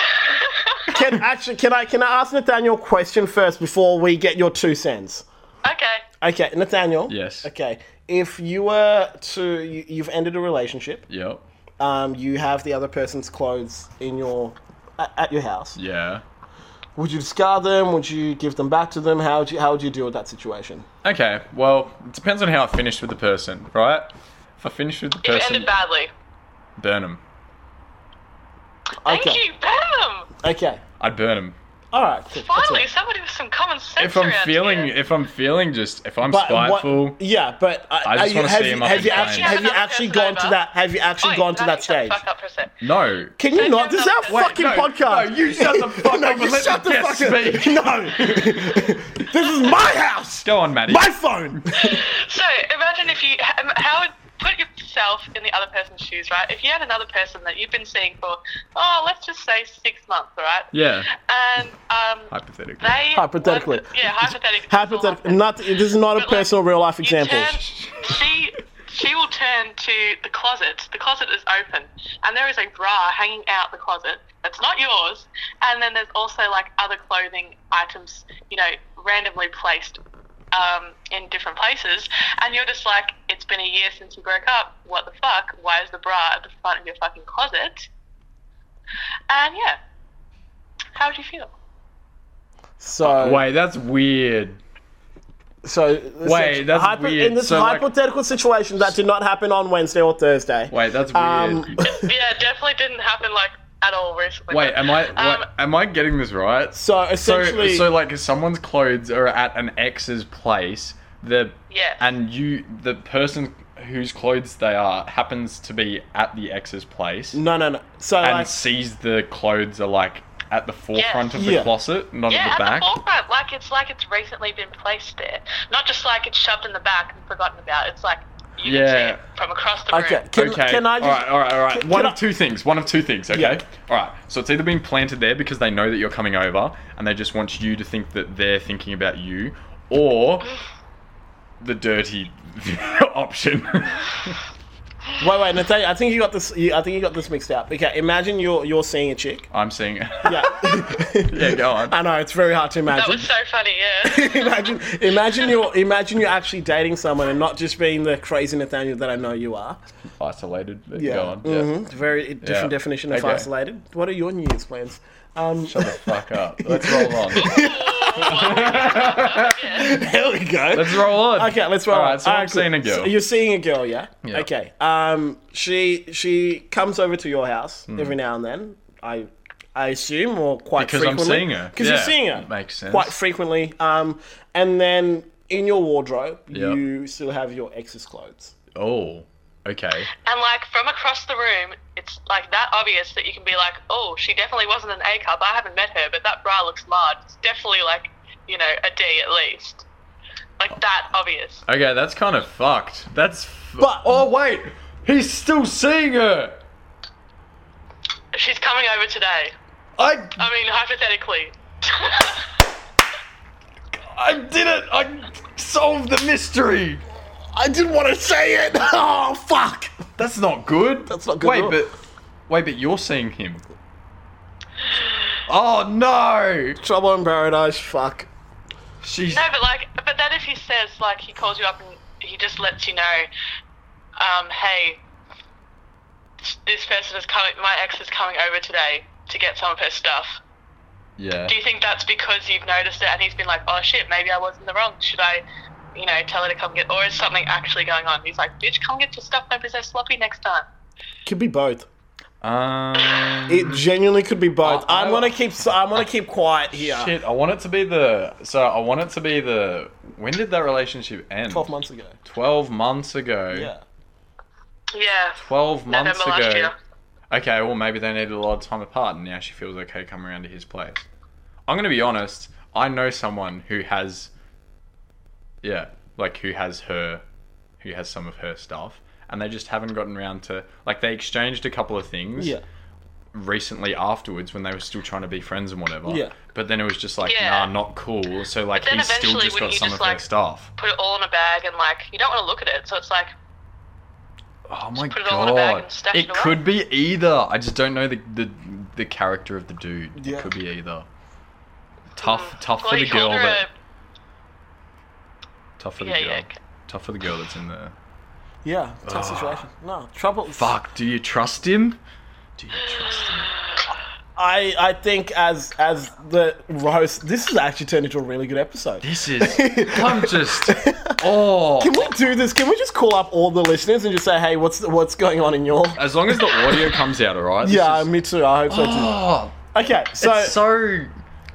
Speaker 2: Can actually can I can I ask Nathaniel a question first before we get your two cents?
Speaker 5: okay.
Speaker 2: Okay, Nathaniel.
Speaker 1: Yes.
Speaker 2: Okay, if you were to you, you've ended a relationship,
Speaker 1: Yep.
Speaker 2: um, you have the other person's clothes in your at, at your house.
Speaker 1: Yeah.
Speaker 2: Would you discard them? Would you give them back to them? How would you how would you deal with that situation?
Speaker 1: Okay. Well, it depends on how I finished with the person, right? If I finished with the
Speaker 5: It
Speaker 1: person,
Speaker 5: ended badly.
Speaker 1: burn them.
Speaker 5: Thank
Speaker 2: Okay.
Speaker 5: you, Bam!
Speaker 2: Okay.
Speaker 1: I'd burn them.
Speaker 2: All right. Cool. That's
Speaker 5: Finally,
Speaker 2: it.
Speaker 5: somebody with some common sense
Speaker 1: If I'm
Speaker 5: around
Speaker 1: feeling,
Speaker 5: here.
Speaker 1: if I'm feeling just, if I'm
Speaker 2: But what-
Speaker 1: spiteful,
Speaker 2: yeah, but uh,
Speaker 1: I just
Speaker 2: are you,
Speaker 1: wanna
Speaker 2: have
Speaker 1: see
Speaker 2: you,
Speaker 1: him up
Speaker 2: have
Speaker 1: in
Speaker 2: you
Speaker 1: flames.
Speaker 2: actually
Speaker 5: Yeah,
Speaker 2: have you
Speaker 5: another
Speaker 2: actually
Speaker 5: person
Speaker 2: gone to
Speaker 5: over.
Speaker 2: that? Have you actually
Speaker 5: Oi,
Speaker 2: gone to
Speaker 5: no,
Speaker 2: that
Speaker 5: shut the
Speaker 2: stage?
Speaker 5: Fuck up for a sec.
Speaker 1: no.
Speaker 2: Can you
Speaker 5: Don't
Speaker 2: not?
Speaker 5: you
Speaker 2: This is our
Speaker 5: have that-
Speaker 2: fucking
Speaker 1: no,
Speaker 2: podcast.
Speaker 1: no, you shut the fuck
Speaker 2: no,
Speaker 1: up and
Speaker 2: you
Speaker 1: let
Speaker 2: shut
Speaker 1: the
Speaker 2: the
Speaker 1: guest
Speaker 2: fuck up.
Speaker 1: speak.
Speaker 2: No, this is my house.
Speaker 1: Go on, Maddie.
Speaker 2: My phone.
Speaker 5: So imagine if you, um, how would put yourself in the other person's shoes, right? If you had another person that you've been seeing for, oh, let's just say six months, all right?
Speaker 1: yeah.
Speaker 5: And um,
Speaker 1: Hypothetically.
Speaker 5: they
Speaker 2: Hypothetically.
Speaker 5: were- yeah, hypothetically.
Speaker 2: Hypothetical. Not. This is not a
Speaker 5: But, like,
Speaker 2: personal real life
Speaker 5: You
Speaker 2: example.
Speaker 5: turn- she she will turn to the closet. The closet is open, and there is a bra hanging out the closet that's not yours. And then there's also like other clothing items, you know, randomly placed um, in different places. And you're just like, it's been a year since you broke up. What the fuck? Why is the bra at the front of your fucking closet? And yeah, how would you feel?
Speaker 2: So
Speaker 1: Wait, that's weird.
Speaker 2: So
Speaker 1: Wait,
Speaker 2: such-
Speaker 1: that's
Speaker 2: hypo-
Speaker 1: weird.
Speaker 2: In this
Speaker 1: So, like-
Speaker 2: hypothetical situation, that did not happen on Wednesday or Thursday.
Speaker 1: Wait, that's weird.
Speaker 2: Um,
Speaker 5: yeah, definitely didn't happen like at all recently.
Speaker 1: Wait, am I
Speaker 5: Um,
Speaker 1: wait, am I getting this right?
Speaker 2: So
Speaker 1: So,
Speaker 2: essentially,
Speaker 1: so like if someone's clothes are at an ex's place, the
Speaker 5: Yes.
Speaker 1: and you the person whose clothes they are happens to be at the ex's place
Speaker 2: no, no, no. So
Speaker 1: and
Speaker 2: like,
Speaker 1: sees the clothes are like at the forefront of the
Speaker 2: Yeah.
Speaker 1: closet, not
Speaker 5: Yeah,
Speaker 1: at the back.
Speaker 5: the forefront. Like it's like it's recently been placed there, not just like it's shoved in the back and forgotten about. It's like you can
Speaker 1: Yeah.
Speaker 5: see it from across the room.
Speaker 2: okay, can,
Speaker 1: okay.
Speaker 2: can I just?
Speaker 1: all right, all right, all right.
Speaker 2: can-
Speaker 1: one
Speaker 2: can
Speaker 1: of
Speaker 2: I-
Speaker 1: two things. One of two things. Okay.
Speaker 2: Yeah.
Speaker 1: All right. So it's either been planted there because they know that you're coming over and they just want you to think that they're thinking about you, or the dirty option.
Speaker 2: Wait, wait, Nathaniel. I think you got this. You, I think you got this mixed up. Okay, imagine you're you're seeing a chick.
Speaker 1: I'm seeing.
Speaker 2: Yeah. Uh,
Speaker 1: yeah. Go on.
Speaker 2: I know it's very hard to
Speaker 5: That
Speaker 2: imagine.
Speaker 5: was so funny. Yeah.
Speaker 2: imagine, imagine you're imagine you're actually dating someone and not just being the crazy Nathaniel that I know you are.
Speaker 1: Isolated. but
Speaker 2: Yeah.
Speaker 1: Go on. Yeah.
Speaker 2: Mhm. It's a Very different
Speaker 1: Yeah.
Speaker 2: definition of
Speaker 1: Okay.
Speaker 2: isolated. What are your New Year's plans? Um,
Speaker 1: Shut the fuck up. Let's roll on.
Speaker 2: there we go.
Speaker 1: Let's roll on.
Speaker 2: Okay, let's roll.
Speaker 1: All right. So
Speaker 2: All
Speaker 1: I'm
Speaker 2: cool.
Speaker 1: seeing a girl.
Speaker 2: So you're seeing a girl, yeah?
Speaker 1: Yeah.
Speaker 2: Okay. Um, she she comes over to your house
Speaker 1: Hmm.
Speaker 2: every now and then. I I assume, or quite
Speaker 1: Because I'm
Speaker 2: frequently.
Speaker 1: seeing her.
Speaker 2: Because
Speaker 1: Yeah,
Speaker 2: you're seeing her.
Speaker 1: makes sense.
Speaker 2: Quite frequently. Um, and then in your wardrobe,
Speaker 1: Yeah.
Speaker 2: you still have your ex's clothes.
Speaker 1: oh. Okay.
Speaker 5: and like from across the room, it's like that obvious that you can be like, oh, she definitely wasn't an A cup. I haven't met her, but that bra looks large. It's definitely like you know a D at least. Like that obvious.
Speaker 1: Okay. That's kind of fucked. That's. F-
Speaker 2: But-
Speaker 1: oh wait. He's still seeing her.
Speaker 5: She's coming over today.
Speaker 1: I
Speaker 5: I mean, hypothetically.
Speaker 1: I did it! I solved the mystery!
Speaker 2: I didn't want to say it. Oh fuck.
Speaker 1: That's not good.
Speaker 2: That's not good
Speaker 1: Wait,
Speaker 2: at all.
Speaker 1: but wait, but you're seeing him. Oh no!
Speaker 2: Trouble in paradise. Fuck.
Speaker 1: She's
Speaker 5: No, but like, but then if he says like he calls you up and he just lets you know, um, hey, this person is coming, my ex is coming over today to get some of her stuff.
Speaker 1: yeah.
Speaker 5: Do you think that's because you've noticed it and he's been like, oh shit, maybe I was in the wrong. Should I you know, tell her to come get, or is something actually going on? He's like, bitch, come get your stuff. Don't be so sloppy next time.
Speaker 2: Could be both.
Speaker 1: Um,
Speaker 2: It genuinely could be both.
Speaker 1: Uh, I-
Speaker 2: I'm gonna keep. I'm gonna keep quiet here.
Speaker 1: shit, I want it to be the. So I want it to be the. When did that relationship end?
Speaker 2: Twelve months ago.
Speaker 1: 12 months ago.
Speaker 2: Yeah.
Speaker 5: Yeah.
Speaker 1: 12 months
Speaker 5: November last
Speaker 1: ago.
Speaker 5: year.
Speaker 1: Okay, well, maybe they needed a lot of time apart, and now she feels okay coming around to his place. I'm going to be honest. I know someone who has, yeah, like who has her, who has some of her stuff, and they just haven't gotten around to, like, they exchanged a couple of things
Speaker 2: Yeah.
Speaker 1: recently afterwards when they were still trying to be friends and whatever.
Speaker 2: Yeah.
Speaker 1: But then it was just like,
Speaker 5: Yeah.
Speaker 1: nah, not cool. So, like,
Speaker 5: then
Speaker 1: he's still
Speaker 5: eventually
Speaker 1: just got
Speaker 5: wouldn't you
Speaker 1: some
Speaker 5: just,
Speaker 1: of her
Speaker 5: like-
Speaker 1: stuff.
Speaker 5: Put it all in a bag and like, you don't want to look at it. So it's like,
Speaker 1: Oh my
Speaker 5: put it all in a bag
Speaker 1: god!
Speaker 5: and stash
Speaker 1: It
Speaker 5: it away.
Speaker 1: could be either. I just don't know the the, the character of the dude.
Speaker 2: Yeah.
Speaker 1: It could be either. Tough, tough
Speaker 5: Hmm. mm, well,
Speaker 1: for
Speaker 5: you
Speaker 1: the girl.
Speaker 5: told her
Speaker 1: That,
Speaker 5: a-
Speaker 1: tough for the
Speaker 5: yeah,
Speaker 1: girl.
Speaker 5: yeah.
Speaker 1: Tough for the girl that's in there.
Speaker 2: Yeah. Tough situation. No trouble.
Speaker 1: Ah. Fuck! Do you trust him? Do you trust him?
Speaker 2: I I think as as the host, this has actually turned into a really good episode.
Speaker 1: This is. I'm just. Oh.
Speaker 2: Can we do this? Can we just call up all the listeners and just say, hey, what's what's going on in your?
Speaker 1: As long as the audio comes out, alright. This
Speaker 2: Yeah,
Speaker 1: Is,
Speaker 2: me too. I hope so too.
Speaker 1: oh,
Speaker 2: Okay, so,
Speaker 1: it's so.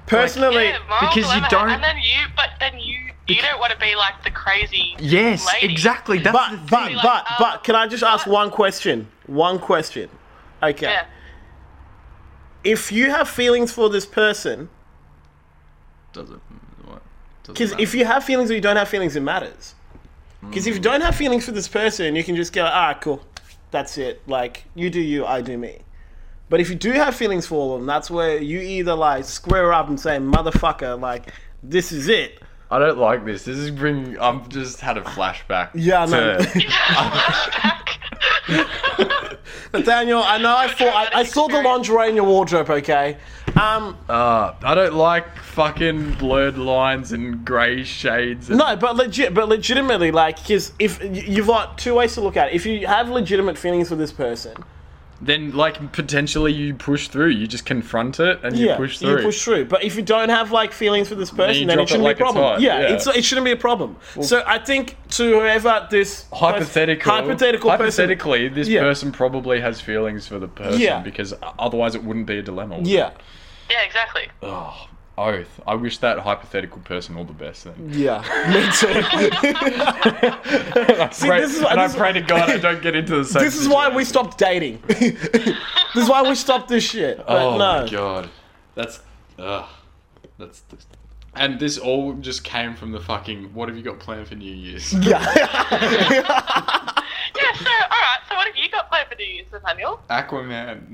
Speaker 2: personally,
Speaker 5: yeah, moral
Speaker 1: because you
Speaker 5: dilemma.
Speaker 1: don't-
Speaker 5: And then you, but then you, you don't want to be like the crazy.
Speaker 1: Yes,
Speaker 5: lady.
Speaker 1: exactly. That's
Speaker 2: but
Speaker 1: the thing.
Speaker 2: but
Speaker 5: like,
Speaker 2: but
Speaker 5: um,
Speaker 2: but can I just ask one question? One question. Okay.
Speaker 5: Yeah.
Speaker 2: If you have feelings for this person,
Speaker 1: Doesn't. what? Doesn't
Speaker 2: because
Speaker 1: matter.
Speaker 2: if you have feelings or you don't have feelings, it matters. Because if you don't have feelings for this person, you can just go, ah, cool, that's it. Like you do you, I do me. But if you do have feelings for them, that's where you either like square up and say, motherfucker, like this is it.
Speaker 1: I don't like this. This is bringing. I've just had a flashback.
Speaker 2: Yeah, I know.
Speaker 1: to-
Speaker 2: Daniel, I know I thought I, I saw the lingerie in your wardrobe. Okay, um,
Speaker 1: Uh, I don't like fucking blurred lines and grey shades. And
Speaker 2: no, but legit, but legitimately, like, because if y- you've got two ways to look at it. If you have legitimate feelings for this person,
Speaker 1: Then, like, potentially you push through. You just confront it and you
Speaker 2: yeah,
Speaker 1: push through.
Speaker 2: you push through. But if you don't have like feelings for this person,
Speaker 1: you
Speaker 2: then,
Speaker 1: drop
Speaker 2: it
Speaker 1: it
Speaker 2: shouldn't
Speaker 1: like
Speaker 2: be a
Speaker 1: it's
Speaker 2: problem.
Speaker 1: hot,
Speaker 2: Yeah,
Speaker 1: yeah.
Speaker 2: it's it shouldn't be a problem. so I think to whoever this pers-
Speaker 1: Hypothetical,
Speaker 2: hypothetical person,
Speaker 1: hypothetically, this
Speaker 2: Yeah.
Speaker 1: person probably has feelings for the person
Speaker 2: Yeah.
Speaker 1: because otherwise it wouldn't be a dilemma. would it?
Speaker 2: yeah,
Speaker 5: Yeah, exactly.
Speaker 1: Oh, oath. I wish that hypothetical person all the best then.
Speaker 2: yeah, me too. See,
Speaker 1: Pray-
Speaker 2: this is why-
Speaker 1: and
Speaker 2: this is-
Speaker 1: I pray to God I don't get into the same.
Speaker 2: this is why we
Speaker 1: situation.
Speaker 2: stopped dating. this is why we stopped this shit. But
Speaker 1: Oh
Speaker 2: no.
Speaker 1: my god, that's ugh, that's. that's- And this all just came from the fucking. What have you got planned for New Year's?
Speaker 5: Yeah. So, all right. So, what have you got planned for New Year's, Nathaniel?
Speaker 1: Aquaman.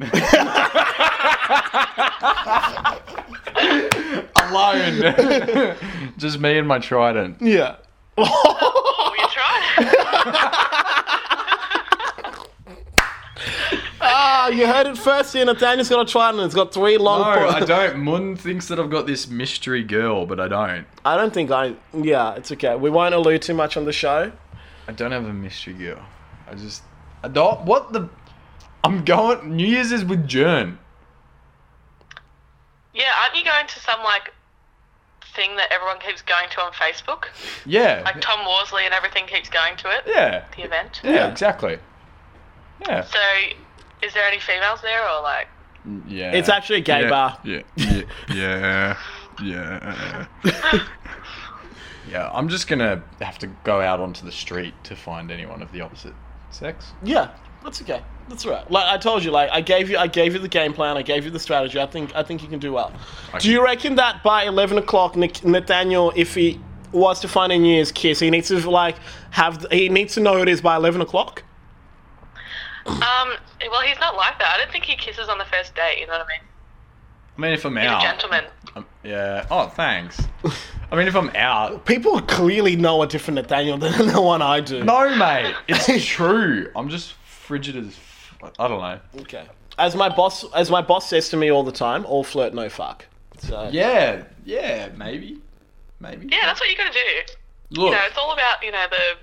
Speaker 1: Alone. just me and my trident.
Speaker 2: Yeah.
Speaker 5: Oh, you tried.
Speaker 2: Ah, you heard it first here. Nathaniel's got a trident. It's got three long
Speaker 1: No,
Speaker 2: points.
Speaker 1: I don't. Mun thinks that I've got this mystery girl, but I don't.
Speaker 2: I don't think I. Yeah, it's okay. We won't allude too much on the show.
Speaker 1: I don't have a mystery girl. I just. I don't. What the. I'm going. New Year's is with Jern.
Speaker 5: yeah. Aren't you going to some like thing that everyone keeps going to on Facebook?
Speaker 1: Yeah.
Speaker 5: Like Tom Worsley and everything keeps going to it.
Speaker 1: yeah.
Speaker 5: The event.
Speaker 1: Yeah, exactly. Yeah.
Speaker 5: So, is there any females there or like?
Speaker 1: Yeah.
Speaker 2: It's actually a gay
Speaker 1: yeah,
Speaker 2: bar.
Speaker 1: Yeah. Yeah. Yeah. Yeah. yeah. I'm just gonna have to go out onto the street to find anyone of the opposite sex.
Speaker 2: Yeah, that's okay. That's all right. Like I told you, like I gave you, I gave you the game plan. I gave you the strategy. I think, I think you can do well. Do you reckon that by eleven o'clock, Nic- Nathaniel, if he was to find a New Year's kiss, he needs to like have, he needs to know who it is by eleven o'clock?
Speaker 5: Um. Well, he's not like that. I don't think he kisses on the first date. You know what I mean?
Speaker 1: I mean, if I'm
Speaker 5: He's
Speaker 1: out.
Speaker 5: a gentleman.
Speaker 1: um, yeah. Oh, thanks. I mean, if I'm out.
Speaker 2: People clearly know a different Nathaniel than the one I do.
Speaker 1: No, mate. It's true. I'm just frigid as. f- I don't know.
Speaker 2: Okay. As my boss, as my boss says to me all the time, all flirt, no fuck. So
Speaker 1: Yeah. Yeah. Maybe. Maybe.
Speaker 5: Yeah, that's what you got to do.
Speaker 1: Look.
Speaker 5: You know, it's all about you know the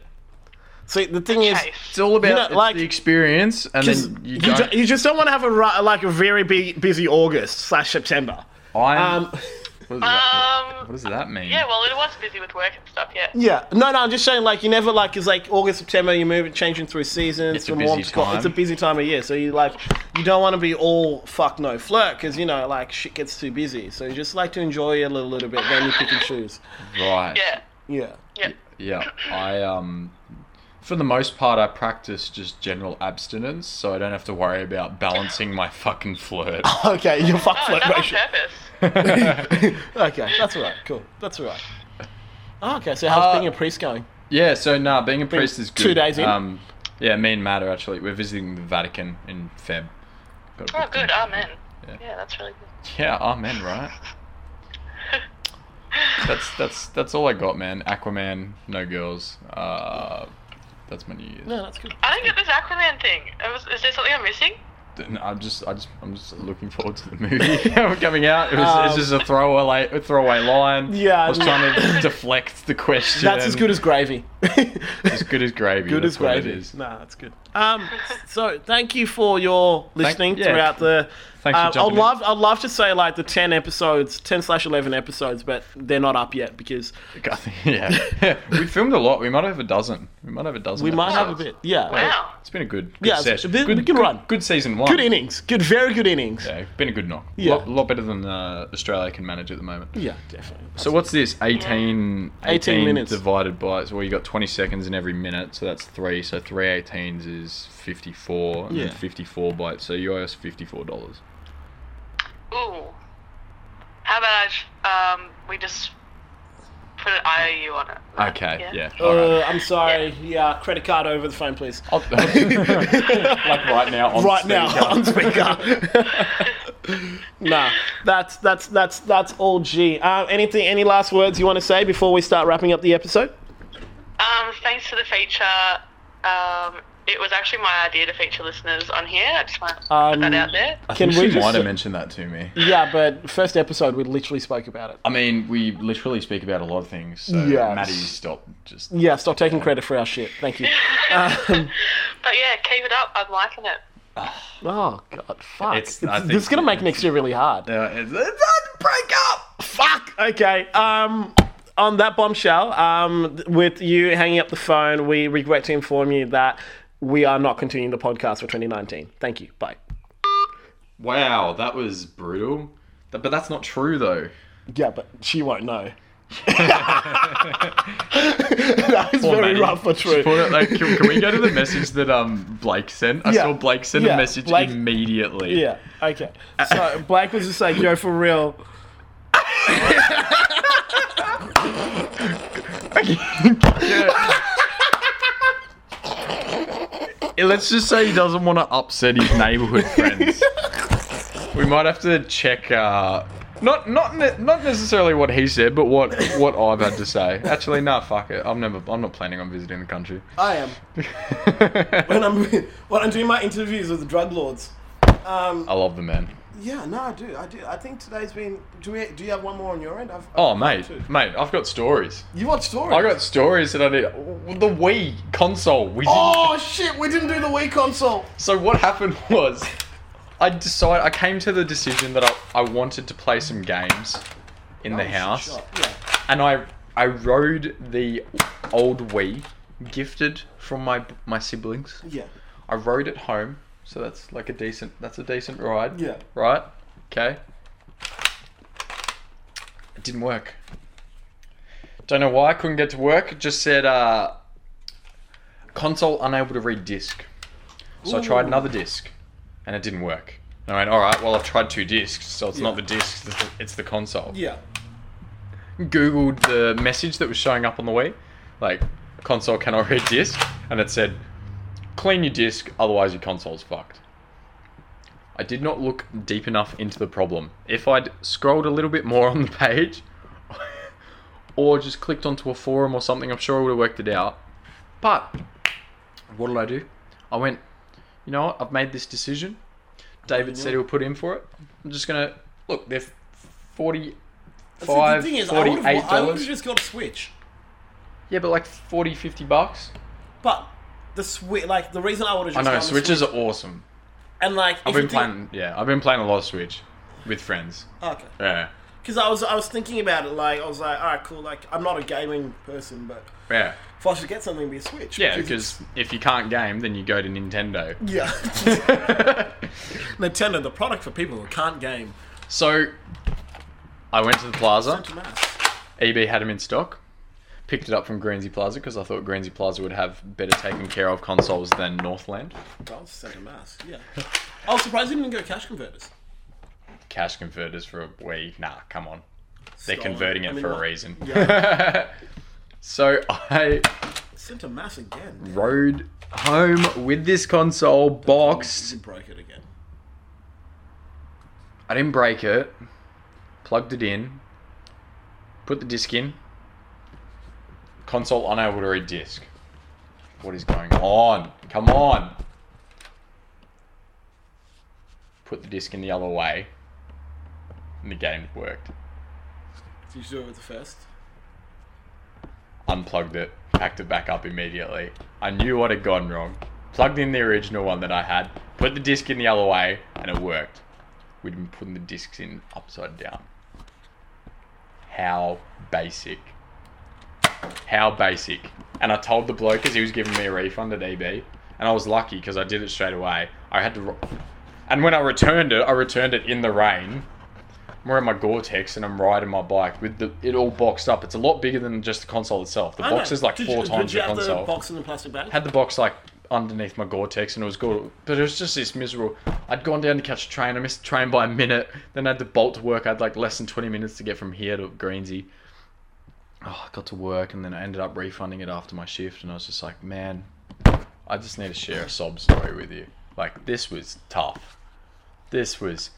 Speaker 2: See, the thing is,
Speaker 5: chase.
Speaker 1: it's all about
Speaker 2: you know,
Speaker 1: it's
Speaker 2: like-
Speaker 1: the experience, and
Speaker 2: just-
Speaker 1: then
Speaker 2: you,
Speaker 1: you don't.
Speaker 2: ju- you just don't want to have a ru- like a very bu- busy August slash September.
Speaker 1: I'm
Speaker 2: Um,
Speaker 1: What does that,
Speaker 5: Um,
Speaker 1: what does that mean?
Speaker 5: Yeah, well, it was busy with work and stuff. Yeah.
Speaker 2: Yeah, no, no. I'm just saying, like, you never like it's like August, September. You're moving, changing through seasons.
Speaker 1: It's a
Speaker 2: from
Speaker 1: busy
Speaker 2: warm to cold. It's a
Speaker 1: time.
Speaker 2: busy time of year, so you like you don't want to be all fuck no flirt because you know like shit gets too busy. So you just like to enjoy it a little, little bit, then you pick and choose.
Speaker 1: right.
Speaker 5: Yeah.
Speaker 2: Yeah.
Speaker 5: Yeah.
Speaker 1: Yeah, I um, for the most part, I practice just general abstinence, so I don't have to worry about balancing my fucking flirt.
Speaker 2: Okay, your fuck
Speaker 5: Oh,
Speaker 2: flirt
Speaker 5: done on
Speaker 2: ratio.
Speaker 5: purpose.
Speaker 2: Okay, that's alright. Cool, that's alright. Oh, okay, so how's
Speaker 1: Uh,
Speaker 2: being a priest going?
Speaker 1: yeah, so nah, being a priest is good.
Speaker 2: two days in?
Speaker 1: Um, yeah, me and Matt are actually we're visiting the Vatican in Feb. Got it
Speaker 5: Oh,
Speaker 1: booked in.
Speaker 5: good. Amen.
Speaker 1: Yeah.
Speaker 5: Yeah. that's really good.
Speaker 1: Yeah, amen, right? that's that's that's all I got, man. Aquaman, no girls. Uh, that's my New Year's.
Speaker 2: No, that's good.
Speaker 5: I don't get this Aquaman thing. It was, is there something I'm missing?
Speaker 1: No, I'm just, I just, I'm just looking forward to the movie coming out. It was, it's
Speaker 2: Um,
Speaker 1: just a throwaway, a throwaway line.
Speaker 2: Yeah,
Speaker 1: I was
Speaker 2: no.
Speaker 1: trying to deflect the question.
Speaker 2: That's as good as gravy.
Speaker 1: as good as gravy.
Speaker 2: good
Speaker 1: that's
Speaker 2: as
Speaker 1: what it
Speaker 2: gravy.
Speaker 1: is.
Speaker 2: Nah, that's good. Um, so thank you for your listening
Speaker 1: yeah.
Speaker 2: throughout the.
Speaker 1: Thanks for
Speaker 2: Um, I'd
Speaker 1: jumping in.
Speaker 2: love, I'd love to say like the ten episodes, ten slash eleven episodes, but they're not up yet because
Speaker 1: yeah, we filmed a lot. We might have a dozen. We might have a dozen.
Speaker 2: we might have a
Speaker 1: episodes.
Speaker 2: bit. Yeah,
Speaker 5: Wow.
Speaker 1: It's been a good, good
Speaker 2: Yeah, it's-
Speaker 1: session.
Speaker 2: it's been a good run.
Speaker 1: Good season one.
Speaker 2: good innings, good, very good innings. Yeah,
Speaker 1: Yeah, been a good knock.
Speaker 2: Yeah.
Speaker 1: lot, lot better than uh, Australia can manage at the moment.
Speaker 2: definitely.
Speaker 1: So what's this? 18,
Speaker 2: 18 minutes.
Speaker 1: divided by so well you got twenty seconds in every minute, so that's three. So three 18s is fifty four, and
Speaker 2: Yeah.
Speaker 1: then fifty four bytes. So you owe us fifty four dollars.
Speaker 5: Ooh. How about I, sh- um, we just put an IOU on it?
Speaker 1: Okay, yeah. All
Speaker 2: Uh,
Speaker 1: right.
Speaker 2: I'm sorry. Yeah. credit card over the phone, please.
Speaker 1: I'll- like right now. On
Speaker 2: right now
Speaker 1: speaker.
Speaker 2: on speaker. nah, that's that's that's that's all. G. Um, anything? Any last words you want to say before we start wrapping up the episode?
Speaker 5: Um, thanks for the feature. Um, it was actually my idea to feature listeners on here. I just want to
Speaker 2: Um,
Speaker 5: put that out there.
Speaker 1: I think
Speaker 2: Can we
Speaker 1: she
Speaker 2: just-
Speaker 1: might have mentioned that to me.
Speaker 2: Yeah, but first episode we literally spoke about it.
Speaker 1: I mean, we literally speak about a lot of things. So
Speaker 2: Yes.
Speaker 1: Maddie, stop. Just
Speaker 2: Yeah, stop taking credit for our shit. Thank you. Um,
Speaker 5: But yeah, keep it up. I'm liking it.
Speaker 2: oh god, fuck!
Speaker 1: It's-
Speaker 2: It's,
Speaker 1: I
Speaker 2: this is
Speaker 1: think-
Speaker 2: gonna make next year really hard.
Speaker 1: Uh, it's, it's- break up.
Speaker 2: Fuck. Okay. Um. On that bombshell, um, th- with you hanging up the phone, we regret to inform you that we are not continuing the podcast for 2019. Thank you. Bye.
Speaker 1: Wow, that was brutal. Th- But that's not true though.
Speaker 2: Yeah, but she won't know. that is very
Speaker 1: Maddie.
Speaker 2: rough for true.
Speaker 1: Put it, like, can, can we go to the message that um Blake sent? I
Speaker 2: Yeah.
Speaker 1: saw Blake send
Speaker 2: Yeah,
Speaker 1: a message
Speaker 2: Blake-
Speaker 1: immediately.
Speaker 2: Yeah. Okay. So Blake was just like, "Yo, for real."
Speaker 1: Yeah, Let's just say he doesn't want to upset his neighborhood friends. we might have to check. Uh, not not ne- not necessarily what he said, but what what I've had to say. Actually, nah, fuck it. I'm never. I'm not planning on visiting the country.
Speaker 8: I am. when I'm when I'm doing my interviews with the drug lords. Um,
Speaker 1: I love the man.
Speaker 8: yeah, no, I do, I do. I think today's been. Do we? Do you have one more on your end? I've,
Speaker 1: Oh, mate, mate, I've got stories.
Speaker 8: you watched stories.
Speaker 1: I got stories that I did. The Wii console. We did
Speaker 8: Oh shit! We didn't do the Wii console.
Speaker 1: So what happened was, I decided I came to the decision that I, I wanted to play some games in the
Speaker 8: Oh,
Speaker 1: house,
Speaker 8: Yeah.
Speaker 1: and I I rode the old Wii gifted from my my siblings.
Speaker 8: Yeah.
Speaker 1: I rode it home, so that's like a decent that's a decent ride.
Speaker 8: Yeah.
Speaker 1: Right. Okay. It didn't work. Don't know why. Couldn't get to work. It just said uh, console unable to read disc. So I tried another disc, and it didn't work. And I went, all right. Well, I've tried two discs, so it's not the disc. it's the- It's the console.
Speaker 8: Yeah.
Speaker 1: Googled the message that was showing up on the Wii, like console cannot read disc, and it said, "Clean your disc, otherwise your console's fucked." I did not look deep enough into the problem. If I'd scrolled a little bit more on the page, or just clicked onto a forum or something, I'm sure I would have worked it out. But what did I do? I went, you know what? I've made this decision. David said he'll put in for it. I'm just gonna look. They're forty five,
Speaker 8: the thing is, I
Speaker 1: forty
Speaker 8: would've-
Speaker 1: eight
Speaker 8: I would
Speaker 1: dollars.
Speaker 8: have just got a Switch.
Speaker 1: Yeah, but like 40, 50 bucks.
Speaker 8: But the Switch, like the reason I would have
Speaker 1: I
Speaker 8: just
Speaker 1: know
Speaker 8: gotten the
Speaker 1: switches are awesome.
Speaker 8: and like
Speaker 1: I've
Speaker 8: if you
Speaker 1: been
Speaker 8: think-
Speaker 1: playing. Yeah, I've been playing a lot of Switch with friends.
Speaker 8: Okay.
Speaker 1: Yeah.
Speaker 2: Because I was I was thinking about it. Like I was like, all right, cool. Like I'm not a gaming person, but
Speaker 1: Yeah.
Speaker 2: if I should get something, it'd be a Switch.
Speaker 1: Yeah, because if you can't game, then you go to Nintendo.
Speaker 2: yeah, Nintendo, the product for people who can't game.
Speaker 1: So, I went to the plaza.
Speaker 2: Don't you matter?
Speaker 1: EB had them in stock. Picked it up from Greensy Plaza because I thought Greensy Plaza would have better taken care of consoles than Northland.
Speaker 2: I'll send a mask. Yeah. I was surprised you didn't go cash converters.
Speaker 1: Cash converters for a Wii. Nah, come on. They're
Speaker 2: Stolen.
Speaker 1: converting it
Speaker 2: I mean,
Speaker 1: for a
Speaker 2: what-
Speaker 1: reason. so I
Speaker 2: Sent a mask again.
Speaker 1: rode home with this console boxed.
Speaker 2: You broke it again.
Speaker 1: I didn't break it. Plugged it in. Put the disc in. Console unable to read disc. What is going on? Come on. Put the disc in the other way. And the game worked.
Speaker 2: Did you do it with the first?
Speaker 1: Unplugged it. Packed it back up immediately. I knew what had gone wrong. Plugged in the original one that I had. Put the disc in the other way. And it worked. We'd been putting the discs in upside down. how basic. How basic. And I told the bloke because he was giving me a refund at EB, and I was lucky because I did it straight away. I had to, ro- and when I returned it, I returned it in the rain. I'm wearing my Gore-Tex and I'm riding my bike with the it all boxed up. It's a lot bigger than just the console itself. The
Speaker 2: I
Speaker 1: box
Speaker 2: know.
Speaker 1: is like
Speaker 2: Did
Speaker 1: four
Speaker 2: you,
Speaker 1: times
Speaker 2: Did you
Speaker 1: the
Speaker 2: have
Speaker 1: console.
Speaker 2: the box in the plastic bag?
Speaker 1: Had the box like underneath my Gore-Tex and it was good, but it was just this miserable. I'd gone down to catch a train. I missed the train by a minute. Then I had to bolt to work. I had like less than 20 minutes to get from here to Greensy. Oh, I got to work and then I ended up refunding it after my shift. And I was just like, man, I just need to share a sob story with you. Like this was tough. This was,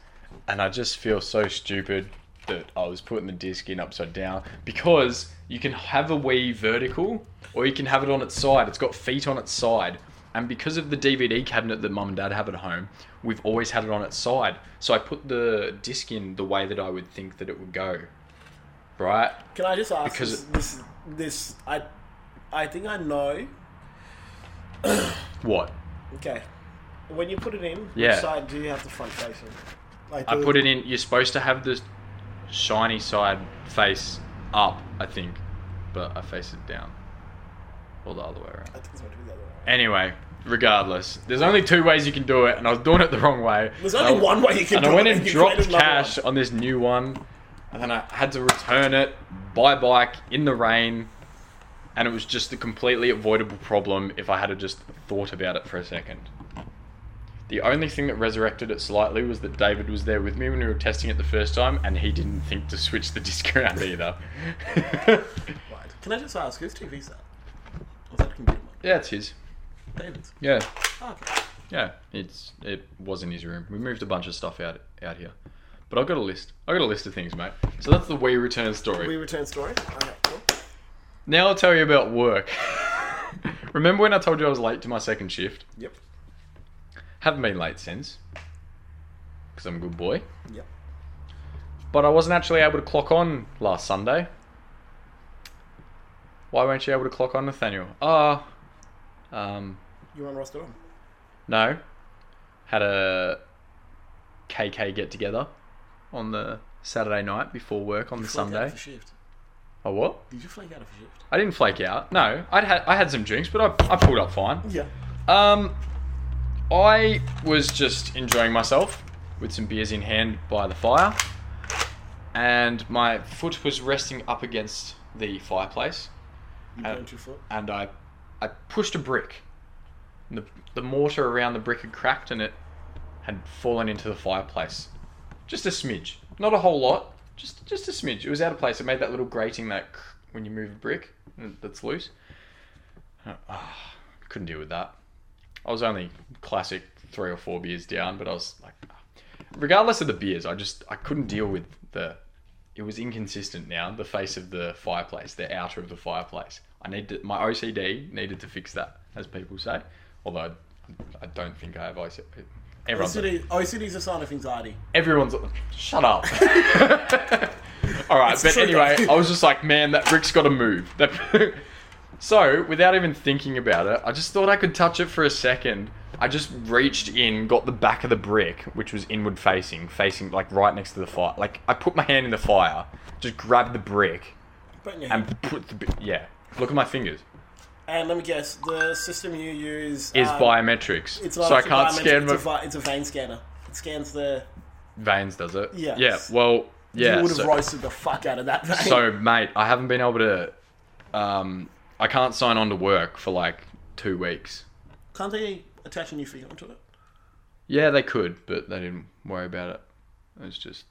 Speaker 1: and I just feel so stupid that I was putting the disc in upside down because you can have a Wii vertical or you can have it on its side. It's got feet on its side. And because of the DVD cabinet that mum and dad have at home, we've always had it on its side. So I put the disc in the way that I would think that it would go. Right?
Speaker 2: Can I just ask
Speaker 1: Because-
Speaker 2: this, this? This I, I think I know.
Speaker 1: What?
Speaker 2: Okay, when you put it in,
Speaker 1: Yeah.
Speaker 2: which side do you have the front facing? Like
Speaker 1: I
Speaker 2: the-
Speaker 1: put it in. You're supposed to have the shiny side face up, I think, but I face it down, or the other way around.
Speaker 2: I think it's meant to be the other way.
Speaker 1: Anyway, regardless, there's only two ways you can do it, and I was doing it the wrong way.
Speaker 2: There's only
Speaker 1: And I-
Speaker 2: one way you can
Speaker 1: And
Speaker 2: do
Speaker 1: I went
Speaker 2: it,
Speaker 1: and
Speaker 2: you
Speaker 1: dropped
Speaker 2: create another
Speaker 1: cash on this new one, and then I had to return it by bike in the rain, and it was just a completely avoidable problem if I had just thought about it for a second. The only thing that resurrected it slightly was that David was there with me when we were testing it the first time, and he didn't think to switch the disc around either.
Speaker 2: Right. Can I just ask whose TV's that? Was that a computer monitor?
Speaker 1: yeah, it's his.
Speaker 2: David's.
Speaker 1: Yeah.
Speaker 2: Oh, okay.
Speaker 1: Yeah, it's it was in his room. We moved a bunch of stuff out out here, but I've got a list. I've got a list of things, mate. So that's the we return story.
Speaker 2: We return story. Okay, cool.
Speaker 1: Now I'll tell you about work. Remember when I told you I was late to my second shift?
Speaker 2: Yep.
Speaker 1: Haven't been late since, because I'm a good boy.
Speaker 2: Yep.
Speaker 1: But I wasn't actually able to clock on last Sunday. Why weren't you able to clock on, Nathaniel? Ah, um,
Speaker 2: You want Ross on?
Speaker 1: No. Had a KK get together on the Saturday night before work on the Sunday.
Speaker 2: For shift.
Speaker 1: Oh what?
Speaker 2: Did you flake out of a shift?
Speaker 1: I didn't flake out. No, I'd had I had some drinks, but I I pulled up fine.
Speaker 2: Yeah.
Speaker 1: Um, I was just enjoying myself with some beers in hand by the fire, and my foot was resting up against the fireplace,
Speaker 2: You
Speaker 1: Uh,
Speaker 2: burnt your foot.
Speaker 1: and I I pushed a brick. And the the mortar around the brick had cracked and it had fallen into the fireplace. Just a smidge, not a whole lot, just just a smidge. It was out of place. It made that little grating that cr- when you move a brick and that's loose. Uh, ah, couldn't deal with that. I was only classic three or four beers down, but I was like, ah. regardless of the beers, I just I couldn't deal with the. It was inconsistent now. The face of the fireplace, the outer of the fireplace. I need to, my OCD needed to fix that, as people say. Although I, I don't think I have OCD. Everyone's
Speaker 2: OCD, OCD is oh, a sign of anxiety.
Speaker 1: everyone's shut up. All right, but
Speaker 2: true,
Speaker 1: anyway,
Speaker 2: though.
Speaker 1: I was just like, man, that brick's got to move. That So, without even thinking about it, I just thought I could touch it for a second. I just reached in, got the back of the brick, which was inward facing, facing like right next to the fire. Like, I put my hand in the fire, just grabbed the brick,
Speaker 2: But yeah.
Speaker 1: and put the. bi- Yeah. Look at my fingers.
Speaker 2: And let me guess, the system you use
Speaker 1: Is
Speaker 2: um,
Speaker 1: biometrics.
Speaker 2: It's
Speaker 1: so
Speaker 2: not
Speaker 1: I
Speaker 2: actually
Speaker 1: can't
Speaker 2: biometric,
Speaker 1: scan
Speaker 2: it's,
Speaker 1: my
Speaker 2: a, vi- it's a vein scanner. It scans the.
Speaker 1: veins, does it?
Speaker 2: Yes.
Speaker 1: Yeah. Well, yeah.
Speaker 2: you would have
Speaker 1: so-
Speaker 2: roasted the fuck out of that vein.
Speaker 1: So, mate, I haven't been able to. Um, I can't sign on to work for like two weeks.
Speaker 2: Can't they attach a new finger onto it?
Speaker 1: Yeah, they could, but they didn't worry about it. It was just,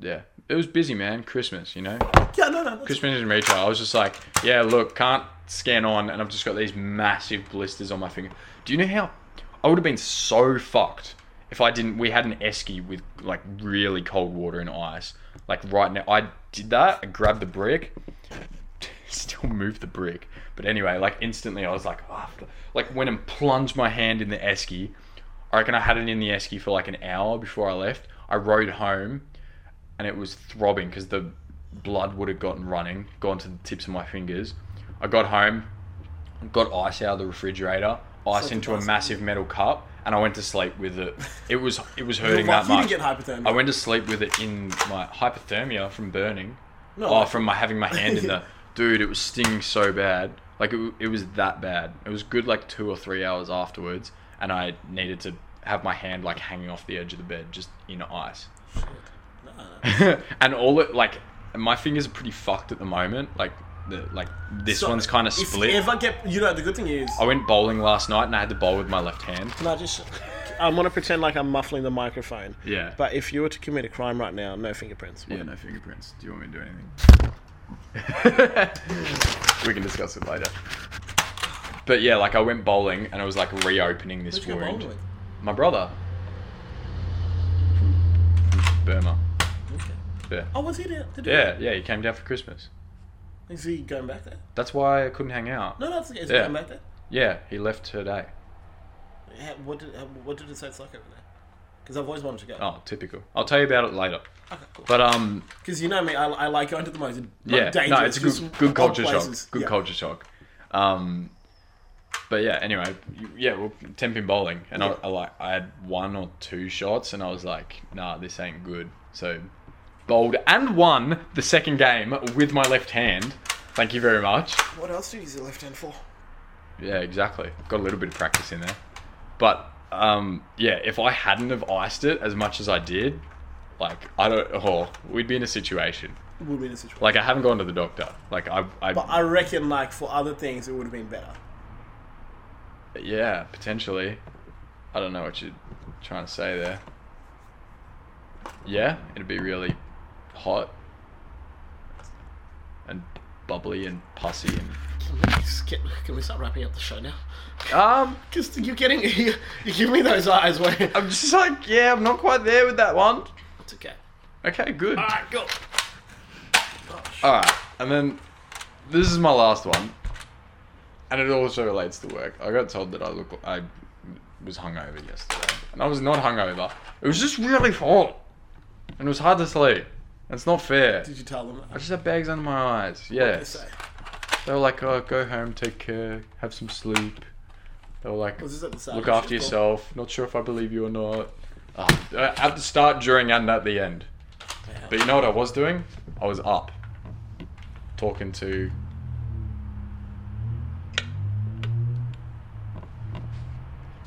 Speaker 1: yeah, it was busy, man. Christmas, you know,
Speaker 2: Yeah, no, no. That's,
Speaker 1: Christmas in retail. I was just like, yeah, look, can't scan on, and I've just got these massive blisters on my finger. Do you know how? I would have been so fucked if I didn't. We had an esky with like really cold water and ice. Like right now, I did that. I grabbed the brick. still move the brick. But anyway, like instantly, I was like, oh, f- like went and plunged my hand in the esky. I reckon I had it in the esky for like an hour before I left. I rode home, and it was throbbing because the blood would have gotten running, gone to the tips of my fingers. I got home, got ice out of the refrigerator, ice into a massive metal cup, and I went to sleep with it. It was it was hurting that
Speaker 2: Like, you
Speaker 1: much.
Speaker 2: didn't get hypothermia.
Speaker 1: I went to sleep with it in my hypothermia from burning.
Speaker 2: No,
Speaker 1: oh,
Speaker 2: like-
Speaker 1: from my having my hand in the dude. It was stinging so bad. Like it, w- it was that bad. It was good like two or three hours afterwards, and I needed to have my hand like hanging off the edge of the bed, just in ice. and all it like my fingers are pretty fucked at the moment. Like the like this
Speaker 2: So,
Speaker 1: one's kind of
Speaker 2: if
Speaker 1: split.
Speaker 2: you ever get, you know, the good thing is,
Speaker 1: I went bowling last night and I had to bowl with my left hand.
Speaker 7: No, just I want to pretend like I'm muffling the microphone.
Speaker 1: Yeah.
Speaker 7: But if you were to commit a crime right now, no fingerprints.
Speaker 1: Yeah, no fingerprints. Do you want me to do anything? we can discuss it later. But yeah, like I went bowling and I was like reopening this
Speaker 2: Who'd you go
Speaker 1: wound.
Speaker 2: bowling with?
Speaker 1: My brother. From Burma. Yeah.
Speaker 2: oh, was he there? to do
Speaker 1: Yeah, yeah, he came down for Christmas.
Speaker 2: that? Is he going back there?
Speaker 1: That's why I couldn't hang out.
Speaker 2: No, that's is he
Speaker 1: Yeah.
Speaker 2: going back there?
Speaker 1: Yeah, he left today.
Speaker 2: Yeah, what did uh, what did it say it's like over there? Because I've always wanted to go.
Speaker 1: Oh, typical. I'll tell you about it later.
Speaker 2: Okay, cool.
Speaker 1: But um,
Speaker 2: Because you know me, I, I like going to the most not
Speaker 1: yeah,
Speaker 2: dangerous,
Speaker 1: no, it's a good,
Speaker 2: just
Speaker 1: good
Speaker 2: odd
Speaker 1: culture
Speaker 2: places.
Speaker 1: shock. Good
Speaker 2: yeah.
Speaker 1: culture shock. Um, but yeah, anyway, you- yeah, well, ten pin bowling, and I, I like I had one or two shots, and I was like, nah, this ain't good. So bowled and won the second game with my left hand. Thank you very much.
Speaker 2: What else do you use your left hand for?
Speaker 1: Yeah, exactly. Got a little bit of practice in there, but um, yeah, if I hadn't have iced it as much as I did, like I don't, oh, we'd be in a situation.
Speaker 2: Would be in a situation.
Speaker 1: Like I haven't gone to the doctor. Like I, I,
Speaker 2: But I reckon, like for other things, it would have been better.
Speaker 1: yeah, potentially. I don't know what you're trying to say there. Yeah, it'd be really hot and bubbly and pussy and
Speaker 7: Just get- can we start wrapping up the show now?
Speaker 1: um.
Speaker 7: Because you're getting you, you give me those eyes when
Speaker 1: I'm just like, yeah, I'm not quite there with that one.
Speaker 7: it's okay.
Speaker 1: Okay, good. All right,
Speaker 7: go.
Speaker 1: and then this is my last one, and it also relates to work. I got told that I look, I was hungover yesterday, and I was not hungover. It was just really hot, and it was hard to sleep. And it's not fair.
Speaker 2: Did you tell them?
Speaker 1: I just had bags under my eyes.
Speaker 2: They
Speaker 1: Yes.
Speaker 2: say.
Speaker 1: They were like, oh, go home, take care, have some sleep. They were like,
Speaker 2: Was this at the start?
Speaker 1: look
Speaker 2: of the
Speaker 1: after
Speaker 2: shift, or-
Speaker 1: yourself. Not sure if I believe you or not. Ah, uh, at the start, during, and at the end. But you know what I was doing? I was up, talking to.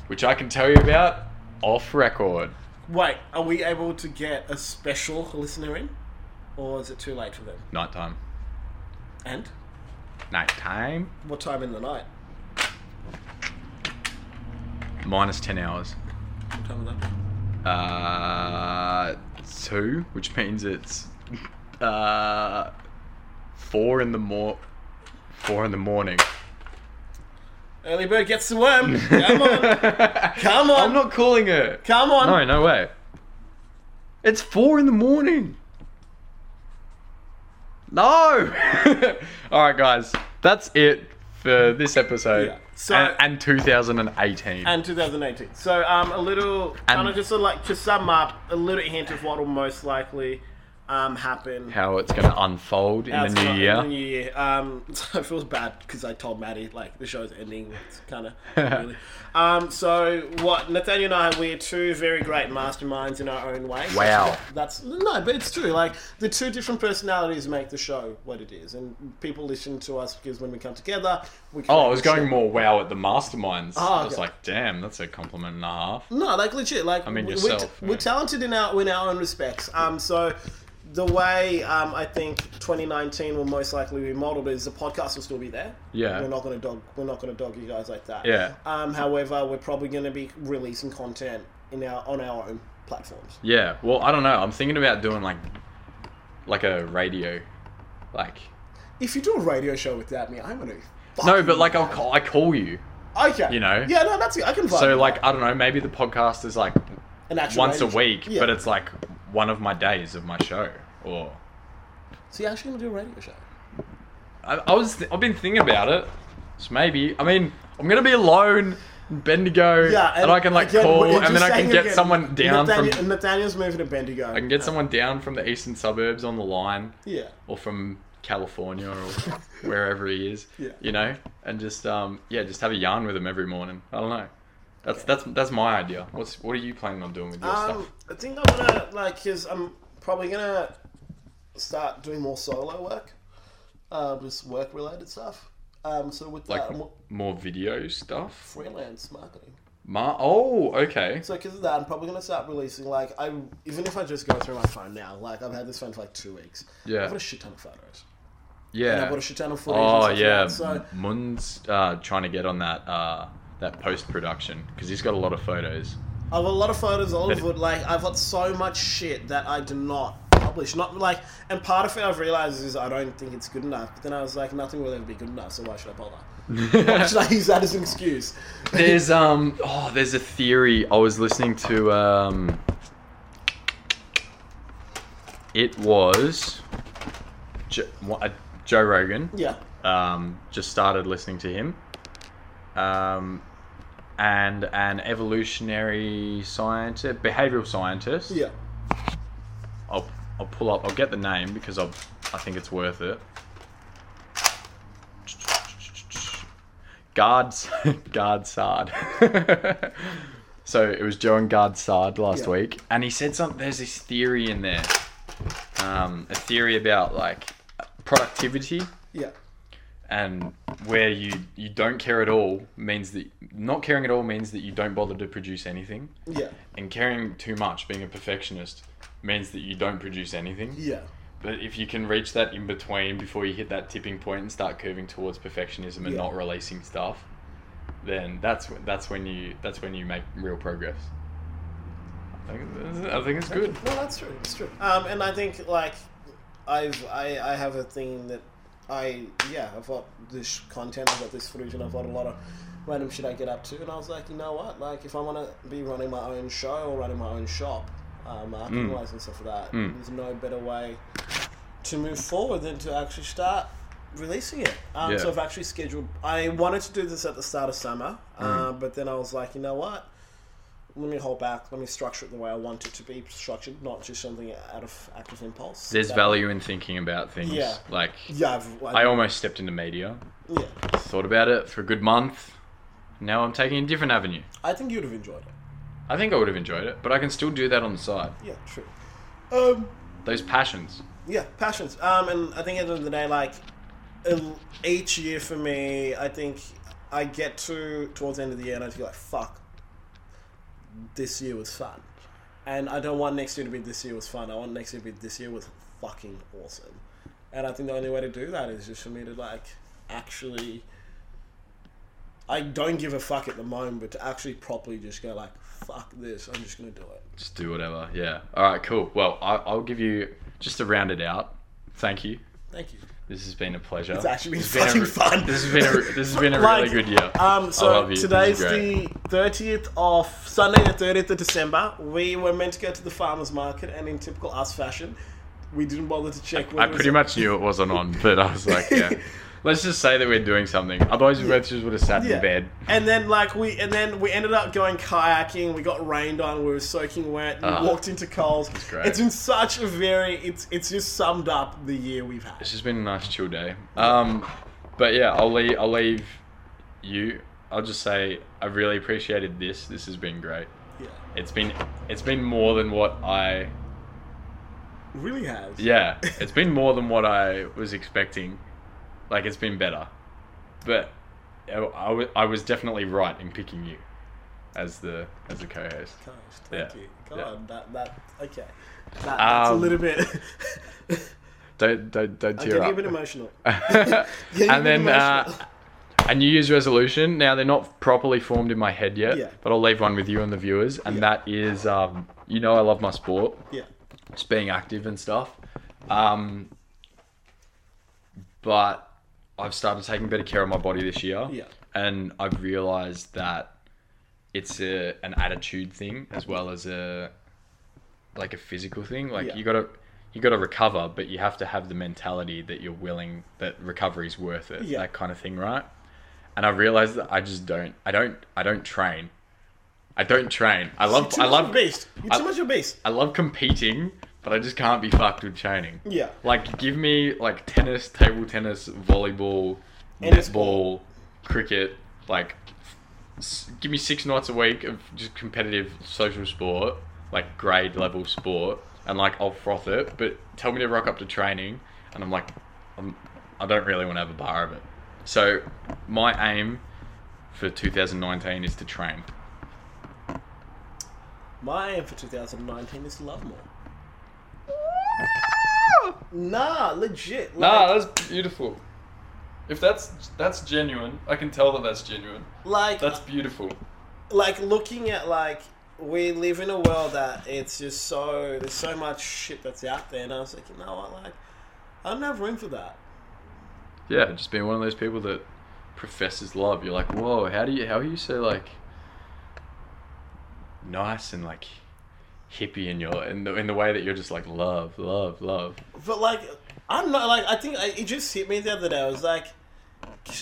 Speaker 1: Which I can tell you about off record.
Speaker 2: Wait, are we able to get a special listener in, or is it too late for them?
Speaker 1: Nighttime.
Speaker 2: And
Speaker 1: Nighttime?
Speaker 2: what time in the night?
Speaker 1: Minus 10 hours.
Speaker 2: What time is that?
Speaker 1: Uh, two, which means it's uh four in the mor four in the morning.
Speaker 2: Early bird gets the worm. Come on, come on,
Speaker 1: I'm not calling it.
Speaker 2: come on.
Speaker 1: No, no way. It's four in the morning. No. All right, guys, that's it for this episode
Speaker 2: Yeah, so-
Speaker 1: and, and 2018.
Speaker 2: and 2018. So um, a little kind of just a, like to sum up a little hint of what will most likely um, happen.
Speaker 1: how it's going to unfold in the
Speaker 2: Outside-
Speaker 1: new year.
Speaker 2: the new year. Um, so it feels bad because I told Maddie like the show's ending. It's kind of really. Um, so what Nathaniel and I we're two very great masterminds in our own way.
Speaker 1: Wow.
Speaker 2: That's no, but it's true. Like the two different personalities make the show what it is, and people listen to us because when we come together, we.
Speaker 1: Oh, I was going more wow at the masterminds. I was
Speaker 2: Oh, okay.
Speaker 1: like, damn, that's a compliment and a half.
Speaker 2: No, like legit. Like I
Speaker 1: mean,
Speaker 2: we,
Speaker 1: yourself,
Speaker 2: We're,
Speaker 1: yeah.
Speaker 2: we're talented in our in our own respects. Um, so the way um, I think 2019 will most likely be modeled is the podcast will still be there.
Speaker 1: Yeah.
Speaker 2: we're not gonna dog we're not gonna dog you guys like that.
Speaker 1: Yeah.
Speaker 2: Um, however, we're probably gonna be releasing content in our on our own platforms.
Speaker 1: Yeah. Well, I don't know. I'm thinking about doing like, like a radio, like.
Speaker 2: If you do a radio show without me, I'm gonna. be
Speaker 1: No,
Speaker 2: fucking-
Speaker 1: but like I'll call, I call you.
Speaker 2: okay,
Speaker 1: you know.
Speaker 2: Yeah, no, that's it. I can. vibe
Speaker 1: So
Speaker 2: with
Speaker 1: like
Speaker 2: that.
Speaker 1: I don't know. Maybe the podcast is like
Speaker 2: An actual
Speaker 1: once a
Speaker 2: radio show.
Speaker 1: week,
Speaker 2: Yeah.
Speaker 1: but it's like one of my days of my show. Or
Speaker 2: so you're actually gonna do a radio show.
Speaker 1: I, I was th- I've been thinking about it. So maybe I mean I'm gonna be alone. in Bendigo,
Speaker 2: Yeah,
Speaker 1: and, I can like
Speaker 2: again,
Speaker 1: call,
Speaker 2: we're
Speaker 1: and then
Speaker 2: just
Speaker 1: I can
Speaker 2: saying
Speaker 1: get
Speaker 2: again,
Speaker 1: someone down
Speaker 2: Nathaniel,
Speaker 1: from
Speaker 2: Nathaniel's moving to Bendigo.
Speaker 1: I can get someone down from the eastern suburbs on the line,
Speaker 2: Yeah.
Speaker 1: or from California or wherever he is,
Speaker 2: Yeah.
Speaker 1: you know, and just um yeah, just have a yarn with him every morning. I don't know. That's that's that's my idea. What's what are you planning on doing with your
Speaker 2: Um,
Speaker 1: stuff?
Speaker 2: I think I'm gonna like, cause I'm probably gonna start doing more solo work, uh, just work related stuff. Um, so with
Speaker 1: Like
Speaker 2: that, I'm more
Speaker 1: more video stuff.
Speaker 2: freelance marketing.
Speaker 1: Ma- oh, okay.
Speaker 2: So because of that, I'm probably gonna start releasing like I even if I just go through my phone now, like I've had this phone for like two weeks.
Speaker 1: Yeah.
Speaker 2: I've got a shit ton of photos. And I've
Speaker 1: Yeah.
Speaker 2: got a shit ton of footage. and
Speaker 1: Oh
Speaker 2: stuff like
Speaker 1: yeah.
Speaker 2: that. So
Speaker 1: Mun's uh, trying to get on that uh, that post production because he's got a lot of photos.
Speaker 2: I've got a lot of photos, a lot of wood. Like I've got so much shit that I do not publish. Not like, and part of it I've realized is I don't think it's good enough. But then I was like, nothing will ever be good enough, so why should I bother? why should I use that as an excuse?
Speaker 1: There's um oh there's a theory I was listening to um it was jo- what, uh, Joe Rogan
Speaker 2: Yeah,
Speaker 1: um just started listening to him um and an evolutionary scientist behavioral scientist
Speaker 2: yeah.
Speaker 1: I'll I'll pull up I'll get the name because I I think it's worth it Guard Guard Sard. so it was Joe and Guard Sard last
Speaker 2: Yeah.
Speaker 1: week, and he said something. There's this theory in there, um, a theory about like productivity
Speaker 2: Yeah,
Speaker 1: and where you you don't care at all means that not caring at all means that you don't bother to produce anything,
Speaker 2: yeah,
Speaker 1: and caring too much, being a perfectionist, means that you don't produce anything.
Speaker 2: yeah,
Speaker 1: But if you can reach that in between before you hit that tipping point and start curving towards perfectionism and
Speaker 2: Yeah.
Speaker 1: not releasing stuff, then that's when that's when you that's when you make real progress. I think it's, I think it's good.
Speaker 2: No, that's true. It's true. Um, and I think like I've I, I have a thing that I yeah I've got this content, I've got this footage, and I've got a lot of random shit I get up to. And I was like, you know what? Like if I want to be running my own show or running my own shop, uh,
Speaker 1: Mm.
Speaker 2: marketing wise and stuff like that, there's no better way to move forward than to actually start releasing it. Um,
Speaker 1: Yeah.
Speaker 2: So I've actually scheduled. I wanted to do this at the start of summer,
Speaker 1: Mm.
Speaker 2: uh, but then I was like, you know what? Let me hold back. Let me structure it the way I want it to be structured, not just something out of active impulse.
Speaker 1: There's
Speaker 2: That-
Speaker 1: value in thinking about things.
Speaker 2: Yeah.
Speaker 1: Like
Speaker 2: Yeah, I've,
Speaker 1: I almost stepped into media,
Speaker 2: yeah.
Speaker 1: thought about it for a good month. Now I'm taking a different avenue.
Speaker 2: I think you'd have enjoyed it.
Speaker 1: I think I would have enjoyed it, but I can still do that on the side.
Speaker 2: Yeah, true. Um,
Speaker 1: Those passions.
Speaker 2: yeah, passions. Um, and I think at the end of the day, like el- each year for me, I think I get to towards the end of the year and I feel like fuck, this year was fun, and I don't want next year to be this year was fun. I want next year to be this year was fucking awesome, and I think the only way to do that is just for me to like actually. I don't give a fuck at the moment, but to actually properly just go like, fuck this, I'm just gonna do it.
Speaker 1: Just do whatever. Yeah. All right. Cool. Well, I, I'll give you just to round it out. Thank you.
Speaker 2: Thank you.
Speaker 1: This has been a pleasure.
Speaker 2: It's actually been
Speaker 1: This has
Speaker 2: fucking
Speaker 1: a-
Speaker 2: fun.
Speaker 1: This has been a this has been a
Speaker 2: Like,
Speaker 1: really good year.
Speaker 2: Um,
Speaker 1: I
Speaker 2: so
Speaker 1: love you. This is
Speaker 2: today's
Speaker 1: great.
Speaker 2: the 30th of Sunday, the 30th of December. We were meant to go to the farmers market, and in typical us fashion, we didn't bother to check.
Speaker 1: I
Speaker 2: whether it
Speaker 1: pretty
Speaker 2: was-
Speaker 1: much knew it wasn't on, but I was like, yeah. Let's just say that we're doing something. Otherwise, we both just would have sat
Speaker 2: Yeah.
Speaker 1: in bed.
Speaker 2: And then like we and then we ended up going kayaking. We got rained on. We were soaking wet. We
Speaker 1: Ah,
Speaker 2: walked into Coles. It's
Speaker 1: great.
Speaker 2: It's in such a very. It's it's just summed up the year we've had.
Speaker 1: It's just been a nice chill day. Um, but yeah, I'll leave. I'll leave you. I'll just say I really appreciated this. This has been great.
Speaker 2: Yeah,
Speaker 1: It's been it's been more than what I
Speaker 2: really has.
Speaker 1: yeah. It's been more than what I was expecting. Like it's been better, but I, I wa- I was definitely right in picking you as the as the co-host.
Speaker 2: Gosh,
Speaker 1: Yeah.
Speaker 2: thank you.
Speaker 1: Yeah.
Speaker 2: God, that that okay. That, that's a
Speaker 1: Um,
Speaker 2: little bit.
Speaker 1: Don't don't don't
Speaker 2: I'm
Speaker 1: tear
Speaker 2: getting
Speaker 1: up.
Speaker 2: a bit emotional. Getting a
Speaker 1: and
Speaker 2: bit
Speaker 1: then uh,
Speaker 2: emotional.
Speaker 1: a New Year's resolution. Now they're not properly formed in my head yet,
Speaker 2: Yeah.
Speaker 1: but I'll leave one with you and the viewers, and that is, um, you know, I love my sport,
Speaker 2: yeah.
Speaker 1: just being active and stuff. Um, but I've started taking better care of my body this year,
Speaker 2: Yeah.
Speaker 1: and I've realised that it's a, an attitude thing as well as a like a physical thing. Like
Speaker 2: Yeah.
Speaker 1: you gotta you gotta recover, but you have to have the mentality that you're willing that recovery's worth it.
Speaker 2: Yeah.
Speaker 1: That kind of thing, right? And I realized that I just don't I don't I don't train. I don't train. I
Speaker 2: You're
Speaker 1: love
Speaker 2: too
Speaker 1: I
Speaker 2: much of
Speaker 1: love
Speaker 2: a beast. You're
Speaker 1: I-
Speaker 2: too much of a beast.
Speaker 1: I love competing, but I just can't be fucked with training.
Speaker 2: Yeah.
Speaker 1: Like give me like tennis, table tennis, volleyball,
Speaker 2: Any sport.
Speaker 1: netball, cricket, like s- give me six nights a week of just competitive social sport, like grade level sport, and like I'll froth it, but tell me to rock up to training, and I'm like, I'm, I don't really want to have a bar of it. So my aim for 2019 is to train.
Speaker 2: My aim for 2019 is to love more. Nah, legit. Like,
Speaker 1: that's beautiful. If that's that's genuine, I can tell that that's genuine.
Speaker 2: like
Speaker 1: beautiful.
Speaker 2: like looking at like we live in a world that it's just so there's so much shit that's out there, and I was like, you know what, like I don't have room for that.
Speaker 1: Yeah, just being one of those people that professes love. You're like, whoa, how do you how are you so like nice and like hippie in your in the in the way that you're just like love, love, love.
Speaker 2: But like I'm not like I think I, it just hit me the other day. I was like,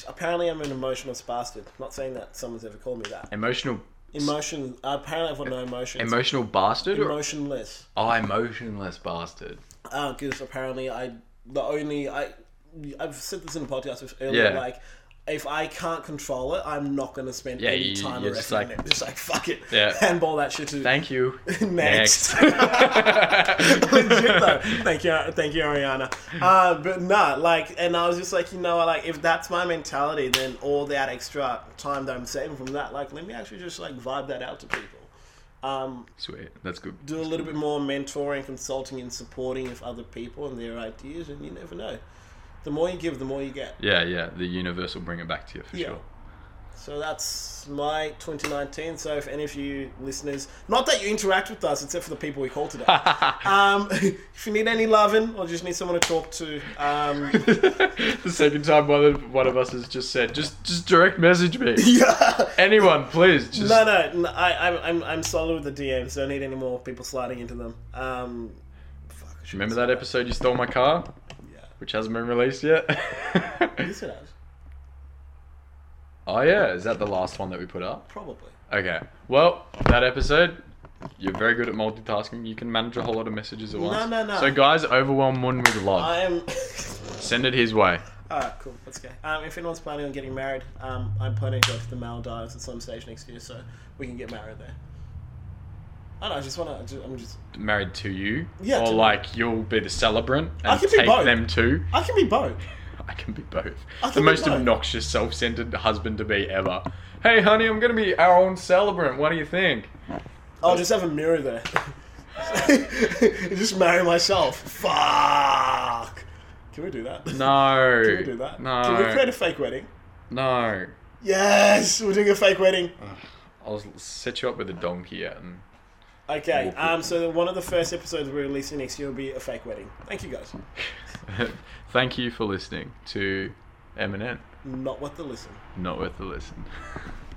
Speaker 2: apparently I'm an emotionless bastard. Not saying that someone's ever called me that.
Speaker 1: Emotional
Speaker 2: Emotion. Apparently I've got no emotions.
Speaker 1: emotional bastard or
Speaker 2: Emotionless.
Speaker 1: oh, emotionless bastard.
Speaker 2: because apparently I the only I I've said this in a podcast with- earlier
Speaker 1: Yeah.
Speaker 2: like if I can't control it I'm not going to spend
Speaker 1: Yeah,
Speaker 2: any
Speaker 1: you-
Speaker 2: time
Speaker 1: you're
Speaker 2: around
Speaker 1: just
Speaker 2: like,
Speaker 1: like-
Speaker 2: it just like fuck it
Speaker 1: Yeah.
Speaker 2: handball that shit to
Speaker 1: Thank you.
Speaker 2: Next. legit though thank you thank you Ariana uh, but nah like and I was just like you know what, like if that's my mentality then all that extra time that I'm saving from that like let me actually just like vibe that out to people um
Speaker 1: Sweet. That's good.
Speaker 2: do a little bit more mentoring, consulting, and supporting of other people and their ideas, and you never know. The more you give, the more you get.
Speaker 1: Yeah, yeah. The universe will bring it back to you for
Speaker 2: Yeah.
Speaker 1: sure.
Speaker 2: So that's my 2019. So if any of you listeners, not that you interact with us, except for the people we call today, um, if you need any loving or just need someone to talk to, um,
Speaker 1: the second time one of, one of us has just said, just just direct message me.
Speaker 2: yeah.
Speaker 1: Anyone, please. Just
Speaker 2: No, no, no I, I'm, I'm, I'm solid with the DMs. Don't need any more people sliding into them. Um, fuck, I should-
Speaker 1: Remember that episode you stole my car?
Speaker 2: Yeah.
Speaker 1: Which hasn't been released yet?
Speaker 2: Yes, it has.
Speaker 1: oh, yeah. Is that the last one that we put up?
Speaker 2: Probably.
Speaker 1: Okay. Well, that episode, you're very good at multitasking. You can manage a whole lot of messages at once.
Speaker 2: no, no.
Speaker 1: So, guys, overwhelm one with love.
Speaker 2: I am.
Speaker 1: Send it his way.
Speaker 2: Alright, cool. Let's go. Um, if anyone's planning on getting married, um, I'm planning to go to the Maldives at some stage next year, so we can get married there. I don't know. I just want to. I'm just.
Speaker 1: Married to you?
Speaker 2: Yeah,
Speaker 1: Or,
Speaker 2: to me.
Speaker 1: like, you'll be the celebrant and
Speaker 2: I can be
Speaker 1: take
Speaker 2: both.
Speaker 1: them too?
Speaker 2: I can be both.
Speaker 1: I can be both.
Speaker 2: I
Speaker 1: the
Speaker 2: can be
Speaker 1: most
Speaker 2: both.
Speaker 1: obnoxious, self centered husband to be ever. Hey, honey, I'm going to be our own celebrant. What do you think?
Speaker 2: I'll just have a mirror there. just marry myself. Fuck. Can we do that?
Speaker 1: No.
Speaker 2: Can we do that?
Speaker 1: No.
Speaker 2: Can we create a fake wedding?
Speaker 1: no.
Speaker 2: Yes, we're doing a fake wedding.
Speaker 1: I'll set you up with a donkey and
Speaker 2: Okay. Um. So one of the first episodes we're releasing next year will be a fake wedding. Thank you guys.
Speaker 1: thank you for listening to Eminem.
Speaker 2: Not worth the listen.
Speaker 1: Not worth the listen.